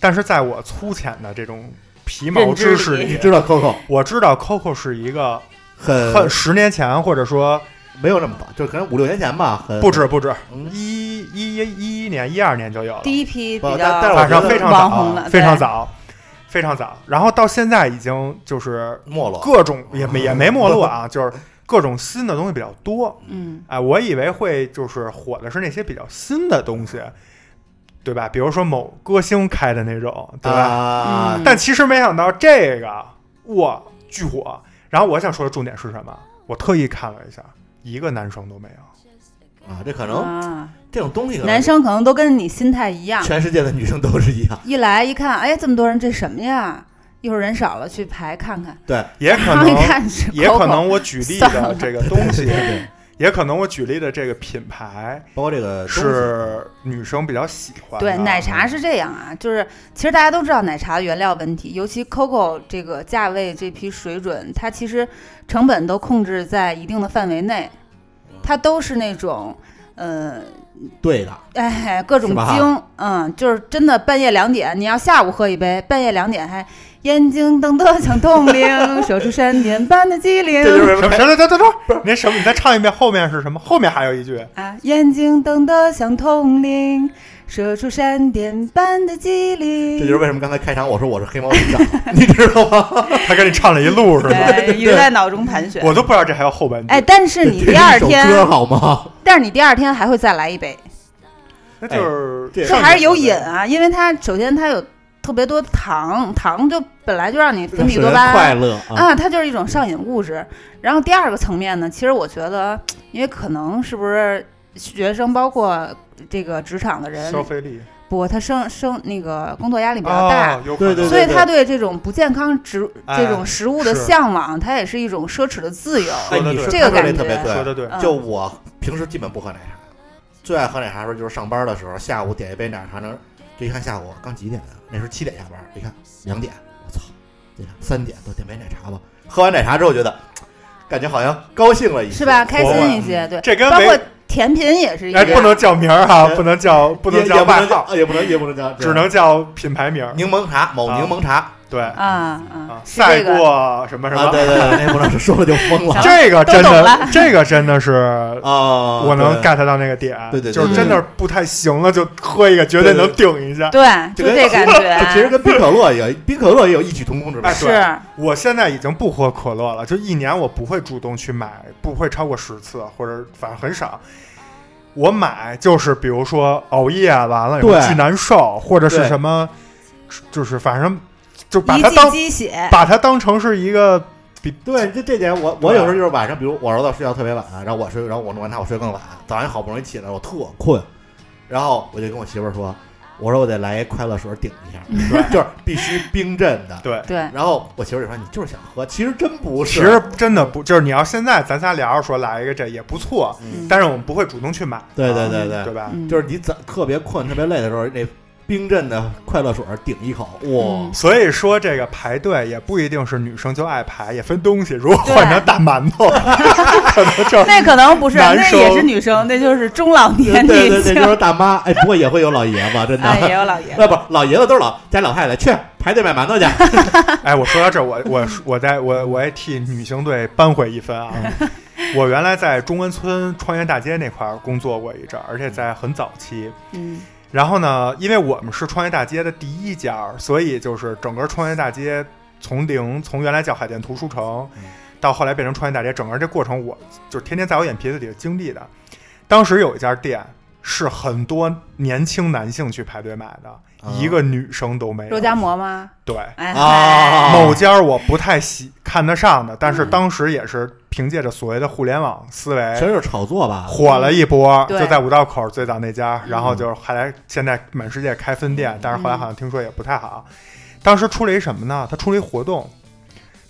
Speaker 1: 但是在我粗浅的这种皮毛
Speaker 2: 认
Speaker 1: 知
Speaker 2: 知
Speaker 1: 识
Speaker 2: 里
Speaker 1: 里，
Speaker 3: 知道 Coco
Speaker 1: 我知道 Coco 是一个
Speaker 3: 很
Speaker 1: 很呃十年前或者说
Speaker 3: 没有那么早，就是可能五六年前吧，很
Speaker 1: 不止不止
Speaker 3: 嗯
Speaker 1: 一一一一年一二年就有了，
Speaker 2: 第一批
Speaker 3: 不
Speaker 2: 比
Speaker 3: 但但是
Speaker 1: 反
Speaker 2: 较
Speaker 3: 我觉
Speaker 1: 正
Speaker 3: 得
Speaker 1: 非常
Speaker 2: 网红
Speaker 1: 早
Speaker 2: 了，，
Speaker 1: 非常
Speaker 2: 对。
Speaker 1: 早，啊非常早。然后到现在已经就是
Speaker 3: 没落。
Speaker 1: 各种也没也没没落 啊，就是各种新的东西比较多。
Speaker 2: 嗯
Speaker 1: 哎，我以为会就是火的是那些比较新的东西，对吧？比如说某歌星开的那种，对吧？
Speaker 3: 啊
Speaker 2: 嗯，
Speaker 1: 但其实没想到这个哇巨火。然后我想说的重点是什么？我特意看了一下，一个男生都没有。
Speaker 3: 啊，这可能
Speaker 2: 啊，
Speaker 3: 这种东西可能
Speaker 2: 男生可能都跟你心态一样，
Speaker 3: 全世界的女生都是一样，
Speaker 2: 一来一看，哎，这么多人，这什么呀？一会儿人少了，去排看看。
Speaker 3: 对，
Speaker 1: 也可
Speaker 2: 然后一
Speaker 1: 能，
Speaker 2: 看是 Coco，
Speaker 1: 也可能我举例
Speaker 2: 算
Speaker 1: 的
Speaker 2: 了
Speaker 1: 这个东西
Speaker 3: 对，对，
Speaker 1: 也可能我举例的这个品牌
Speaker 3: 包括这个东西
Speaker 1: 是女生比较喜欢的。
Speaker 2: 对奶茶是这样啊，就是其实大家都知道奶茶的原料问题，尤其 COCO 这个价位这批水准，它其实成本都控制在一定的范围内，
Speaker 3: 嗯
Speaker 2: 它都是那种呃
Speaker 3: 对的，
Speaker 2: 哎，各种
Speaker 3: 是吧
Speaker 2: 精，嗯，就是真的半夜两点，你要下午喝一杯，半夜两点还眼睛瞪得像铜铃，手出闪电般的机灵，
Speaker 3: 这就是
Speaker 1: 什么？等等等等等，那什么？你再唱一遍，后面是什么？后面还有一句
Speaker 2: 啊，眼睛瞪得像铜铃，射出闪电般的机灵。
Speaker 3: 这就是为什么刚才开场我说我是黑猫 警长，你知道吗？
Speaker 1: 他跟你唱了一路是吗？
Speaker 2: 对，一直在哎脑中盘旋。
Speaker 1: 我都不知道这还有后半句。
Speaker 2: 哎，但是你第二
Speaker 3: 这是一首歌
Speaker 2: 天，
Speaker 3: 好 吗？
Speaker 2: 但是你第二天还会再来一杯，
Speaker 1: 那就是
Speaker 3: 这
Speaker 2: 这还是有瘾啊，因为它首先它有特别多糖，糖就本来就让你分
Speaker 3: 让
Speaker 2: 泌
Speaker 3: 使
Speaker 2: 多
Speaker 3: 人
Speaker 2: 巴胺
Speaker 3: 快。乐啊，
Speaker 2: 啊，它就是一种上瘾物质。然后第二个层面呢，其实我觉得，因为可能是不是学生，包括这个职场的人，
Speaker 1: 消费力
Speaker 2: 不，他生生那个工作压力比较大，
Speaker 1: 哦，有可能
Speaker 3: 对对
Speaker 2: 所以他对这种不健康植
Speaker 1: 哎
Speaker 2: 这种食物的
Speaker 1: 是
Speaker 2: 向往，它也是一种奢侈的自由。
Speaker 1: 说
Speaker 3: 哎，
Speaker 1: 得
Speaker 3: 你
Speaker 1: 对
Speaker 3: 说
Speaker 2: 这个
Speaker 3: 他说
Speaker 2: 感
Speaker 3: 特别
Speaker 2: 觉
Speaker 3: 对
Speaker 1: 说，的对。
Speaker 2: 嗯
Speaker 3: 就我平时基本不喝奶茶，最爱喝奶茶的时候就是上班的时候，下午点一杯奶茶能，这一看下午刚几点啊？那时候七点下班，一看两点，我操，这三点，都点杯奶茶吧。喝完奶茶之后觉得感觉好像高兴了一些，
Speaker 2: 是吧？开心一些，对，
Speaker 1: 这跟
Speaker 2: 包
Speaker 1: 没
Speaker 2: 括甜品也是一
Speaker 1: 哎，
Speaker 2: 样，
Speaker 1: 不能叫名儿哈，
Speaker 3: 哎
Speaker 1: 不能叫不能
Speaker 3: 也也
Speaker 1: 叫
Speaker 3: 不
Speaker 1: 外
Speaker 3: 能
Speaker 1: 号，
Speaker 3: 叫，啊也不能也不能叫，
Speaker 1: 只能叫品牌名儿。
Speaker 3: 柠檬茶，某柠檬茶
Speaker 1: 对
Speaker 2: 啊啊
Speaker 1: 啊，，
Speaker 2: 是这
Speaker 1: 赛
Speaker 2: 个啊
Speaker 1: 过什么什
Speaker 3: 啊，
Speaker 1: 么，
Speaker 3: 对对对，那不能说说了就疯了
Speaker 1: 这个
Speaker 2: 都
Speaker 1: 真
Speaker 2: 懂
Speaker 1: 的
Speaker 2: 了，
Speaker 1: 这个真的 是
Speaker 3: 啊！
Speaker 1: 我能
Speaker 3: 对
Speaker 1: get 到那个点，
Speaker 3: 对对对
Speaker 1: 就是
Speaker 2: 对
Speaker 1: 真的不太行了，就喝一个，绝对能顶一下。
Speaker 2: 对，就这感
Speaker 3: 就其实
Speaker 2: 觉，
Speaker 3: 跟冰可乐也有，冰可乐也有异曲同工之妙
Speaker 1: 哎。
Speaker 2: 是
Speaker 1: 对我现在已经不喝可乐了，就一年我不会主动去买，不会超过十次，或者反正很少。我买就是比如说熬夜完了以后
Speaker 3: 对
Speaker 1: 巨难受，或者是
Speaker 3: 对
Speaker 1: 什么，就是反正就把
Speaker 2: 一
Speaker 1: 它
Speaker 2: 剂
Speaker 1: 当
Speaker 2: 鸡血，
Speaker 1: 把它当成是一个
Speaker 3: 对，这这点
Speaker 1: 啊
Speaker 3: 我我有时候就是晚上，比如我儿子睡觉特别晚，然后我睡，然后我弄完他我睡更晚，早上好不容易起来，我特困，然后我就跟我媳妇儿说，我说我得来一快乐水顶一下，
Speaker 2: 嗯
Speaker 3: 就是必须冰镇的。
Speaker 1: 对。
Speaker 2: 对，
Speaker 3: 然后我媳妇儿就说你就是想喝，其实真不是，
Speaker 1: 其实真的不，就是你要现在咱仨聊着说来一个这也不错，
Speaker 2: 嗯
Speaker 1: 但是我们不会主动去买。啊
Speaker 3: 对对对
Speaker 1: 对，
Speaker 3: 对，
Speaker 1: 吧？
Speaker 2: 嗯
Speaker 3: 就是你早特别困、特别累的时候，那冰镇的快乐水顶一口，哇
Speaker 2: 嗯，
Speaker 1: 所以说这个排队也不一定是女生就爱排，也分东西。 如果换成大馒头，可能就是
Speaker 2: 那可能不是，
Speaker 1: 男
Speaker 2: 那
Speaker 1: 生
Speaker 2: 也是女生，那就是中老
Speaker 3: 对
Speaker 2: 年
Speaker 3: 对
Speaker 2: 女
Speaker 3: 对，
Speaker 2: 性
Speaker 3: 就，是大妈，哎，不过也会有老爷们，真的。
Speaker 2: 哎，也有老爷，
Speaker 3: 那 不，老爷子都是老家老太太，去排队买馒头去。
Speaker 1: 哎，我说到这儿，我我我在我我也替女星队扳回一分啊！
Speaker 2: 嗯
Speaker 1: 我原来在中关村创业大街那块儿工作过一阵儿，而且在很早期。
Speaker 2: 嗯
Speaker 1: 然后呢，因为我们是创业大街的第一家儿，所以就是整个创业大街从零，从原来叫海淀图书城
Speaker 3: 嗯，
Speaker 1: 到后来变成创业大街，整个这过程我就是天天在我眼皮子底下经历的。当时有一家店是很多年轻男性去排队买的，
Speaker 3: 啊
Speaker 1: 一个女生都没有
Speaker 2: 肉。夹馍吗？
Speaker 1: 对，
Speaker 2: 哎，
Speaker 3: 啊嗯
Speaker 1: 某家儿我不太喜看得上的，但是当时也是凭借着所谓的互联网思
Speaker 3: 其实
Speaker 1: 维。
Speaker 3: 就是炒作吧，
Speaker 1: 火了一波，
Speaker 2: 对
Speaker 1: 就在五道口最早那家，
Speaker 3: 嗯
Speaker 1: 然后就是后来现在满世界开分店，但是后来好像听说也不太好。当时出了一什么呢？它出了一活动，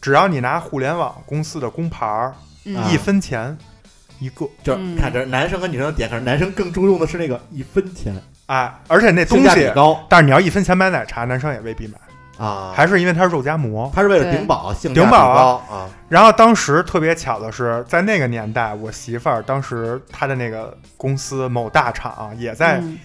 Speaker 1: 只要你拿互联网公司的工牌儿，
Speaker 2: 嗯
Speaker 3: 啊
Speaker 1: 一分钱一个，
Speaker 3: 就是看这男生和女生的点，可是男生更注重的是那个一分钱，
Speaker 1: 哎，而且那东
Speaker 3: 性价比
Speaker 1: 西，
Speaker 3: 高
Speaker 1: 但是你要一分钱买奶茶，男生也未必买，
Speaker 3: 啊，
Speaker 1: 还是因为它是肉夹馍。
Speaker 3: 他是为了
Speaker 2: 对
Speaker 3: 顶饱，性价
Speaker 1: 顶
Speaker 3: 比
Speaker 1: 饱啊
Speaker 3: 高啊，
Speaker 1: 然后当时特别巧的是，在那个年代，我媳妇儿当时她的那个公司某大厂也在
Speaker 2: 嗯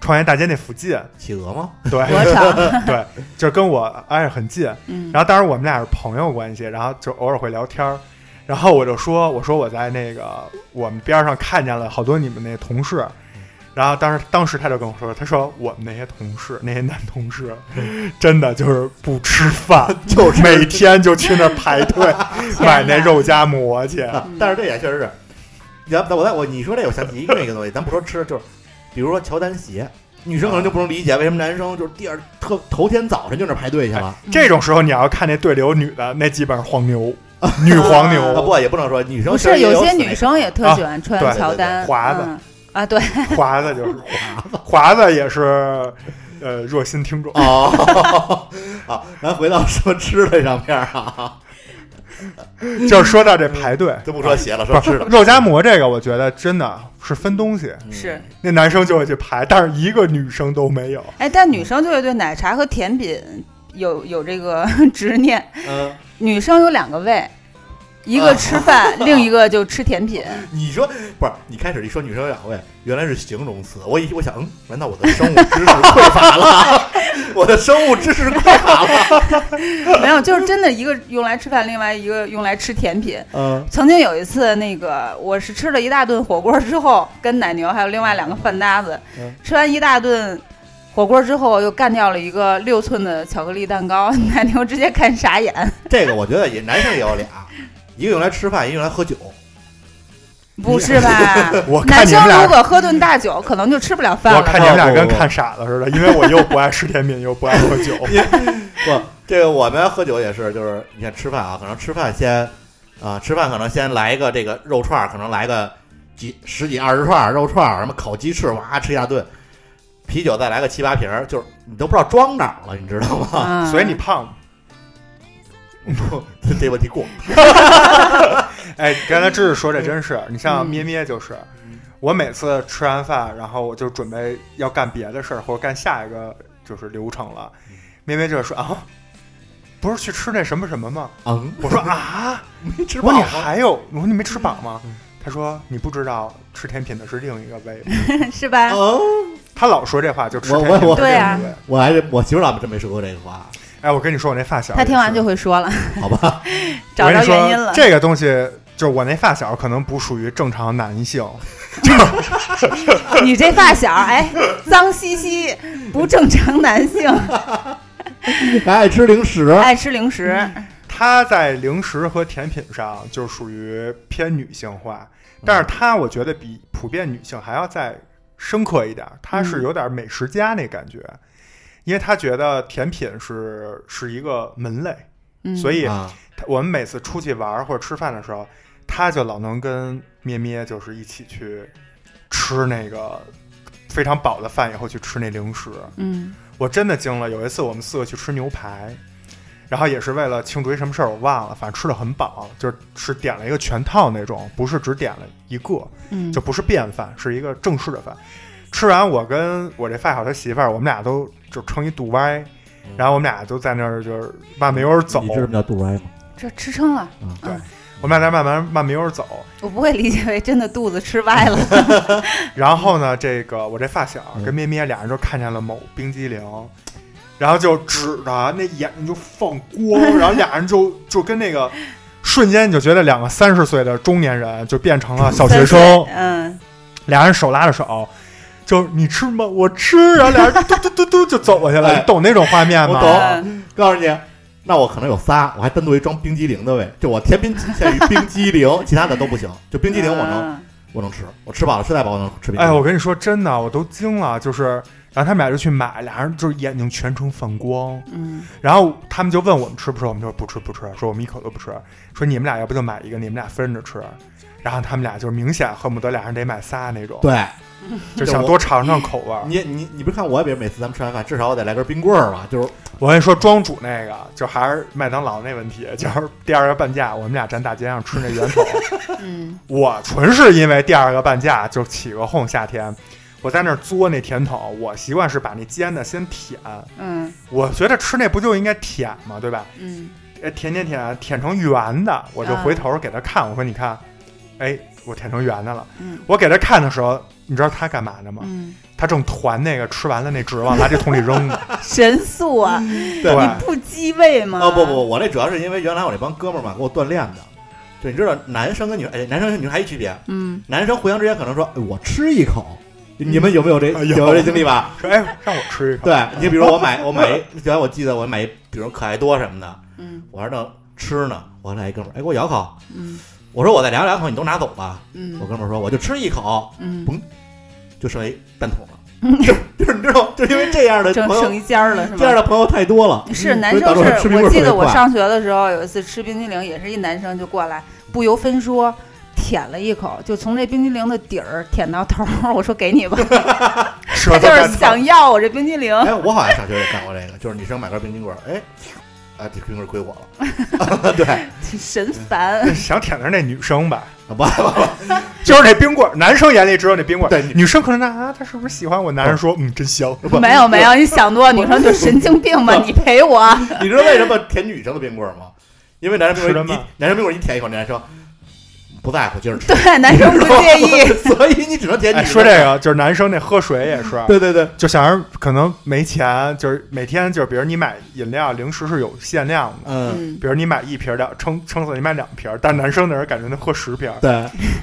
Speaker 1: 创业大街那附近，
Speaker 3: 企鹅吗？
Speaker 1: 对
Speaker 2: 我操，
Speaker 1: 对，就是跟我挨着很近。
Speaker 2: 嗯，
Speaker 1: 然后当时我们俩是朋友关系，然后就偶尔会聊天儿。然后我就说，我说我在那个我们边上看见了好多你们那同事。然后当时当时他就跟我说，他说我们那些同事，那些男同事，真的就是不吃饭， 就是每天就去那儿排 队买那肉夹馍去。
Speaker 3: 啊
Speaker 2: 嗯
Speaker 3: 但是这也确实是，你要我在我你说这，我想起一个那个东西，咱不说吃，就是比如说乔丹鞋，女生可能就不能理解为什么男生就是第二特头天早晨就那排队去了。
Speaker 1: 这种时候你要看那对流女的，那基本上黄牛，女黄
Speaker 3: 啊
Speaker 1: 牛
Speaker 3: 不，也不能说女生
Speaker 2: 不
Speaker 3: 其
Speaker 2: 是
Speaker 3: 实也
Speaker 2: 有些
Speaker 3: 死那
Speaker 2: 女生也特喜欢穿
Speaker 1: 啊对
Speaker 2: 乔丹
Speaker 1: 对对华子
Speaker 2: 嗯啊，对，
Speaker 1: 华子就是 华子，华子也是呃热心听众。
Speaker 3: 哦，啊，咱回到说吃的上面啊，
Speaker 1: 就是说到这排队，
Speaker 3: 就不说鞋了，
Speaker 1: 不
Speaker 3: 说吃的。嗯
Speaker 1: 肉夹馍这个，我觉得真的是分东西，
Speaker 2: 是，
Speaker 1: 那男生就会去排，但是一个女生都没有。
Speaker 2: 哎，但女生就会对奶茶和甜品有有这个 执念，
Speaker 3: 嗯，
Speaker 2: 女生有两个胃。一
Speaker 1: 啊
Speaker 2: 个吃 饭，另一个就吃甜品。
Speaker 3: 你说不是？你开始一说女生两位，原来是形容词。我一我想，嗯，难道我的生物知识匮乏了？ 我的生物知识匮乏 了？
Speaker 2: 没有，就是真的一个用来吃饭，另外一个用来吃甜品。
Speaker 3: 嗯，
Speaker 2: 曾经有一次，那个我是吃了一大顿火锅之后，跟奶牛还有另外两个饭搭子
Speaker 3: 嗯，
Speaker 2: 吃完一大顿火锅之后，又干掉了一个六寸的巧克力蛋糕， 奶牛直接看傻眼。
Speaker 3: 这个我觉得也男生也有俩，一个用来吃饭，一个用来喝酒。
Speaker 2: 不是吧？
Speaker 1: 我看
Speaker 2: 男
Speaker 1: 你
Speaker 2: 生
Speaker 1: 们
Speaker 2: 如
Speaker 1: 俩，
Speaker 2: 果喝顿大酒，可能就吃不了饭
Speaker 1: 我
Speaker 2: 了。
Speaker 1: 看你们俩
Speaker 3: 不
Speaker 1: 跟
Speaker 3: 不不
Speaker 1: 看傻子似的，因为我又不爱吃甜品，又不爱喝酒。
Speaker 3: 不，这个我们喝酒也是，就是你看吃饭啊，可能吃饭先啊、吃饭可能先来一个这个肉串儿，可能来个几十几二十串儿肉串儿，什么烤鸡翅，哇吃一大顿，啤酒再来个七八瓶儿，就是你都不知道装哪儿了，你知道吗？
Speaker 2: 嗯
Speaker 1: 所以你胖吗，
Speaker 3: 这问题过，
Speaker 1: 哎，刚才知识说这真是，啊你像
Speaker 2: 嗯
Speaker 1: 咩咩就是，我每次吃完饭，然后我就准备要嗯干别的事儿，或者干下一个就是流程了，咩咩就说啊，不是去吃那什么什么吗？
Speaker 3: 嗯，
Speaker 1: 我说啊，
Speaker 3: 没吃
Speaker 1: 我说
Speaker 3: 饱
Speaker 1: 你
Speaker 3: 吗？嗯
Speaker 1: 还有，我说你没吃饱吗？他说你不知道吃甜品的是另一个胃，
Speaker 2: 是吧？
Speaker 3: 哦，
Speaker 1: 他老说这话就吃
Speaker 3: 我
Speaker 1: 甜
Speaker 3: 我
Speaker 1: 品
Speaker 3: 我
Speaker 1: 的是
Speaker 2: 对
Speaker 1: 另
Speaker 2: 啊
Speaker 1: 一个胃。
Speaker 3: 我还是我媳妇儿老真没说过这个话，
Speaker 1: 哎，我跟你说，我那发小
Speaker 2: 他听完就
Speaker 1: 会
Speaker 2: 会说了，
Speaker 3: 好吧？
Speaker 2: 找着原因了。
Speaker 1: 这个东西就是我那发小可能不属于正常男性，
Speaker 2: 你这发小，哎，脏兮兮，不正常男性，
Speaker 3: 还爱吃零食，啊
Speaker 2: 爱吃零食，
Speaker 1: 他在零食和甜品上就属于偏女性化，
Speaker 3: 嗯
Speaker 1: 但是他我觉得比普遍女性还要再深刻一点，
Speaker 3: 嗯
Speaker 1: 他是有点美食家那感觉，因为他觉得甜品是是一个门类，
Speaker 2: 嗯，
Speaker 1: 所以
Speaker 3: 啊，
Speaker 1: 他我们每次出去玩儿或者吃饭的时候，他就老能跟咩咩就是一起去吃那个非常饱的饭，以后去吃那零食。
Speaker 2: 嗯
Speaker 1: 我真的惊了，有一次我们四个去吃牛排，然后也是为了庆祝一什么事儿，我忘了，反正吃的很饱，就是是点了一个全套那种，不是只点了一个，
Speaker 2: 嗯
Speaker 1: 就不是便饭，是一个正式的饭。吃完，我跟我这发小他媳妇儿，我们俩都就撑一肚歪，然后我们俩就在那儿就是慢慢悠悠走，
Speaker 3: 你知道什么叫肚歪吗？
Speaker 2: 这吃撑了，
Speaker 1: 我们俩在慢慢慢慢悠悠走，
Speaker 2: 我不会理解为真的肚子吃歪了。
Speaker 1: 然后呢，这个我这发小
Speaker 3: 嗯
Speaker 1: 跟咩咩俩人就看见了某冰激凌，然后就指着那眼睛就放光，然后俩人就就跟那个瞬间你就觉得两个三十岁的中年人就变成了小学生，
Speaker 2: 嗯，
Speaker 1: 俩人手拉着手。就是你吃吗？我吃，然后俩人嘟嘟嘟嘟就走过去了，
Speaker 3: 哎
Speaker 1: 你懂那种画面吗？
Speaker 3: 我懂
Speaker 2: 嗯
Speaker 3: 告诉你，那我可能有仨，我还单独一装冰激凌的位，就我甜品仅限于冰激凌， 其他的都不行。就冰激凌我能
Speaker 2: 嗯
Speaker 3: 我能吃，我吃饱了吃再饱我能吃冰激凌。
Speaker 1: 哎，我跟你说真的，我都惊了，就是。然后他们俩就去买，俩人就是眼睛全程放光，
Speaker 2: 嗯，
Speaker 1: 然后他们就问我们吃不吃，我们就说不吃不吃，说我们一口都不吃，说你们俩要不就买一个，你们俩分着吃。然后他们俩就是明显恨不得俩人得买仨那种，
Speaker 3: 对
Speaker 1: 就想多尝尝口味儿。
Speaker 3: 你你你不是看我也别每次咱们吃完饭至少我得来根冰棍儿吧？就是
Speaker 1: 我跟你说，庄主那个就还是麦当劳那问题，就是第二个半价，我们俩站大街上吃那圆 筒，
Speaker 2: 嗯
Speaker 1: 我纯是因为第二个半价就起个哄，夏天我在那儿嘬那甜筒，我习惯是把那尖的先舔，
Speaker 2: 嗯
Speaker 1: 我觉得吃那不就应该舔吗？对吧？
Speaker 2: 嗯，
Speaker 1: 呃，舔舔舔舔成圆的，我就
Speaker 2: 啊
Speaker 1: 回头给他看，我说你看，哎，我舔成圆的了。
Speaker 2: 嗯
Speaker 1: 我给他看的时候，你知道他干嘛呢吗？
Speaker 2: 嗯，
Speaker 1: 他正团那个吃完了那纸往垃圾桶里扔 呢。
Speaker 2: 神速啊！
Speaker 3: 对
Speaker 1: 吧
Speaker 2: 你不鸡胃吗？
Speaker 3: 哦不不，我这主要是因为原来我那帮哥们儿嘛给我锻炼的。对，你知道男生跟女哎，男生跟女生还一区别，
Speaker 2: 嗯，
Speaker 3: 男生互相之间可能说，哎我吃一口，你们有没有这、
Speaker 1: 哎呦
Speaker 3: 有这经历吧？
Speaker 1: 说哎，让我吃一口。
Speaker 3: 对你比如我买我买一，原来我记得我买一，比如可爱多什么的，
Speaker 2: 嗯
Speaker 3: 我说正吃呢，我来一哥们儿，哎给我咬口，
Speaker 2: 嗯
Speaker 3: 我说我再聊两口，你都拿走吧。我
Speaker 2: 嗯
Speaker 3: 哥们儿说我就吃一口，
Speaker 2: 嗯
Speaker 3: 不，就剩一半桶了， 就就是你知道，就是因为这样的
Speaker 2: 整
Speaker 3: 朋
Speaker 2: 省
Speaker 3: 友，
Speaker 2: 一尖儿了是吗？
Speaker 3: 这样的朋友太多了。
Speaker 2: 是
Speaker 3: 嗯
Speaker 2: 男
Speaker 3: 所以
Speaker 2: 生
Speaker 3: 导致吃
Speaker 2: 是，
Speaker 3: 冰棍
Speaker 2: 我
Speaker 3: 儿
Speaker 2: 记
Speaker 3: 特
Speaker 2: 得
Speaker 3: 别
Speaker 2: 我
Speaker 3: 快
Speaker 2: 上学的时候有一次吃冰激凌，也是一男生就过来，不由分说舔了一口，就从这冰激凌的底儿舔到头儿。我说给 你吧，
Speaker 1: 舌头
Speaker 2: 他就
Speaker 1: 在
Speaker 2: 是
Speaker 1: 疼。
Speaker 2: 想要我这冰激凌。
Speaker 3: 哎，我好像上学也干过这个，就是女生买根冰激棍儿，哎，啊，这冰棍儿归我了， 对，
Speaker 2: 神烦。
Speaker 1: 想舔的是那女生吧，
Speaker 3: 啊不不，
Speaker 1: 就是那冰棍儿。男生眼里只有那冰棍儿，
Speaker 3: 对你
Speaker 1: 女生可能那啊，他是不是喜欢我？男人说，嗯，真香。
Speaker 3: 不
Speaker 2: 没有没有，你想多，女生就神经病吧，你陪 我。
Speaker 3: 你知道为什么舔女生的冰棍儿吗？因为男生冰棍儿
Speaker 1: 吃的
Speaker 3: 你
Speaker 1: 慢
Speaker 3: 男生冰棍儿你舔一口，男生不在乎，接 着吃，
Speaker 2: 对，男生哎不 介意。
Speaker 3: 所以你只能舔
Speaker 1: 哎，
Speaker 3: 女
Speaker 1: 说
Speaker 3: 生。
Speaker 1: 这个就是男生那喝水也是，
Speaker 3: 对对对，
Speaker 1: 就想着可能没钱，就是每天就是比如你买饮料、零食是有限量的，
Speaker 3: 嗯，
Speaker 2: 嗯
Speaker 1: 比如你买一瓶儿的，撑撑死你买两瓶儿，但男生那人感觉能喝十瓶儿，
Speaker 3: 对，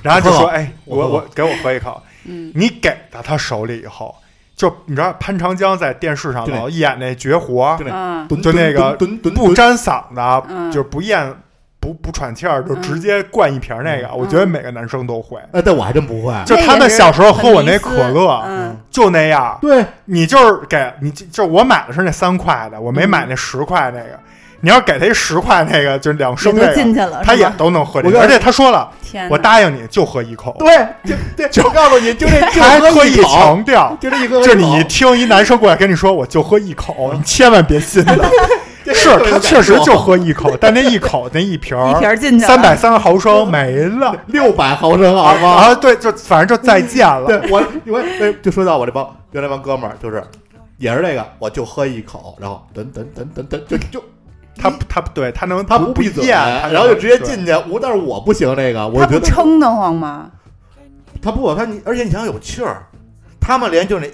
Speaker 1: 然后就
Speaker 3: 我喝
Speaker 1: 说：“
Speaker 3: 口
Speaker 1: 哎，
Speaker 3: 我
Speaker 1: 我
Speaker 3: 喝口
Speaker 1: 我给我喝一口。”
Speaker 2: 嗯
Speaker 1: 你给到他手里以后，就你知道潘长江在电视上
Speaker 3: 对
Speaker 1: 老演那绝活
Speaker 3: 对，
Speaker 2: 嗯
Speaker 3: 蹲
Speaker 1: 就那个
Speaker 3: 蹲蹲
Speaker 1: 不沾嗓子，
Speaker 2: 嗯
Speaker 1: 就是不咽不不喘气儿，就
Speaker 2: 嗯
Speaker 1: 直接灌一瓶
Speaker 3: 嗯
Speaker 1: 那个。我觉得每个男生都会，
Speaker 3: 哎，但我还真不会。
Speaker 1: 就
Speaker 2: 那
Speaker 1: 他
Speaker 2: 也
Speaker 1: 们
Speaker 2: 是
Speaker 1: 小时候喝
Speaker 2: 很
Speaker 1: 我
Speaker 2: 迷
Speaker 1: 那
Speaker 2: 思
Speaker 1: 可乐，啊
Speaker 2: 嗯
Speaker 1: 就那样。
Speaker 3: 对，
Speaker 1: 你就是给你就就我买的是那三块的，我
Speaker 2: 嗯
Speaker 1: 没买那十块那个。你要给他一十块那个，就是两升
Speaker 2: 也
Speaker 1: 那
Speaker 2: 就进
Speaker 1: 个，
Speaker 2: 去了，
Speaker 1: 他
Speaker 2: 是
Speaker 1: 也
Speaker 2: 吧
Speaker 1: 都能喝
Speaker 3: 我
Speaker 1: 进去。
Speaker 3: 告
Speaker 1: 而
Speaker 3: 诉
Speaker 1: 且他说了，
Speaker 2: 天哪，
Speaker 1: 我答应你就喝一口，
Speaker 3: 对，就对，我告诉你，就这 就
Speaker 1: 还
Speaker 3: 喝
Speaker 1: 特意
Speaker 3: 一口，
Speaker 1: 强调。
Speaker 3: 就这一喝，
Speaker 1: 就是你一听一男生过来跟你说，我就喝一口，你千万别信他。是他确实就喝一口，但那一口那一瓶
Speaker 2: 一瓶
Speaker 1: 儿
Speaker 2: 儿进去了，
Speaker 1: 三百三十毫升没了
Speaker 3: 六百毫升，好吗？
Speaker 1: 啊！对，就反正就再见了。
Speaker 3: 对我，我对，就说到我这帮就那帮哥们儿，就是也是这个，我就喝一口，然后等等等等等，就就
Speaker 1: 他他对他能
Speaker 3: 他
Speaker 1: 不啊
Speaker 3: 闭嘴，
Speaker 1: 见，他
Speaker 3: 然后就直接
Speaker 1: 对
Speaker 3: 进去。我但是我不行这个，
Speaker 2: 他
Speaker 3: 我觉
Speaker 2: 不
Speaker 3: 得
Speaker 2: 撑得慌吗？
Speaker 3: 他不，他你而且你想有气儿，他们连就那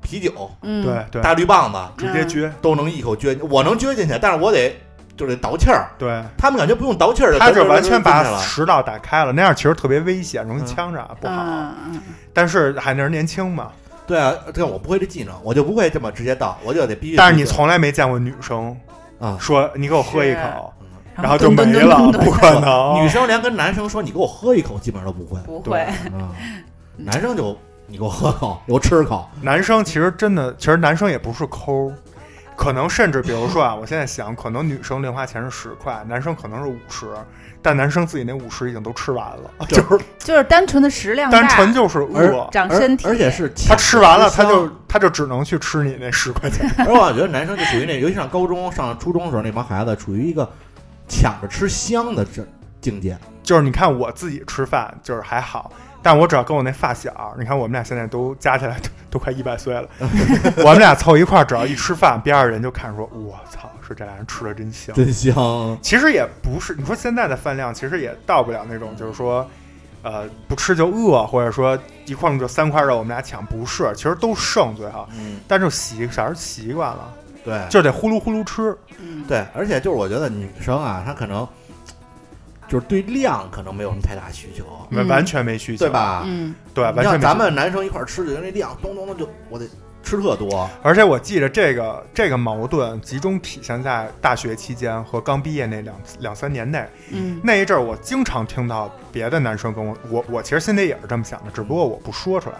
Speaker 3: 啤酒、
Speaker 2: 嗯，
Speaker 1: 对对，
Speaker 3: 大绿棒子
Speaker 1: 直接撅，
Speaker 3: 都能一口撅，我能撅进去，但是我得就是得倒气儿。
Speaker 1: 对，
Speaker 3: 他们感觉不用倒气儿，
Speaker 1: 他
Speaker 3: 就
Speaker 1: 就完全把
Speaker 3: 就进去了嗯
Speaker 1: 食道打开了，那样其实特别危险，容易呛着，不好。
Speaker 2: 嗯嗯
Speaker 1: 但是还那人年轻嘛，
Speaker 3: 对啊，对啊，我不会这技能，我就不会这么直接倒，我就得必须。
Speaker 1: 但是你从来没见过女生
Speaker 3: 啊
Speaker 1: 说你给我喝一口，然后就
Speaker 2: 蹲
Speaker 1: 没
Speaker 2: 蹲蹲
Speaker 1: 了，
Speaker 2: 蹲 蹲
Speaker 1: 不可能。
Speaker 3: 嗯女生连跟男生说你给我喝一口，基本上都不会。
Speaker 2: 不
Speaker 1: 对
Speaker 2: 会，
Speaker 3: 啊，男生就你给我喝口，给我吃口，
Speaker 1: 男生其实真的，其实男生也不是抠，可能甚至比如说啊，我现在想，可能女生零花钱是十块，男生可能是五十，但男生自己那五十已经都吃完了，就是
Speaker 2: 就是单纯的食量
Speaker 1: 单
Speaker 2: 大，
Speaker 1: 纯就是饿。
Speaker 2: 长
Speaker 3: 而
Speaker 2: 身体，
Speaker 3: 而且是
Speaker 1: 他吃完了，他就
Speaker 3: 香。
Speaker 1: 他就只能去吃你那十块钱。
Speaker 3: 而我觉得男生就属于那，尤其上高中、上初中的时候，那帮孩子处于一个抢着吃香的这境界。
Speaker 1: 就是你看我自己吃饭，就是还好，但我只要跟我那发小，你看我们俩现在都加起来都 都快一百岁 了，我们俩凑一块儿，只要一吃饭，边上人就看说，我操，是这俩人吃的真香。
Speaker 3: 真香！
Speaker 1: 其实也不是，你说现在的饭量其实也到不了那种，就是说，呃，不吃就饿，或者说一块儿就三块肉，我们俩抢，不是，其实都剩最好，
Speaker 3: 嗯，
Speaker 1: 但是习啥时习惯了，
Speaker 3: 对，
Speaker 1: 就得呼噜呼噜吃，
Speaker 2: 嗯
Speaker 3: 对，而且就是我觉得女生啊，她可能就是对量可能没有什么太大需求，
Speaker 2: 嗯
Speaker 1: 完全没需求，
Speaker 3: 对？吧？
Speaker 2: 嗯，
Speaker 1: 对，完
Speaker 3: 你
Speaker 1: 全没需
Speaker 3: 像咱
Speaker 1: 求。
Speaker 3: 们男生一块儿吃，就那量咚咚咚就我得吃特多，
Speaker 1: 而且我记得这个这个矛盾集中体现在大学期间和刚毕业那两两三年内，
Speaker 2: 嗯
Speaker 1: 那一阵儿我经常听到别的男生跟我，我我其实心里也是这么想的，只不过我不说出来。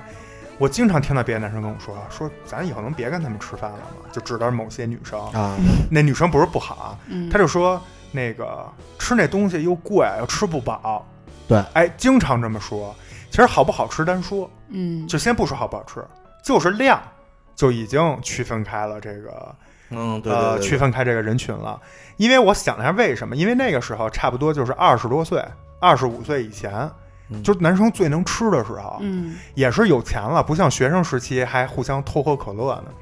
Speaker 1: 我经常听到别的男生跟我说，说咱以后能别跟他们吃饭了吗？就指的是某些女生，
Speaker 3: 啊，
Speaker 1: 那女生不是不好啊，
Speaker 2: 嗯，
Speaker 1: 她就说那个吃那东西又贵又吃不饱，
Speaker 3: 对，
Speaker 1: 哎，经常这么说。其实好不好吃单说，
Speaker 2: 嗯
Speaker 1: 就先不说好不好吃，就是量就已经区分开了这个
Speaker 3: 嗯，对
Speaker 1: 呃
Speaker 3: 对
Speaker 1: 区
Speaker 3: 对，
Speaker 1: 分开这个人群了。因为我想了一下为什么，因为那个时候差不多就是二十多岁、二十五岁以前
Speaker 3: 嗯。
Speaker 1: 就是男生最能吃的时候，
Speaker 2: 嗯
Speaker 1: 也是有钱了，不像学生时期还互相偷喝可乐呢。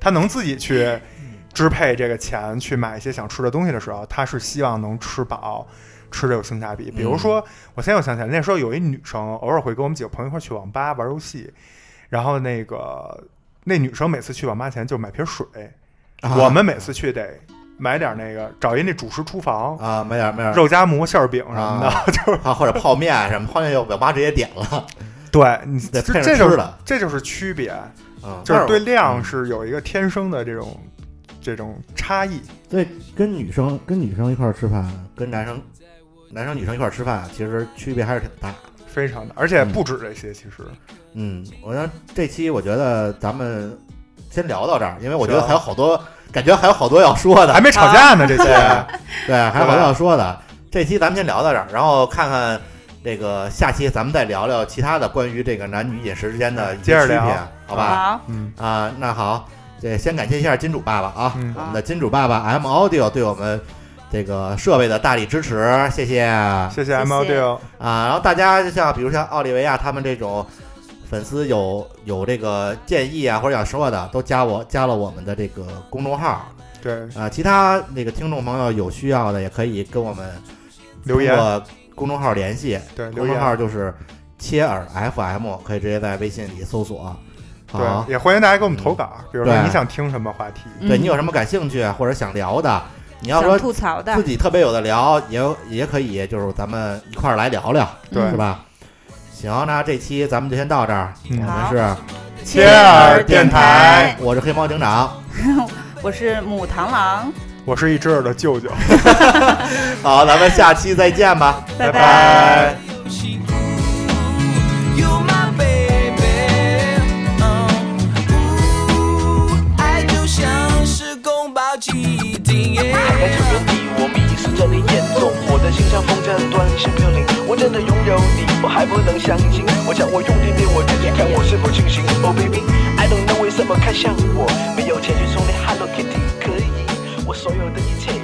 Speaker 1: 他能自己去
Speaker 3: 嗯
Speaker 1: 支配这个钱去买一些想吃的东西的时候，他是希望能吃饱，吃的有性价比。
Speaker 3: 嗯
Speaker 1: 比如说，我现在又想起来，那时候有一女生偶尔会跟我们几个朋友一块儿去网吧玩游戏，然后那个那女生每次去网吧前就买瓶水，
Speaker 3: 啊
Speaker 1: 我们每次去得买点那个找一那主食厨房、
Speaker 3: 啊，买点买点
Speaker 1: 肉夹馍、馅儿饼什么的，
Speaker 3: 啊啊，或者泡面什么，泡面就我妈直接点了，
Speaker 1: 对你这
Speaker 3: 得配
Speaker 1: 这
Speaker 3: 着
Speaker 1: 就
Speaker 3: 吃
Speaker 1: 是
Speaker 3: 的，
Speaker 1: 这就是区别，
Speaker 3: 嗯，
Speaker 1: 就是对
Speaker 3: 但
Speaker 1: 量是有一个天生的这种这种差异。
Speaker 6: 跟女生跟女生一块儿吃饭，
Speaker 3: 我跟男生、男生女生一块儿吃饭，其实区别还是挺大。
Speaker 1: 非常的，而且
Speaker 3: 嗯
Speaker 1: 不止这些，其实
Speaker 3: 嗯，我觉得这期我觉得咱们先聊到这儿，因为我觉得
Speaker 1: 行
Speaker 3: 还有好多，感觉还有好多要说的
Speaker 1: 还，没吵架呢，这
Speaker 3: 对
Speaker 1: 些。
Speaker 3: 对，还有好多要说的。这期咱们先聊到这儿，然后看看这个下期咱们再聊聊其他的关于这个男女饮食之间的一
Speaker 1: 啊接
Speaker 3: 些
Speaker 1: 着
Speaker 3: 区别
Speaker 1: 聊，
Speaker 3: 好吧？
Speaker 2: 好，
Speaker 1: 嗯，
Speaker 3: 啊，那好，这先感谢一下金主爸爸啊，
Speaker 1: 嗯
Speaker 3: 我们的金主爸爸 M Audio 对我们这个设备的大力支持，谢谢啊。
Speaker 1: 谢谢 M O 六，
Speaker 3: 然后大家就像比如像奥利维亚他们这种粉丝有有这个建议啊或者想说的，都加我加了我们的这个公众号啊、
Speaker 1: 对，
Speaker 3: 其他那个听众朋友有需要的也可以跟我们
Speaker 1: 留言
Speaker 3: 通过公众号联系，
Speaker 1: 对留
Speaker 3: 公众号
Speaker 1: 言，
Speaker 3: 就是切耳 FM，可以直接在微信里搜索。好
Speaker 1: 对，，也欢迎大家给我们投稿，比如说
Speaker 3: 啊嗯对
Speaker 1: 你想听什么话题，
Speaker 2: 嗯
Speaker 3: 对你有什么感兴趣啊或者想聊的，你要
Speaker 2: 想
Speaker 3: 说
Speaker 2: 吐槽的
Speaker 3: 自，己特别有的聊，也也可以，就是咱们一块儿来聊聊，
Speaker 1: 对
Speaker 3: 是吧？行，那这期咱们就先到这儿。
Speaker 1: 嗯
Speaker 3: 我们
Speaker 2: 好
Speaker 3: 是
Speaker 1: 切尔电
Speaker 2: 台，
Speaker 3: 我是黑猫警长。
Speaker 2: 我是母螳螂，
Speaker 1: 我是一只耳的舅舅。
Speaker 3: 好，咱们下期再见吧，
Speaker 2: 拜
Speaker 3: 拜。
Speaker 7: She, ooh, you my baby. 嗯，ooh，爱就像是宫保鸡丁耶。
Speaker 8: 来自原地，我们已是热烈眼动。我的心像风筝端详飘零，我真的拥有你，我还不能相信。我想我用力捏我自己，看我是否清醒。Oh baby，I don't know 为什么看向我，没有钱去狩猎 Hello Kitty，可以，我所有的一切。